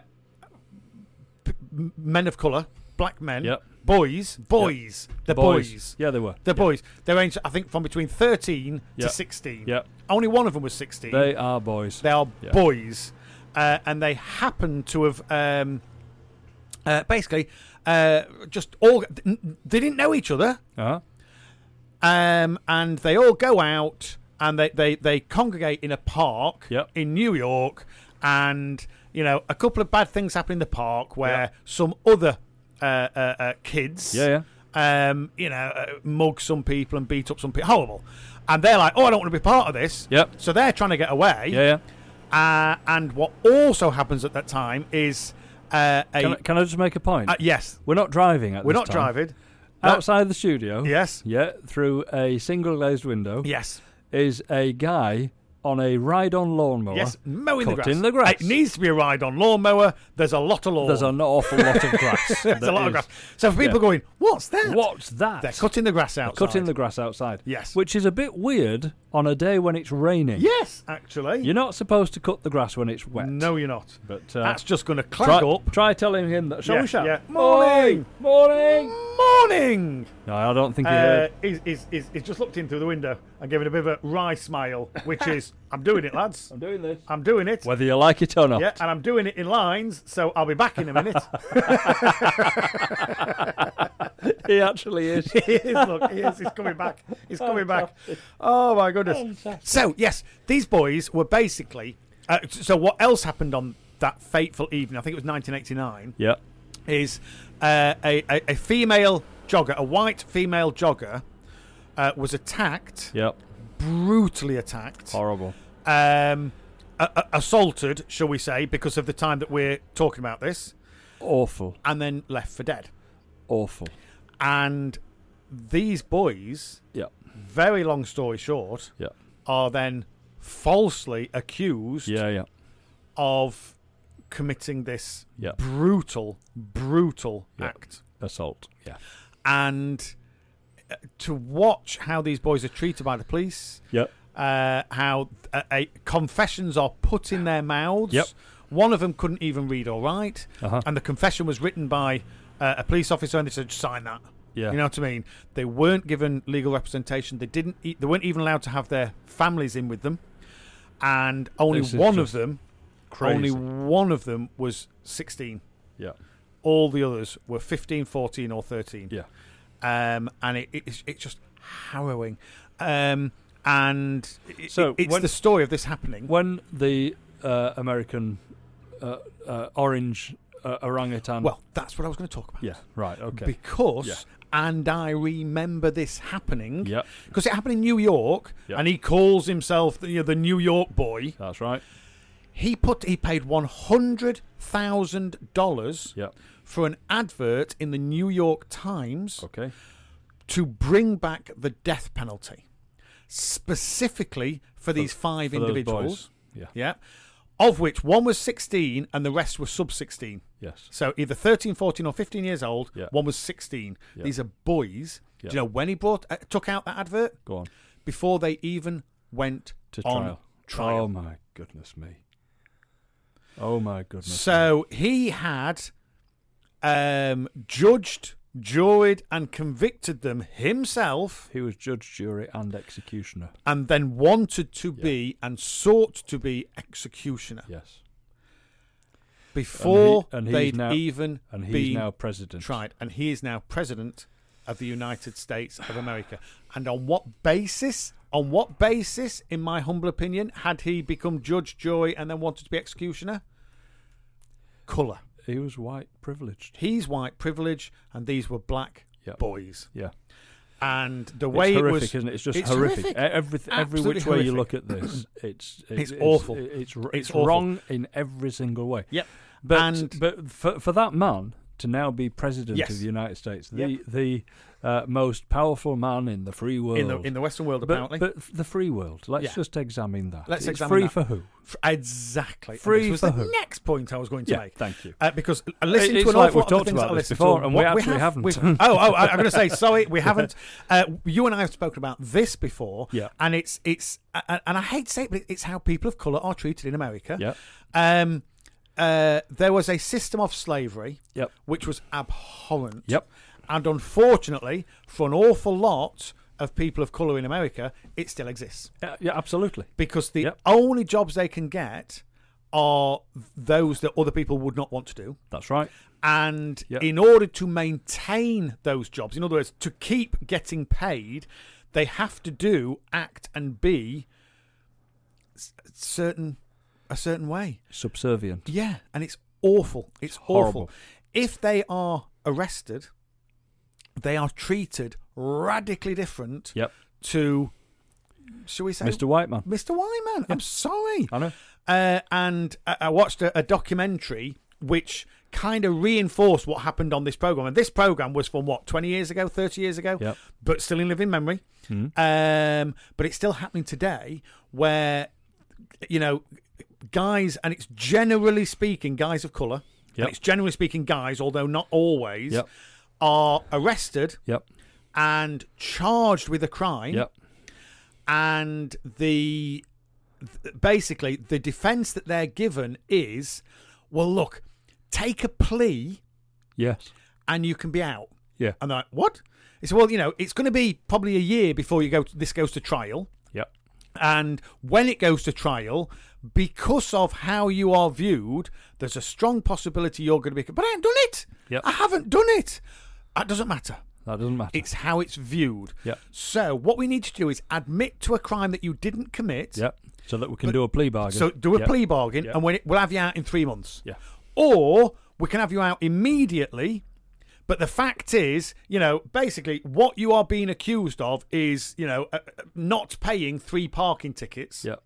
Speaker 3: p- m- men of color, black men,
Speaker 2: Yep.
Speaker 3: boys, boys, they're boys.
Speaker 2: Boys. Yeah, they were.
Speaker 3: They're boys. They're ranged, I think, from between 13
Speaker 2: Yep.
Speaker 3: to 16.
Speaker 2: Yep.
Speaker 3: Only one of them was 16.
Speaker 2: They are boys.
Speaker 3: They are
Speaker 2: Yeah.
Speaker 3: boys, uh, and they happen to have um, uh, basically uh, just all they didn't know each other,
Speaker 2: uh-huh.
Speaker 3: um, and they all go out and they they, they congregate in a park
Speaker 2: Yep.
Speaker 3: in New York, and you know a couple of bad things happen in the park where some other uh, uh, uh, kids
Speaker 2: Yeah, yeah.
Speaker 3: um, you know, uh, mug some people and beat up some people. Horrible. And they're like, oh, I don't want to be part of this.
Speaker 2: Yep.
Speaker 3: So they're trying to get away.
Speaker 2: Yeah, yeah.
Speaker 3: Uh, and what also happens at that time is uh, a
Speaker 2: Can I, can I just make a point?
Speaker 3: uh, yes,
Speaker 2: we're not driving at
Speaker 3: we're
Speaker 2: this
Speaker 3: not
Speaker 2: time.
Speaker 3: driving. Uh,
Speaker 2: Outside the studio.
Speaker 3: Yes.
Speaker 2: Yeah, through a single glazed window.
Speaker 3: Yes,
Speaker 2: Is a guy on a ride on lawnmower.
Speaker 3: yes, Mm. mowing the grass.
Speaker 2: cutting the grass.
Speaker 3: It needs to be a ride on lawnmower. There's a lot of lawn.
Speaker 2: There's an awful lot of grass.
Speaker 3: There's a
Speaker 2: that
Speaker 3: lot of
Speaker 2: is-
Speaker 3: grass. So for people
Speaker 2: yeah.
Speaker 3: going, what's that?
Speaker 2: What's that?
Speaker 3: They're cutting the grass out.
Speaker 2: Cutting the grass outside.
Speaker 3: Yes.
Speaker 2: Which is a bit weird on a day when it's raining.
Speaker 3: Yes, actually.
Speaker 2: You're not supposed to cut the grass when it's wet.
Speaker 3: no, you're not.
Speaker 2: But uh,
Speaker 3: That's just going to
Speaker 2: try,
Speaker 3: clag up.
Speaker 2: try telling him that. Shall
Speaker 3: Yeah,
Speaker 2: we shout?
Speaker 3: yeah.
Speaker 2: Morning! Morning!
Speaker 3: Morning.
Speaker 2: No, I don't think he
Speaker 4: Uh,
Speaker 2: heard.
Speaker 4: he's, he's, he's, he's just looked in through the window and given a bit of a wry smile, which is, I'm doing it, lads.
Speaker 2: I'm doing this.
Speaker 4: I'm doing it.
Speaker 2: Whether you like it or not.
Speaker 4: Yeah, and I'm doing it in lines, so I'll be back in a minute.
Speaker 2: He actually is.
Speaker 4: he is, look, he is, he's coming back. He's coming back. Oh, my goodness.
Speaker 3: So yes, these boys were basically. Uh, so what else happened on that fateful evening? I think it was 1989.
Speaker 2: yeah.
Speaker 3: Is uh, a, a a female jogger, a white female jogger, uh, was attacked,
Speaker 2: Yep.
Speaker 3: brutally attacked,
Speaker 2: Horrible.
Speaker 3: um, a- a- assaulted, shall we say, because of the time that we're talking about this,
Speaker 2: Awful.
Speaker 3: and then left for dead.
Speaker 2: Awful.
Speaker 3: And these boys,
Speaker 2: Yep.
Speaker 3: very long story short,
Speaker 2: Yep.
Speaker 3: are then falsely accused
Speaker 2: Yeah, yeah.
Speaker 3: of committing this
Speaker 2: Yeah.
Speaker 3: brutal, brutal
Speaker 2: Yeah.
Speaker 3: act.
Speaker 2: Assault. Yeah.
Speaker 3: And uh, to watch how these boys are treated by the police,
Speaker 2: Yep.
Speaker 3: uh, how uh, a, confessions are put in their mouths.
Speaker 2: Yep.
Speaker 3: One of them couldn't even read or write,
Speaker 2: Uh-huh.
Speaker 3: and the confession was written by uh, a police officer, and they said, "Sign that."
Speaker 2: Yeah.
Speaker 3: You know what I mean? They weren't given legal representation. They didn't. E- they weren't even allowed to have their families in with them, and only
Speaker 2: This is
Speaker 3: one of
Speaker 2: just
Speaker 3: them,
Speaker 2: Crazy.
Speaker 3: only one of them was 16.
Speaker 2: Yeah.
Speaker 3: All the others were 15, 14, or 13
Speaker 2: Yeah.
Speaker 3: um, and it, it, it's- it's just harrowing. Um, and it,
Speaker 2: So
Speaker 3: it- it's
Speaker 2: when-
Speaker 3: the story of this happening.
Speaker 2: When the uh, American uh, uh, orange uh, orangutan.
Speaker 3: well, that's what I was going to talk about.
Speaker 2: Yeah. Right. Okay.
Speaker 3: Because,
Speaker 2: Yeah.
Speaker 3: and I remember this happening.
Speaker 2: Yep.
Speaker 3: Because it happened in New York,
Speaker 2: Yep.
Speaker 3: and he calls himself the, you know, the New York boy.
Speaker 2: That's right.
Speaker 3: He put he paid one hundred thousand dollars
Speaker 2: Yep.
Speaker 3: for an advert in the New York Times
Speaker 2: Okay.
Speaker 3: to bring back the death penalty, specifically for these five
Speaker 2: for those
Speaker 3: individuals.
Speaker 2: boys. Yeah.
Speaker 3: Yeah. Of which one was 16 and the rest were sub 16.
Speaker 2: Yes.
Speaker 3: So either 13, 14, or 15 years old.
Speaker 2: Yeah.
Speaker 3: One was 16.
Speaker 2: Yeah.
Speaker 3: These are boys.
Speaker 2: Yeah.
Speaker 3: Do you know when he brought uh, took out that advert?
Speaker 2: Go on.
Speaker 3: Before they even went
Speaker 2: To
Speaker 3: on
Speaker 2: trial.
Speaker 3: trial.
Speaker 2: Oh my goodness me. Oh my goodness.
Speaker 3: So he had um, judged, juried, and convicted them himself,
Speaker 2: He was judge, jury, and executioner.
Speaker 3: and then wanted to be and sought to be executioner
Speaker 2: Yes.
Speaker 3: before
Speaker 2: and he's
Speaker 3: they'd
Speaker 2: now-
Speaker 3: even
Speaker 2: And he's
Speaker 3: been
Speaker 2: now president.
Speaker 3: tried. And he is now president of the United States of America. And on what basis? On what basis, in my humble opinion, had he become judge, jury, and then wanted to be executioner? Colour.
Speaker 2: He was white privileged.
Speaker 3: he's white privilege and these were black
Speaker 2: Yep.
Speaker 3: boys
Speaker 2: Yeah.
Speaker 3: and the way
Speaker 2: it's
Speaker 3: it
Speaker 2: horrific,
Speaker 3: was
Speaker 2: isn't it? It's just horrific. E- Every, every
Speaker 3: Absolutely
Speaker 2: which way you
Speaker 3: horrific.
Speaker 2: look at this, it's
Speaker 3: It's awful.
Speaker 2: It's it's,
Speaker 3: It's
Speaker 2: it's
Speaker 3: awful.
Speaker 2: wrong in every single way.
Speaker 3: Yep.
Speaker 2: But
Speaker 3: And-
Speaker 2: but for, for that man to now be president
Speaker 3: Yes.
Speaker 2: of the United States, the
Speaker 3: Yep.
Speaker 2: the uh, most powerful man in the free world,
Speaker 3: in the in the western world apparently
Speaker 2: but, but the free world. Let's
Speaker 3: Yeah.
Speaker 2: just examine that.
Speaker 3: Let's
Speaker 2: it's
Speaker 3: examine
Speaker 2: free
Speaker 3: that.
Speaker 2: for who?
Speaker 3: F- exactly And
Speaker 2: Free
Speaker 3: this was
Speaker 2: for
Speaker 3: the
Speaker 2: who?
Speaker 3: next point i was going to
Speaker 2: Yeah,
Speaker 3: make
Speaker 2: thank you.
Speaker 3: uh, because I listened
Speaker 2: It-
Speaker 3: to
Speaker 2: it's
Speaker 3: an
Speaker 2: like
Speaker 3: awful
Speaker 2: we've
Speaker 3: lot of the
Speaker 2: talked
Speaker 3: things
Speaker 2: about
Speaker 3: that I
Speaker 2: this
Speaker 3: listened
Speaker 2: before,
Speaker 3: to.
Speaker 2: and we
Speaker 3: What
Speaker 2: actually haven't.
Speaker 3: we've- oh, oh, I- I'm going to say sorry, we haven't. Uh, you and I have spoken about this before,
Speaker 2: Yeah.
Speaker 3: and it's it's uh, and I hate to say it, but it's how people of color are treated in America.
Speaker 2: Yeah.
Speaker 3: Um, uh, there was a system of slavery,
Speaker 2: Yep.
Speaker 3: which was abhorrent.
Speaker 2: Yep.
Speaker 3: And unfortunately, for an awful lot of people of color in America, it still exists
Speaker 2: Yeah, yeah, absolutely.
Speaker 3: because the
Speaker 2: Yep.
Speaker 3: only jobs they can get are those that other people would not want to do.
Speaker 2: That's right.
Speaker 3: And
Speaker 2: Yep.
Speaker 3: in order to maintain those jobs, in other words, to keep getting paid, they have to do act and be s- certain a certain way.
Speaker 2: Subservient.
Speaker 3: Yeah, and it's awful. It's,
Speaker 2: horrible.
Speaker 3: awful. If they are arrested, they are treated radically different
Speaker 2: Yep.
Speaker 3: to, shall we say,
Speaker 2: Mr. White man.
Speaker 3: Mr. Wyman. I'm sorry.
Speaker 2: I know.
Speaker 3: Uh, and I, I watched a, a documentary which kind of reinforced what happened on this program. And this program was from what 20 years ago, 30 years ago,
Speaker 2: Yep. Hmm.
Speaker 3: but still in living memory. Um, but it's still happening today, where you know guys, and it's generally speaking, guys of color.
Speaker 2: Yep.
Speaker 3: And it's generally speaking, guys, although not always,
Speaker 2: Yep.
Speaker 3: are arrested
Speaker 2: Yep.
Speaker 3: and charged with a crime
Speaker 2: Yep.
Speaker 3: and the th- basically the defense that they're given is well look take a plea
Speaker 2: Yes.
Speaker 3: and you can be out
Speaker 2: Yeah.
Speaker 3: and they're like what it's well you know it's going to be probably a year before you go to, this goes to trial
Speaker 2: Yep.
Speaker 3: and when it goes to trial because of how you are viewed there's a strong possibility you're going to be but i haven't done it
Speaker 2: Yep.
Speaker 3: i haven't done it that doesn't matter
Speaker 2: That doesn't matter.
Speaker 3: it's how it's viewed
Speaker 2: Yep.
Speaker 3: so what we need to do is admit to a crime that you didn't commit
Speaker 2: Yep. So that we can do a plea bargain.
Speaker 3: So do a
Speaker 2: Yep.
Speaker 3: plea bargain,
Speaker 2: Yeah.
Speaker 3: and when it, we'll have you out in three months.
Speaker 2: Yeah.
Speaker 3: Or we can have you out immediately. But the fact is, you know, basically what you are being accused of is, you know, uh, uh, not paying three parking tickets,
Speaker 2: Yep.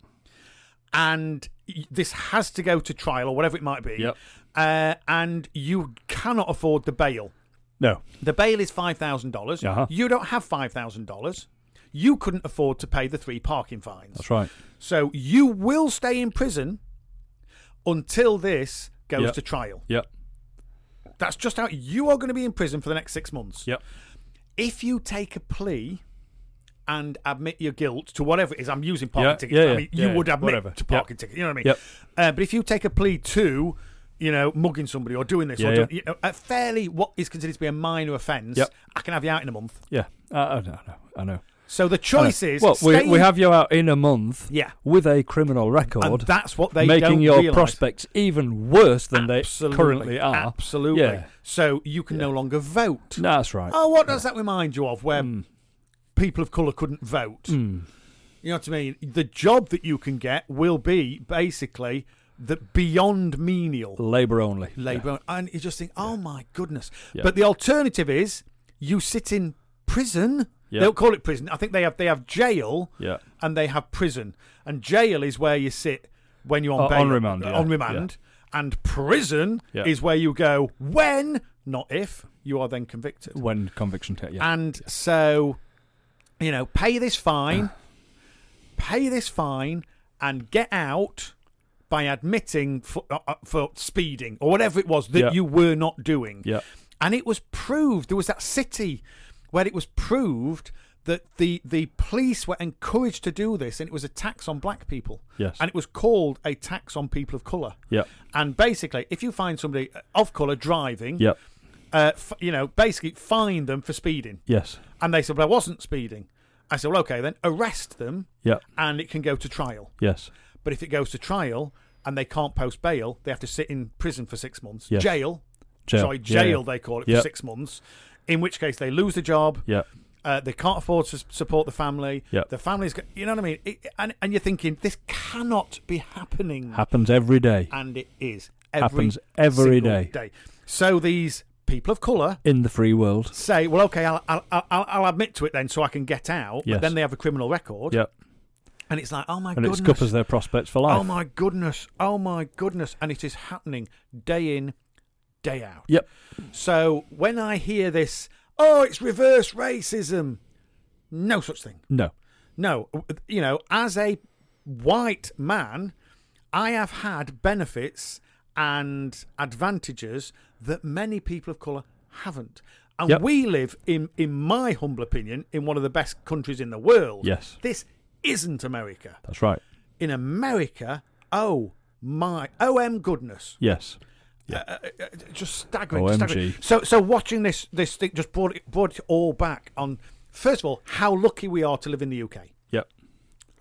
Speaker 3: and y- this has to go to trial or whatever it might be.
Speaker 2: Yep.
Speaker 3: Uh, and you cannot afford the bail.
Speaker 2: No.
Speaker 3: The bail is five thousand dollars.
Speaker 2: Uh-huh.
Speaker 3: You don't have five thousand dollars. You couldn't afford to pay the three parking fines.
Speaker 2: That's right.
Speaker 3: So you will stay in prison until this goes
Speaker 2: Yep.
Speaker 3: to trial.
Speaker 2: Yep.
Speaker 3: That's just how you are going to be in prison for the next six months.
Speaker 2: Yep.
Speaker 3: If you take a plea and admit your guilt to whatever it is, I'm using parking
Speaker 2: Yeah,
Speaker 3: tickets.
Speaker 2: yeah,
Speaker 3: I
Speaker 2: yeah,
Speaker 3: mean,
Speaker 2: yeah,
Speaker 3: you would admit
Speaker 2: whatever.
Speaker 3: to
Speaker 2: Yep.
Speaker 3: parking tickets. You know what I mean?
Speaker 2: Yep.
Speaker 3: Uh, but if you take a plea to, you know, mugging somebody or doing this or
Speaker 2: Yeah,
Speaker 3: doing,
Speaker 2: yeah.
Speaker 3: you know, a fairly what is considered to be a minor offence,
Speaker 2: Yep.
Speaker 3: I can have you out in a month.
Speaker 2: Yeah. I, I know. I know. I know.
Speaker 3: So the
Speaker 2: I know.
Speaker 3: choice is
Speaker 2: well,
Speaker 3: stay
Speaker 2: we, we
Speaker 3: in-
Speaker 2: have you out in a month.
Speaker 3: Yeah.
Speaker 2: With a criminal
Speaker 3: and
Speaker 2: record.
Speaker 3: that's what they
Speaker 2: making
Speaker 3: don't
Speaker 2: your
Speaker 3: realise.
Speaker 2: prospects even worse than
Speaker 3: Absolutely.
Speaker 2: they currently are.
Speaker 3: Absolutely.
Speaker 2: Yeah.
Speaker 3: So you can no longer vote.
Speaker 2: No, Hmm. that's right.
Speaker 3: Oh, what does that remind you of where people of colour couldn't vote?
Speaker 2: Hmm.
Speaker 3: You know what I mean? The job that you can get will be basically the beyond menial
Speaker 2: Labour only.
Speaker 3: labour. And you just think, oh my goodness.
Speaker 2: Yeah.
Speaker 3: But the alternative is you sit in prison.
Speaker 2: Yeah.
Speaker 3: They don't call it prison. I think they have they have jail
Speaker 2: Yeah.
Speaker 3: and they have prison. And jail is where you sit when you're on
Speaker 2: Uh,
Speaker 3: bail,
Speaker 2: on remand, yeah,
Speaker 3: on remand, and prison
Speaker 2: Yeah.
Speaker 3: is where you go when, not if, you are then convicted.
Speaker 2: when conviction takes. Yeah.
Speaker 3: And so, you know, pay this fine, pay this fine, and get out by admitting for, uh, uh, for speeding or whatever it was that
Speaker 2: Yeah.
Speaker 3: you were not doing.
Speaker 2: Yeah.
Speaker 3: And it was proved. There was that city where it was proved that the the police were encouraged to do this, and it was a tax on black people.
Speaker 2: Yes.
Speaker 3: And it was called a tax on people of color.
Speaker 2: Yeah.
Speaker 3: And basically, if you find somebody of color driving,
Speaker 2: Yep.
Speaker 3: uh, f- you know, basically fine them for speeding.
Speaker 2: Yes.
Speaker 3: And they said, well, I wasn't speeding. I said, well, okay, then arrest them
Speaker 2: Yeah.
Speaker 3: and it can go to trial.
Speaker 2: Yes.
Speaker 3: But if it goes to trial and they can't post bail, they have to sit in prison for six months.
Speaker 2: Yes.
Speaker 3: Jail.
Speaker 2: Jail.
Speaker 3: Sorry,
Speaker 2: Yeah,
Speaker 3: jail,
Speaker 2: yeah.
Speaker 3: they call it,
Speaker 2: Yeah.
Speaker 3: for six months. In which case, they lose the job.
Speaker 2: Yeah.
Speaker 3: Uh, they can't afford to s- support the family.
Speaker 2: Yeah.
Speaker 3: The family's, go- you know what I mean? It, and, and you're thinking, this cannot be happening
Speaker 2: Happens every day.
Speaker 3: and it is every
Speaker 2: Happens every
Speaker 3: single
Speaker 2: day.
Speaker 3: So these people of color
Speaker 2: in the free world.
Speaker 3: say, "Well, okay, I'll I'll, I'll, I'll admit to it then, so I can get out."
Speaker 2: Yes.
Speaker 3: But then they have a criminal record,
Speaker 2: Yep.
Speaker 3: and it's like, "Oh my
Speaker 2: And it
Speaker 3: goodness,
Speaker 2: scuppers their prospects for life.
Speaker 3: oh my goodness, oh my goodness," and it is happening day in, day out.
Speaker 2: Yep.
Speaker 3: So when I hear this, "Oh, it's reverse racism," no such thing.
Speaker 2: No.
Speaker 3: No, you know, as a white man, I have had benefits and advantages that many people of colour haven't. And
Speaker 2: Yep.
Speaker 3: we live, in, in my humble opinion, in one of the best countries in the world.
Speaker 2: Yes.
Speaker 3: This isn't America.
Speaker 2: That's right.
Speaker 3: In America, oh my, OM goodness. Uh,
Speaker 2: Yes.
Speaker 3: Just staggering.
Speaker 2: OMG.
Speaker 3: just staggering. So, so watching this, this thing just brought it, brought it all back on, first of all, how lucky we are to live in the UK
Speaker 2: Yep.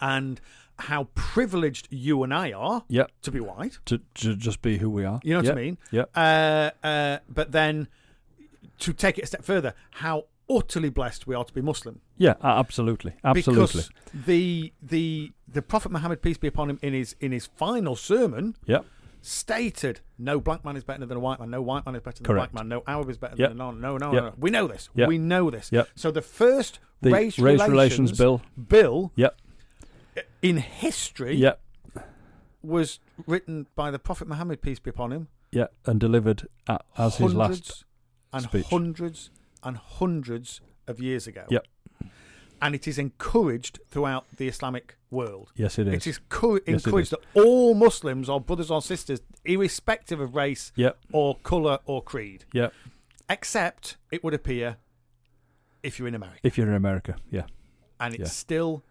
Speaker 3: and how privileged you and I are
Speaker 2: Yep.
Speaker 3: to be white.
Speaker 2: To, to just be who we are.
Speaker 3: You know what
Speaker 2: Yep.
Speaker 3: I mean?
Speaker 2: Yep.
Speaker 3: Uh, uh, but then to take it a step further, how utterly blessed we are to be Muslim.
Speaker 2: yeah. a- Absolutely. Absolutely.
Speaker 3: Because the the the Prophet Muhammad peace be upon him in his in his final sermon
Speaker 2: Yep.
Speaker 3: stated, "No black man is better than a white man. No white man is better than
Speaker 2: Correct.
Speaker 3: a black man. No Arab is better
Speaker 2: Yep.
Speaker 3: than a non. No, no,
Speaker 2: Yep.
Speaker 3: no. We know this.
Speaker 2: Yep.
Speaker 3: We know this.
Speaker 2: Yep.
Speaker 3: So the first
Speaker 2: The
Speaker 3: race,
Speaker 2: race
Speaker 3: relations,
Speaker 2: relations bill.
Speaker 3: bill
Speaker 2: Yep.
Speaker 3: in history
Speaker 2: Yep.
Speaker 3: was written by the Prophet Muhammad, peace be upon him,
Speaker 2: Yeah, and delivered at, as his last.
Speaker 3: hundreds and
Speaker 2: speech.
Speaker 3: hundreds and hundreds of years ago.
Speaker 2: Yep.
Speaker 3: And it is encouraged throughout the Islamic world.
Speaker 2: Yes, it is.
Speaker 3: It is cou-
Speaker 2: Yes, it
Speaker 3: encouraged
Speaker 2: is.
Speaker 3: that all Muslims are brothers or sisters, irrespective of race
Speaker 2: Yep.
Speaker 3: or colour or creed.
Speaker 2: Yeah,
Speaker 3: Except, it would appear, if you're in America.
Speaker 2: if you're in America, yeah,
Speaker 3: And it's
Speaker 2: Yeah.
Speaker 3: still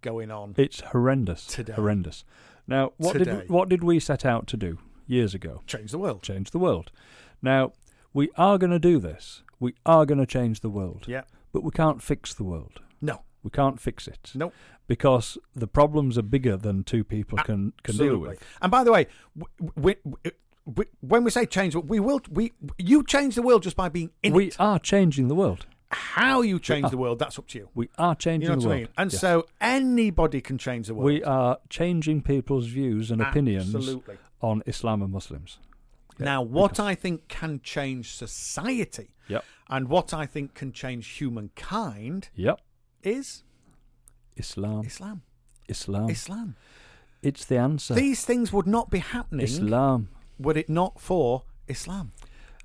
Speaker 3: going on.
Speaker 2: it's horrendous.
Speaker 3: Today.
Speaker 2: Horrendous. Now, what
Speaker 3: Today.
Speaker 2: did what did we set out to do years ago?
Speaker 3: Change the world.
Speaker 2: Change the world. Now, we are going to do this. We are going to change the world.
Speaker 3: Yeah.
Speaker 2: But we can't fix the world.
Speaker 3: No.
Speaker 2: We can't fix it.
Speaker 3: Nope.
Speaker 2: Because the problems are bigger than two people can can deal
Speaker 3: Absolutely.
Speaker 2: with.
Speaker 3: And by the way, we, we, we, when we say change, we will. We you change the world just by being in
Speaker 2: we
Speaker 3: it.
Speaker 2: are changing the world.
Speaker 3: How you change the world, that's up to you.
Speaker 2: We are changing
Speaker 3: You know
Speaker 2: the
Speaker 3: what I
Speaker 2: world.
Speaker 3: mean? And
Speaker 2: Yes.
Speaker 3: so anybody can change the world.
Speaker 2: we are changing people's views and opinions
Speaker 3: Absolutely.
Speaker 2: on Islam and Muslims.
Speaker 3: now, what I think can change society,
Speaker 2: Yep.
Speaker 3: and what I think can change humankind,
Speaker 2: Yep.
Speaker 3: is
Speaker 2: Islam.
Speaker 3: Islam.
Speaker 2: Islam.
Speaker 3: Islam.
Speaker 2: It's the answer.
Speaker 3: These things would not be happening
Speaker 2: Islam.
Speaker 3: were it not for Islam.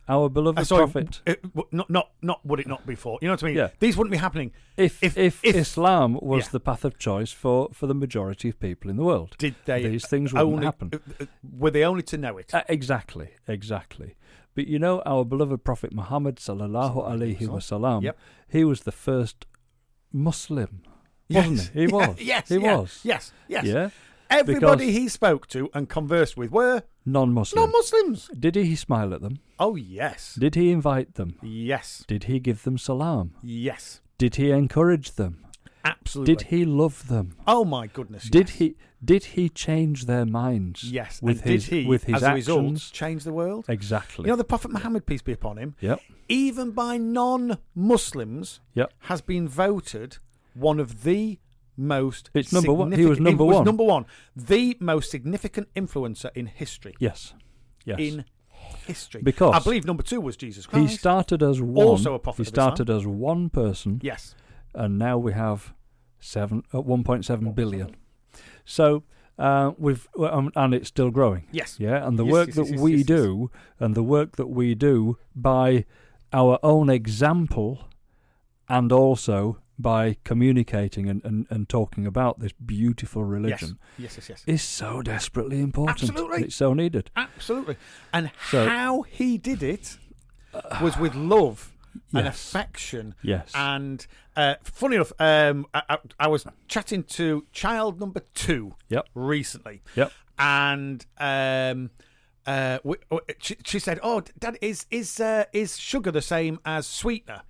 Speaker 2: Our beloved
Speaker 3: Uh, sorry,
Speaker 2: prophet.
Speaker 3: it- w- not not not would it not be for? You know what I mean?
Speaker 2: Yeah.
Speaker 3: These wouldn't be happening
Speaker 2: If, if, Islam was
Speaker 3: yeah.
Speaker 2: the path of choice for, for the majority of people in the world,
Speaker 3: did they
Speaker 2: these things wouldn't
Speaker 3: only-
Speaker 2: happen.
Speaker 3: uh, uh, were they only to know it
Speaker 2: Uh, exactly, exactly. But you know, our beloved Prophet Muhammad sallallahu alaihi wasallam,
Speaker 3: Yep.
Speaker 2: he was the first Muslim, wasn't
Speaker 3: Yes.
Speaker 2: he? He was.
Speaker 3: yes
Speaker 2: he
Speaker 3: yeah,
Speaker 2: was.
Speaker 3: yes yes
Speaker 2: Yeah,
Speaker 3: everybody
Speaker 2: because-
Speaker 3: he spoke to and conversed with were
Speaker 2: non-Muslim.
Speaker 3: non-muslims
Speaker 2: Did he smile at them?
Speaker 3: oh yes
Speaker 2: Did he invite them?
Speaker 3: yes
Speaker 2: Did he give them salam?
Speaker 3: yes
Speaker 2: Did he encourage them?
Speaker 3: absolutely
Speaker 2: Did he love them?
Speaker 3: oh my goodness
Speaker 2: Did
Speaker 3: yes.
Speaker 2: he did he change their minds?
Speaker 3: yes
Speaker 2: with
Speaker 3: and
Speaker 2: his
Speaker 3: did he
Speaker 2: with his
Speaker 3: as
Speaker 2: actions.
Speaker 3: a result change the world
Speaker 2: Exactly.
Speaker 3: you know the prophet muhammad peace be upon him
Speaker 2: yep.
Speaker 3: even by non-muslims
Speaker 2: Yep.
Speaker 3: has been voted one of the most
Speaker 2: It's number one. He was
Speaker 3: significant-
Speaker 2: number
Speaker 3: it was
Speaker 2: one.
Speaker 3: number one the most significant influencer in history
Speaker 2: Yes. Yes.
Speaker 3: in history.
Speaker 2: Because-
Speaker 3: I believe number two was Jesus
Speaker 2: he
Speaker 3: Christ.
Speaker 2: started as one.
Speaker 3: Also a prophet
Speaker 2: He
Speaker 3: of Islam.
Speaker 2: started as one person,
Speaker 3: yes,
Speaker 2: uh, and now we have seven at one point seven billion. So uh, we've um, and it's still growing.
Speaker 3: Yes.
Speaker 2: Yeah, and the
Speaker 3: Yes,
Speaker 2: work
Speaker 3: yes,
Speaker 2: that
Speaker 3: yes, yes,
Speaker 2: we
Speaker 3: yes, yes.
Speaker 2: do, and the work that we do by our own example, and also by communicating and, and, and talking about this beautiful religion
Speaker 3: Yes, yes, yes.
Speaker 2: is so desperately important.
Speaker 3: Absolutely.
Speaker 2: It's so needed.
Speaker 3: Absolutely. And
Speaker 2: So-
Speaker 3: how he did it was with love and
Speaker 2: yes.
Speaker 3: affection.
Speaker 2: Yes.
Speaker 3: And uh, funny enough, um, I, I, I was chatting to child number two
Speaker 2: Yep.
Speaker 3: recently.
Speaker 2: Yep.
Speaker 3: And um, uh, we, we- she, she said, "Oh, Dad, is is uh, is sugar the same as sweetener?"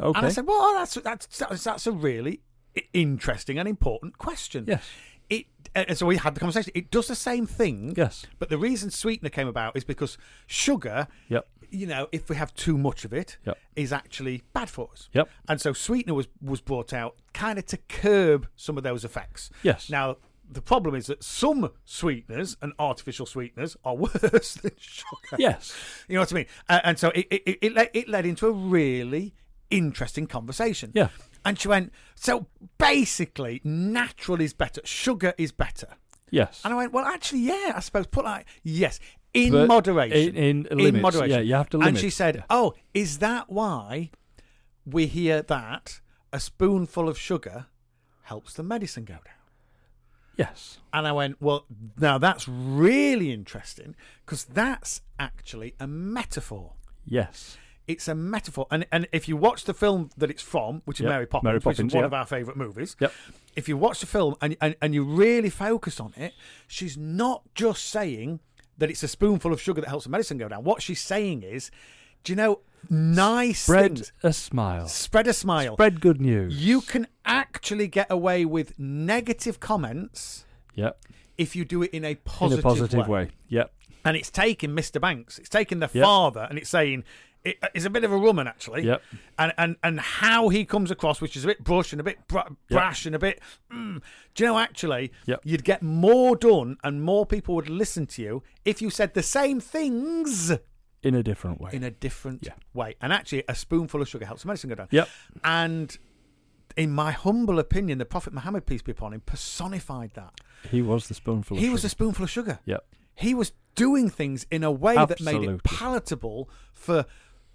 Speaker 2: Okay.
Speaker 3: And I said, "Well, oh, that's that's that's, that's a really i- interesting and important question."
Speaker 2: Yes.
Speaker 3: It and so we had the conversation. It does the same thing.
Speaker 2: Yes.
Speaker 3: But the reason sweetener came about is because sugar.
Speaker 2: Yep.
Speaker 3: You know, if we have too much of it, is
Speaker 2: Yep.
Speaker 3: actually bad for us.
Speaker 2: Yep.
Speaker 3: And so sweetener was was brought out kind of to curb some of those effects.
Speaker 2: Yes.
Speaker 3: Now. The problem is that some sweeteners and artificial sweeteners are worse than sugar.
Speaker 2: Yes.
Speaker 3: You know what I mean? Uh, and so it it, it, it, led, it led into a really interesting conversation.
Speaker 2: Yeah.
Speaker 3: And she went, so basically, natural is better. Sugar is better.
Speaker 2: Yes.
Speaker 3: And I went, well, actually, yeah, I suppose. Put like, yes, in
Speaker 2: But
Speaker 3: moderation.
Speaker 2: in- in limits. Yeah, you have to
Speaker 3: And
Speaker 2: limit.
Speaker 3: she said, oh, is that why we hear that a spoonful of sugar helps the medicine go down?
Speaker 2: yes.
Speaker 3: And I went, well, now that's really interesting because that's actually a metaphor
Speaker 2: Yes.
Speaker 3: it's a metaphor. And and if you watch the film that it's from, which is
Speaker 2: Yep,
Speaker 3: Mary Poppins,
Speaker 2: Mary
Speaker 3: which
Speaker 2: Poppins,
Speaker 3: is one
Speaker 2: yep.
Speaker 3: of our favourite movies.
Speaker 2: Yep.
Speaker 3: If you watch the film and, and and you really focus on it, she's not just saying that it's a spoonful of sugar that helps the medicine go down. What she's saying is, do you know, nice
Speaker 2: Spread
Speaker 3: things.
Speaker 2: a smile.
Speaker 3: Spread a smile.
Speaker 2: Spread good news.
Speaker 3: You can actually get away with negative comments
Speaker 2: Yep.
Speaker 3: if you do it in a
Speaker 2: In a
Speaker 3: positive,
Speaker 2: positive way. Yep.
Speaker 3: and it's taking Mr. Banks, it's taking the
Speaker 2: Yep.
Speaker 3: father, and it's saying it, uh, it's a bit of a woman actually,
Speaker 2: Yep.
Speaker 3: and and and how he comes across, which is a bit brush and a bit bra- brash and a bit. Mm. Do you know actually?
Speaker 2: Yep.
Speaker 3: You'd get more done, and more people would listen to you if you said the same things
Speaker 2: In a different way.
Speaker 3: in a different
Speaker 2: Yeah.
Speaker 3: way. And actually, a spoonful of sugar helps the medicine go down.
Speaker 2: Yep.
Speaker 3: And in my humble opinion, the Prophet Muhammad peace be upon him personified that.
Speaker 2: he was the spoonful.
Speaker 3: He
Speaker 2: of
Speaker 3: was a
Speaker 2: sugar.
Speaker 3: spoonful of sugar
Speaker 2: Yep.
Speaker 3: he was doing things in a way that made
Speaker 2: Absolutely.
Speaker 3: it palatable for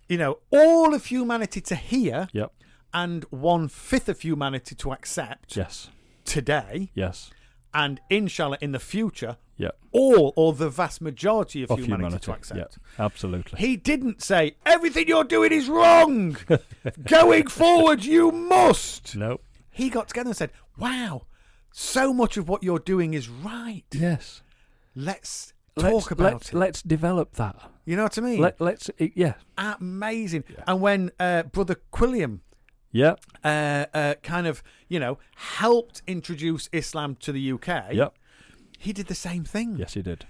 Speaker 3: you know all of humanity to hear
Speaker 2: Yep.
Speaker 3: and one fifth of humanity to accept
Speaker 2: Yes.
Speaker 3: today
Speaker 2: Yes.
Speaker 3: and inshallah in the future
Speaker 2: Yep.
Speaker 3: all or the vast majority of,
Speaker 2: Of
Speaker 3: humanity,
Speaker 2: humanity.
Speaker 3: to accept
Speaker 2: Yep. Absolutely.
Speaker 3: he didn't say everything you're doing is wrong going forward you must
Speaker 2: no.
Speaker 3: he got together and said wow so much of what you're doing is right
Speaker 2: Yes.
Speaker 3: let's talk
Speaker 2: Let's-
Speaker 3: about
Speaker 2: let's,
Speaker 3: it
Speaker 2: Let's develop that.
Speaker 3: you know what i mean
Speaker 2: Let, let's. it- Yeah.
Speaker 3: amazing. And when uh, Brother Quilliam
Speaker 2: Yep.
Speaker 3: uh, uh, kind of, you know, helped introduce Islam to the UK,
Speaker 2: Yep.
Speaker 3: he did the same thing.
Speaker 2: Yes, he did.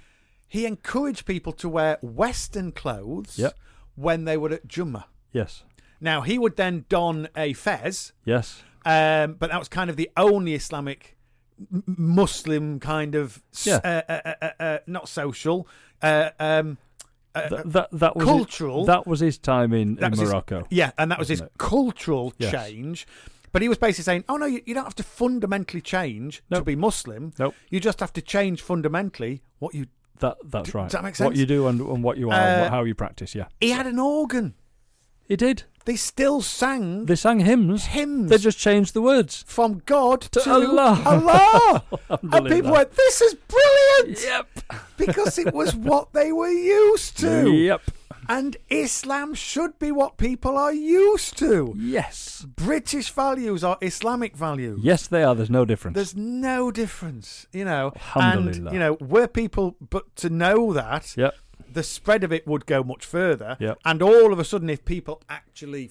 Speaker 3: He encouraged people to wear Western clothes
Speaker 2: Yep.
Speaker 3: when they were at Jummah.
Speaker 2: Yes.
Speaker 3: Now, he would then don a fez,
Speaker 2: Yes.
Speaker 3: um, but that was kind of the only Islamic. m- Muslim kind of s-
Speaker 2: Yeah.
Speaker 3: uh, uh, uh, uh, uh, not social uh, um,
Speaker 2: Th- that that was his-
Speaker 3: cultural-
Speaker 2: Uh, that was his time in, in
Speaker 3: was his-
Speaker 2: Morocco.
Speaker 3: yeah, and that was his cultural
Speaker 2: Yes.
Speaker 3: change. But he was basically saying, "Oh no, you, you don't have to fundamentally change to
Speaker 2: Nope.
Speaker 3: be Muslim.
Speaker 2: Nope.
Speaker 3: You just have to change fundamentally what you."
Speaker 2: That that's right.
Speaker 3: does that make
Speaker 2: What
Speaker 3: sense?
Speaker 2: you do and, and what you are, and
Speaker 3: Uh,
Speaker 2: what, how you practice. Yeah.
Speaker 3: He had an organ.
Speaker 2: He did.
Speaker 3: They still sang
Speaker 2: They sang hymns.
Speaker 3: hymns
Speaker 2: They just changed the words.
Speaker 3: from God to,
Speaker 2: Allah.
Speaker 3: Allah. and
Speaker 2: Alhamdulillah.
Speaker 3: people went, "This is brilliant."
Speaker 2: Yep.
Speaker 3: Because it was what they were used to.
Speaker 2: Yep.
Speaker 3: And Islam should be what people are used to.
Speaker 2: Yes.
Speaker 3: British values are Islamic values.
Speaker 2: Yes, they are. There's no difference.
Speaker 3: There's no difference, you know.
Speaker 2: Alhamdulillah.
Speaker 3: And you know, were people but to know that
Speaker 2: Yep.
Speaker 3: the spread of it would go much further.
Speaker 2: Yep.
Speaker 3: And all of a sudden if people actually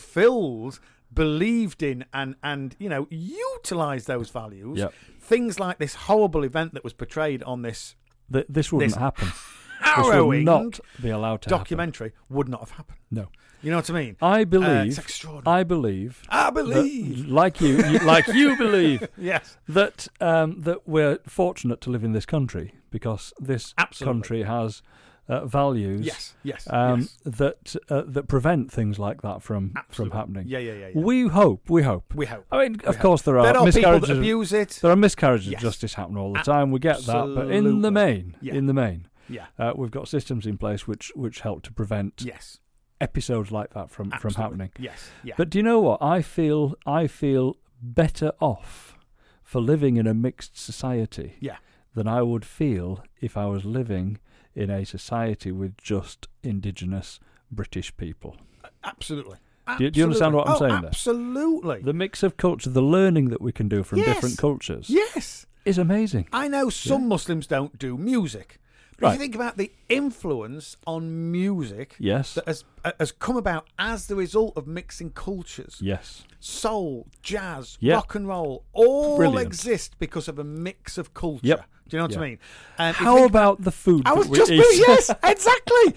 Speaker 3: fulfilled, believed in and and you know, utilized those values,
Speaker 2: Yep.
Speaker 3: things like this horrible event that was portrayed on this
Speaker 2: Th- this wouldn't
Speaker 3: This
Speaker 2: happen. This would
Speaker 3: harrowing
Speaker 2: not be allowed to happen.
Speaker 3: documentary would not have happened.
Speaker 2: No.
Speaker 3: You know what I mean?
Speaker 2: I
Speaker 3: Uh,
Speaker 2: believe.
Speaker 3: it's extraordinary.
Speaker 2: I believe.
Speaker 3: I,
Speaker 2: that-
Speaker 3: believe.
Speaker 2: like you, you, like you believe
Speaker 3: yes.
Speaker 2: that um, that we're fortunate to live in this country because this
Speaker 3: Absolutely.
Speaker 2: country has uh, values
Speaker 3: Yes, yes,
Speaker 2: um,
Speaker 3: yes.
Speaker 2: that uh, that prevent things like that from from happening.
Speaker 3: Yeah, yeah, yeah, yeah.
Speaker 2: We hope, we hope,
Speaker 3: We hope.
Speaker 2: I mean, of course, there are
Speaker 3: There are people
Speaker 2: miscarriages.
Speaker 3: that
Speaker 2: of-
Speaker 3: abuse it.
Speaker 2: there are miscarriages
Speaker 3: Yes.
Speaker 2: of justice happen all the time. We get that, but in the
Speaker 3: Absolutely.
Speaker 2: main,
Speaker 3: Yeah.
Speaker 2: in the main,
Speaker 3: Yeah.
Speaker 2: uh, we've got systems in place which which help to prevent
Speaker 3: Yes.
Speaker 2: episodes like that from from
Speaker 3: absolutely.
Speaker 2: happening.
Speaker 3: Yes. Yeah.
Speaker 2: But do you know what? I feel I feel better off for living in a mixed society
Speaker 3: yeah.
Speaker 2: than I would feel if I was living in a society with just indigenous British people.
Speaker 3: Absolutely.
Speaker 2: Do you- do you understand what I'm
Speaker 3: Absolutely.
Speaker 2: saying
Speaker 3: oh,
Speaker 2: there?
Speaker 3: Absolutely.
Speaker 2: The mix of culture, the learning that we can do from
Speaker 3: Yes.
Speaker 2: different cultures
Speaker 3: yes.
Speaker 2: is amazing.
Speaker 3: I know some Muslims don't do music. But if
Speaker 2: Right.
Speaker 3: you think about the influence on music
Speaker 2: Yes.
Speaker 3: that has, uh, has come about as the result of mixing cultures,
Speaker 2: yes.
Speaker 3: soul, jazz,
Speaker 2: Yeah.
Speaker 3: rock and roll, all
Speaker 2: Brilliant.
Speaker 3: exist because of a mix of culture.
Speaker 2: Yep.
Speaker 3: Do you know what
Speaker 2: Yeah.
Speaker 3: I mean? And if you
Speaker 2: How
Speaker 3: think
Speaker 2: about the food?
Speaker 3: I
Speaker 2: that
Speaker 3: was
Speaker 2: we
Speaker 3: just
Speaker 2: eat?
Speaker 3: yes, exactly.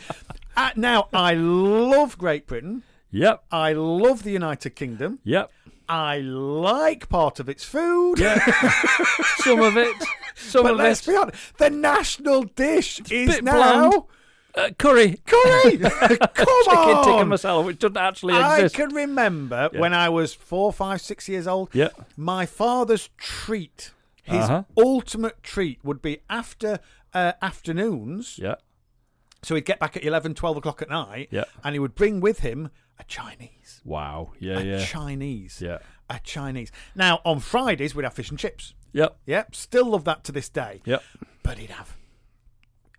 Speaker 3: Uh, now I love Great Britain.
Speaker 2: yep.
Speaker 3: I love the United Kingdom.
Speaker 2: Yep.
Speaker 3: I like part of its food.
Speaker 2: Some of it. Some
Speaker 3: But
Speaker 2: of
Speaker 3: let's
Speaker 2: it.
Speaker 3: be honest, the national dish is
Speaker 2: bit
Speaker 3: now
Speaker 2: bland. Uh, curry.
Speaker 3: curry. Come
Speaker 2: Chicken tikka
Speaker 3: on.
Speaker 2: masala, which doesn't actually
Speaker 3: I
Speaker 2: exist.
Speaker 3: can remember when I was four, five, six years old.
Speaker 2: Yeah.
Speaker 3: My father's treat, his
Speaker 2: Uh-huh.
Speaker 3: ultimate treat, would be after uh, afternoons.
Speaker 2: Yeah.
Speaker 3: So he'd get back at 11, 12 o'clock at night,
Speaker 2: Yeah.
Speaker 3: and he would bring with him a Chinese.
Speaker 2: Wow. Yeah.
Speaker 3: a
Speaker 2: Yeah.
Speaker 3: Chinese.
Speaker 2: Yeah.
Speaker 3: A Chinese. Now, on Fridays, we'd have fish and chips.
Speaker 2: Yep.
Speaker 3: Yep. Still love that to this day.
Speaker 2: Yep.
Speaker 3: But he'd have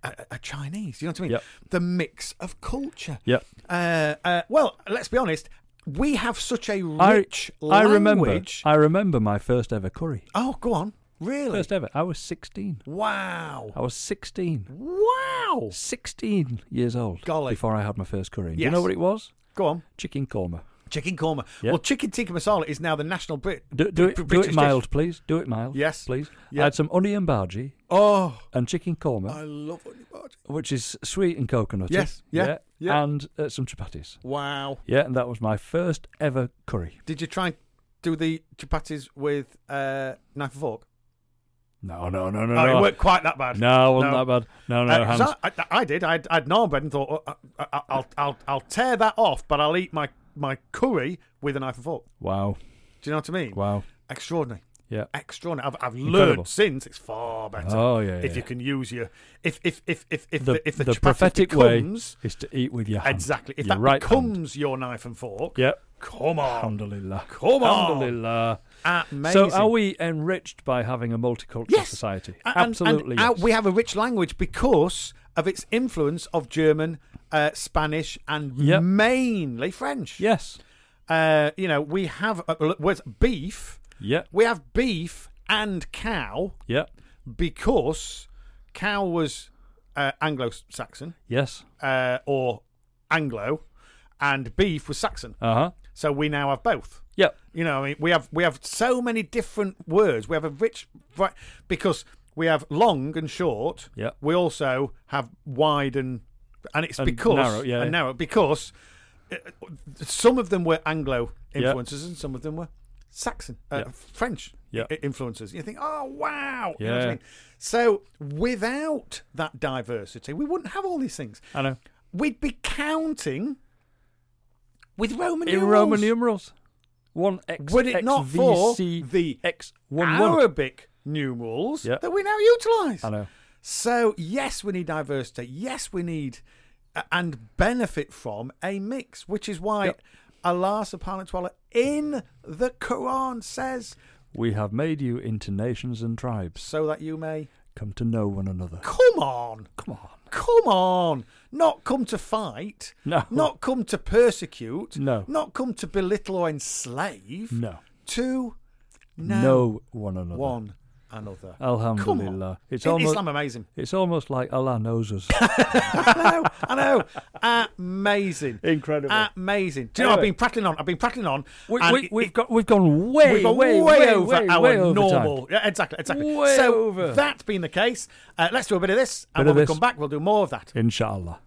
Speaker 3: a, a Chinese. You know what I mean?
Speaker 2: Yep.
Speaker 3: The mix of culture.
Speaker 2: Yep.
Speaker 3: Uh, uh, well, let's be honest. We have such a
Speaker 2: I-
Speaker 3: rich
Speaker 2: I remember.
Speaker 3: language.
Speaker 2: I remember my first ever curry.
Speaker 3: Oh, go on. Really?
Speaker 2: First Oh. ever. I was 16.
Speaker 3: Wow.
Speaker 2: I was 16.
Speaker 3: Wow.
Speaker 2: 16 years old
Speaker 3: Golly.
Speaker 2: before I had my first curry. Do you
Speaker 3: Yes.
Speaker 2: know what it was?
Speaker 3: Go on.
Speaker 2: Chicken korma.
Speaker 3: Chicken korma. Well, chicken tikka masala is now the national Brit.
Speaker 2: Do, do it,
Speaker 3: Br-
Speaker 2: do
Speaker 3: British
Speaker 2: it
Speaker 3: dish.
Speaker 2: mild, please. Do it mild.
Speaker 3: Yes.
Speaker 2: Please.
Speaker 3: Yeah.
Speaker 2: I had some onion bhaji
Speaker 3: Oh,
Speaker 2: and chicken korma,
Speaker 3: I love onion bhaji.
Speaker 2: which is sweet and coconutty.
Speaker 3: Yes. Yeah. Yeah.
Speaker 2: And uh, some chapatis.
Speaker 3: Wow.
Speaker 2: Yeah, and that was my first ever curry.
Speaker 3: Did you try and do the chapatis with uh, knife and fork?
Speaker 2: No, no, no, no,
Speaker 3: Oh,
Speaker 2: no.
Speaker 3: it weren't quite that bad.
Speaker 2: No, wasn't that bad. No, no,
Speaker 3: Uh, 'cause
Speaker 2: hands.
Speaker 3: I, I, I did. I, I had naan bread and thought, oh, I, I, I'll, I'll, I'll tear that off, but I'll eat my, my curry with a knife and fork.
Speaker 2: Wow,
Speaker 3: Do you know what I mean?
Speaker 2: wow.
Speaker 3: Extraordinary.
Speaker 2: Yeah.
Speaker 3: Extraordinary. I've, I've
Speaker 2: Incredible.
Speaker 3: learned since it's far better.
Speaker 2: Oh, yeah,
Speaker 3: If
Speaker 2: yeah.
Speaker 3: you can use your, if if if if if
Speaker 2: The,
Speaker 3: the, if the,
Speaker 2: the
Speaker 3: chapati
Speaker 2: prophetic
Speaker 3: becomes,
Speaker 2: way is to eat with your hand.
Speaker 3: exactly. If
Speaker 2: your
Speaker 3: that
Speaker 2: right hand.
Speaker 3: becomes your knife and fork,
Speaker 2: Yep.
Speaker 3: Come on.
Speaker 2: Alhamdulillah.
Speaker 3: Come on.
Speaker 2: Alhamdulillah. So
Speaker 3: Amazing.
Speaker 2: are we enriched by having a multicultural society?
Speaker 3: A- and- and
Speaker 2: Absolutely.
Speaker 3: our-
Speaker 2: yes.
Speaker 3: we have a rich language because of its influence of German, uh, Spanish, and
Speaker 2: Yep.
Speaker 3: mainly French.
Speaker 2: yes.
Speaker 3: Uh, you know, we have uh, look, where's beef.
Speaker 2: Yep.
Speaker 3: We have beef and cow
Speaker 2: Yep.
Speaker 3: because cow was uh, Anglo-Saxon
Speaker 2: Yes.
Speaker 3: uh, or Anglo, and beef was Saxon.
Speaker 2: Uh huh.
Speaker 3: So we now have both.
Speaker 2: Yep.
Speaker 3: You know, I mean, we have we have so many different words. We have a rich vi- because we have long and short.
Speaker 2: Yep.
Speaker 3: We also have wide and and it's
Speaker 2: And
Speaker 3: because
Speaker 2: narrow, yeah,
Speaker 3: and
Speaker 2: yeah.
Speaker 3: narrow because uh, some of them were Anglo influences and some of them were Saxon, uh,
Speaker 2: Yep.
Speaker 3: French
Speaker 2: Yep.
Speaker 3: i- influences. You think, oh wow, you know what
Speaker 2: Yeah.
Speaker 3: I mean? So without that diversity, we wouldn't have all these things.
Speaker 2: I know.
Speaker 3: We'd be counting with Roman
Speaker 2: In
Speaker 3: numerals.
Speaker 2: Roman numerals. One X
Speaker 3: Would it not for the
Speaker 2: X one one.
Speaker 3: Arabic numerals
Speaker 2: Yeah.
Speaker 3: that we now utilise.
Speaker 2: I know.
Speaker 3: So yes, we need diversity. Yes, we need uh, and benefit from a mix, which is why
Speaker 2: Yep.
Speaker 3: Allah Subhanahu wa Taala in the Quran says,
Speaker 2: We have made you into nations and tribes.
Speaker 3: "So that you may
Speaker 2: Come to know one another.
Speaker 3: come on,
Speaker 2: Come on.
Speaker 3: come on, not come to fight,
Speaker 2: No.
Speaker 3: not come to persecute,
Speaker 2: No.
Speaker 3: not come to belittle or enslave,
Speaker 2: No.
Speaker 3: to know
Speaker 2: Know one another.
Speaker 3: one another." Come on.
Speaker 2: Alhamdulillah. It's
Speaker 3: In
Speaker 2: almost
Speaker 3: Islam amazing.
Speaker 2: it's almost like Allah knows us.
Speaker 3: I know, I know. Amazing.
Speaker 2: Incredible.
Speaker 3: Amazing. Do you know, I've
Speaker 2: Anyway.
Speaker 3: been prattling on. I've been prattling on.
Speaker 2: we,
Speaker 3: and
Speaker 2: we,
Speaker 3: it-
Speaker 2: we've
Speaker 3: it-
Speaker 2: got we've gone way
Speaker 3: we've gone
Speaker 2: way,
Speaker 3: over
Speaker 2: way,
Speaker 3: our
Speaker 2: way over time.
Speaker 3: normal. Yeah, exactly, exactly.
Speaker 2: Way
Speaker 3: so
Speaker 2: over.
Speaker 3: that being the case, uh, let's do a bit of this.
Speaker 2: Bit
Speaker 3: and
Speaker 2: of
Speaker 3: when we
Speaker 2: this.
Speaker 3: come back, we'll do more of that.
Speaker 2: Inshallah.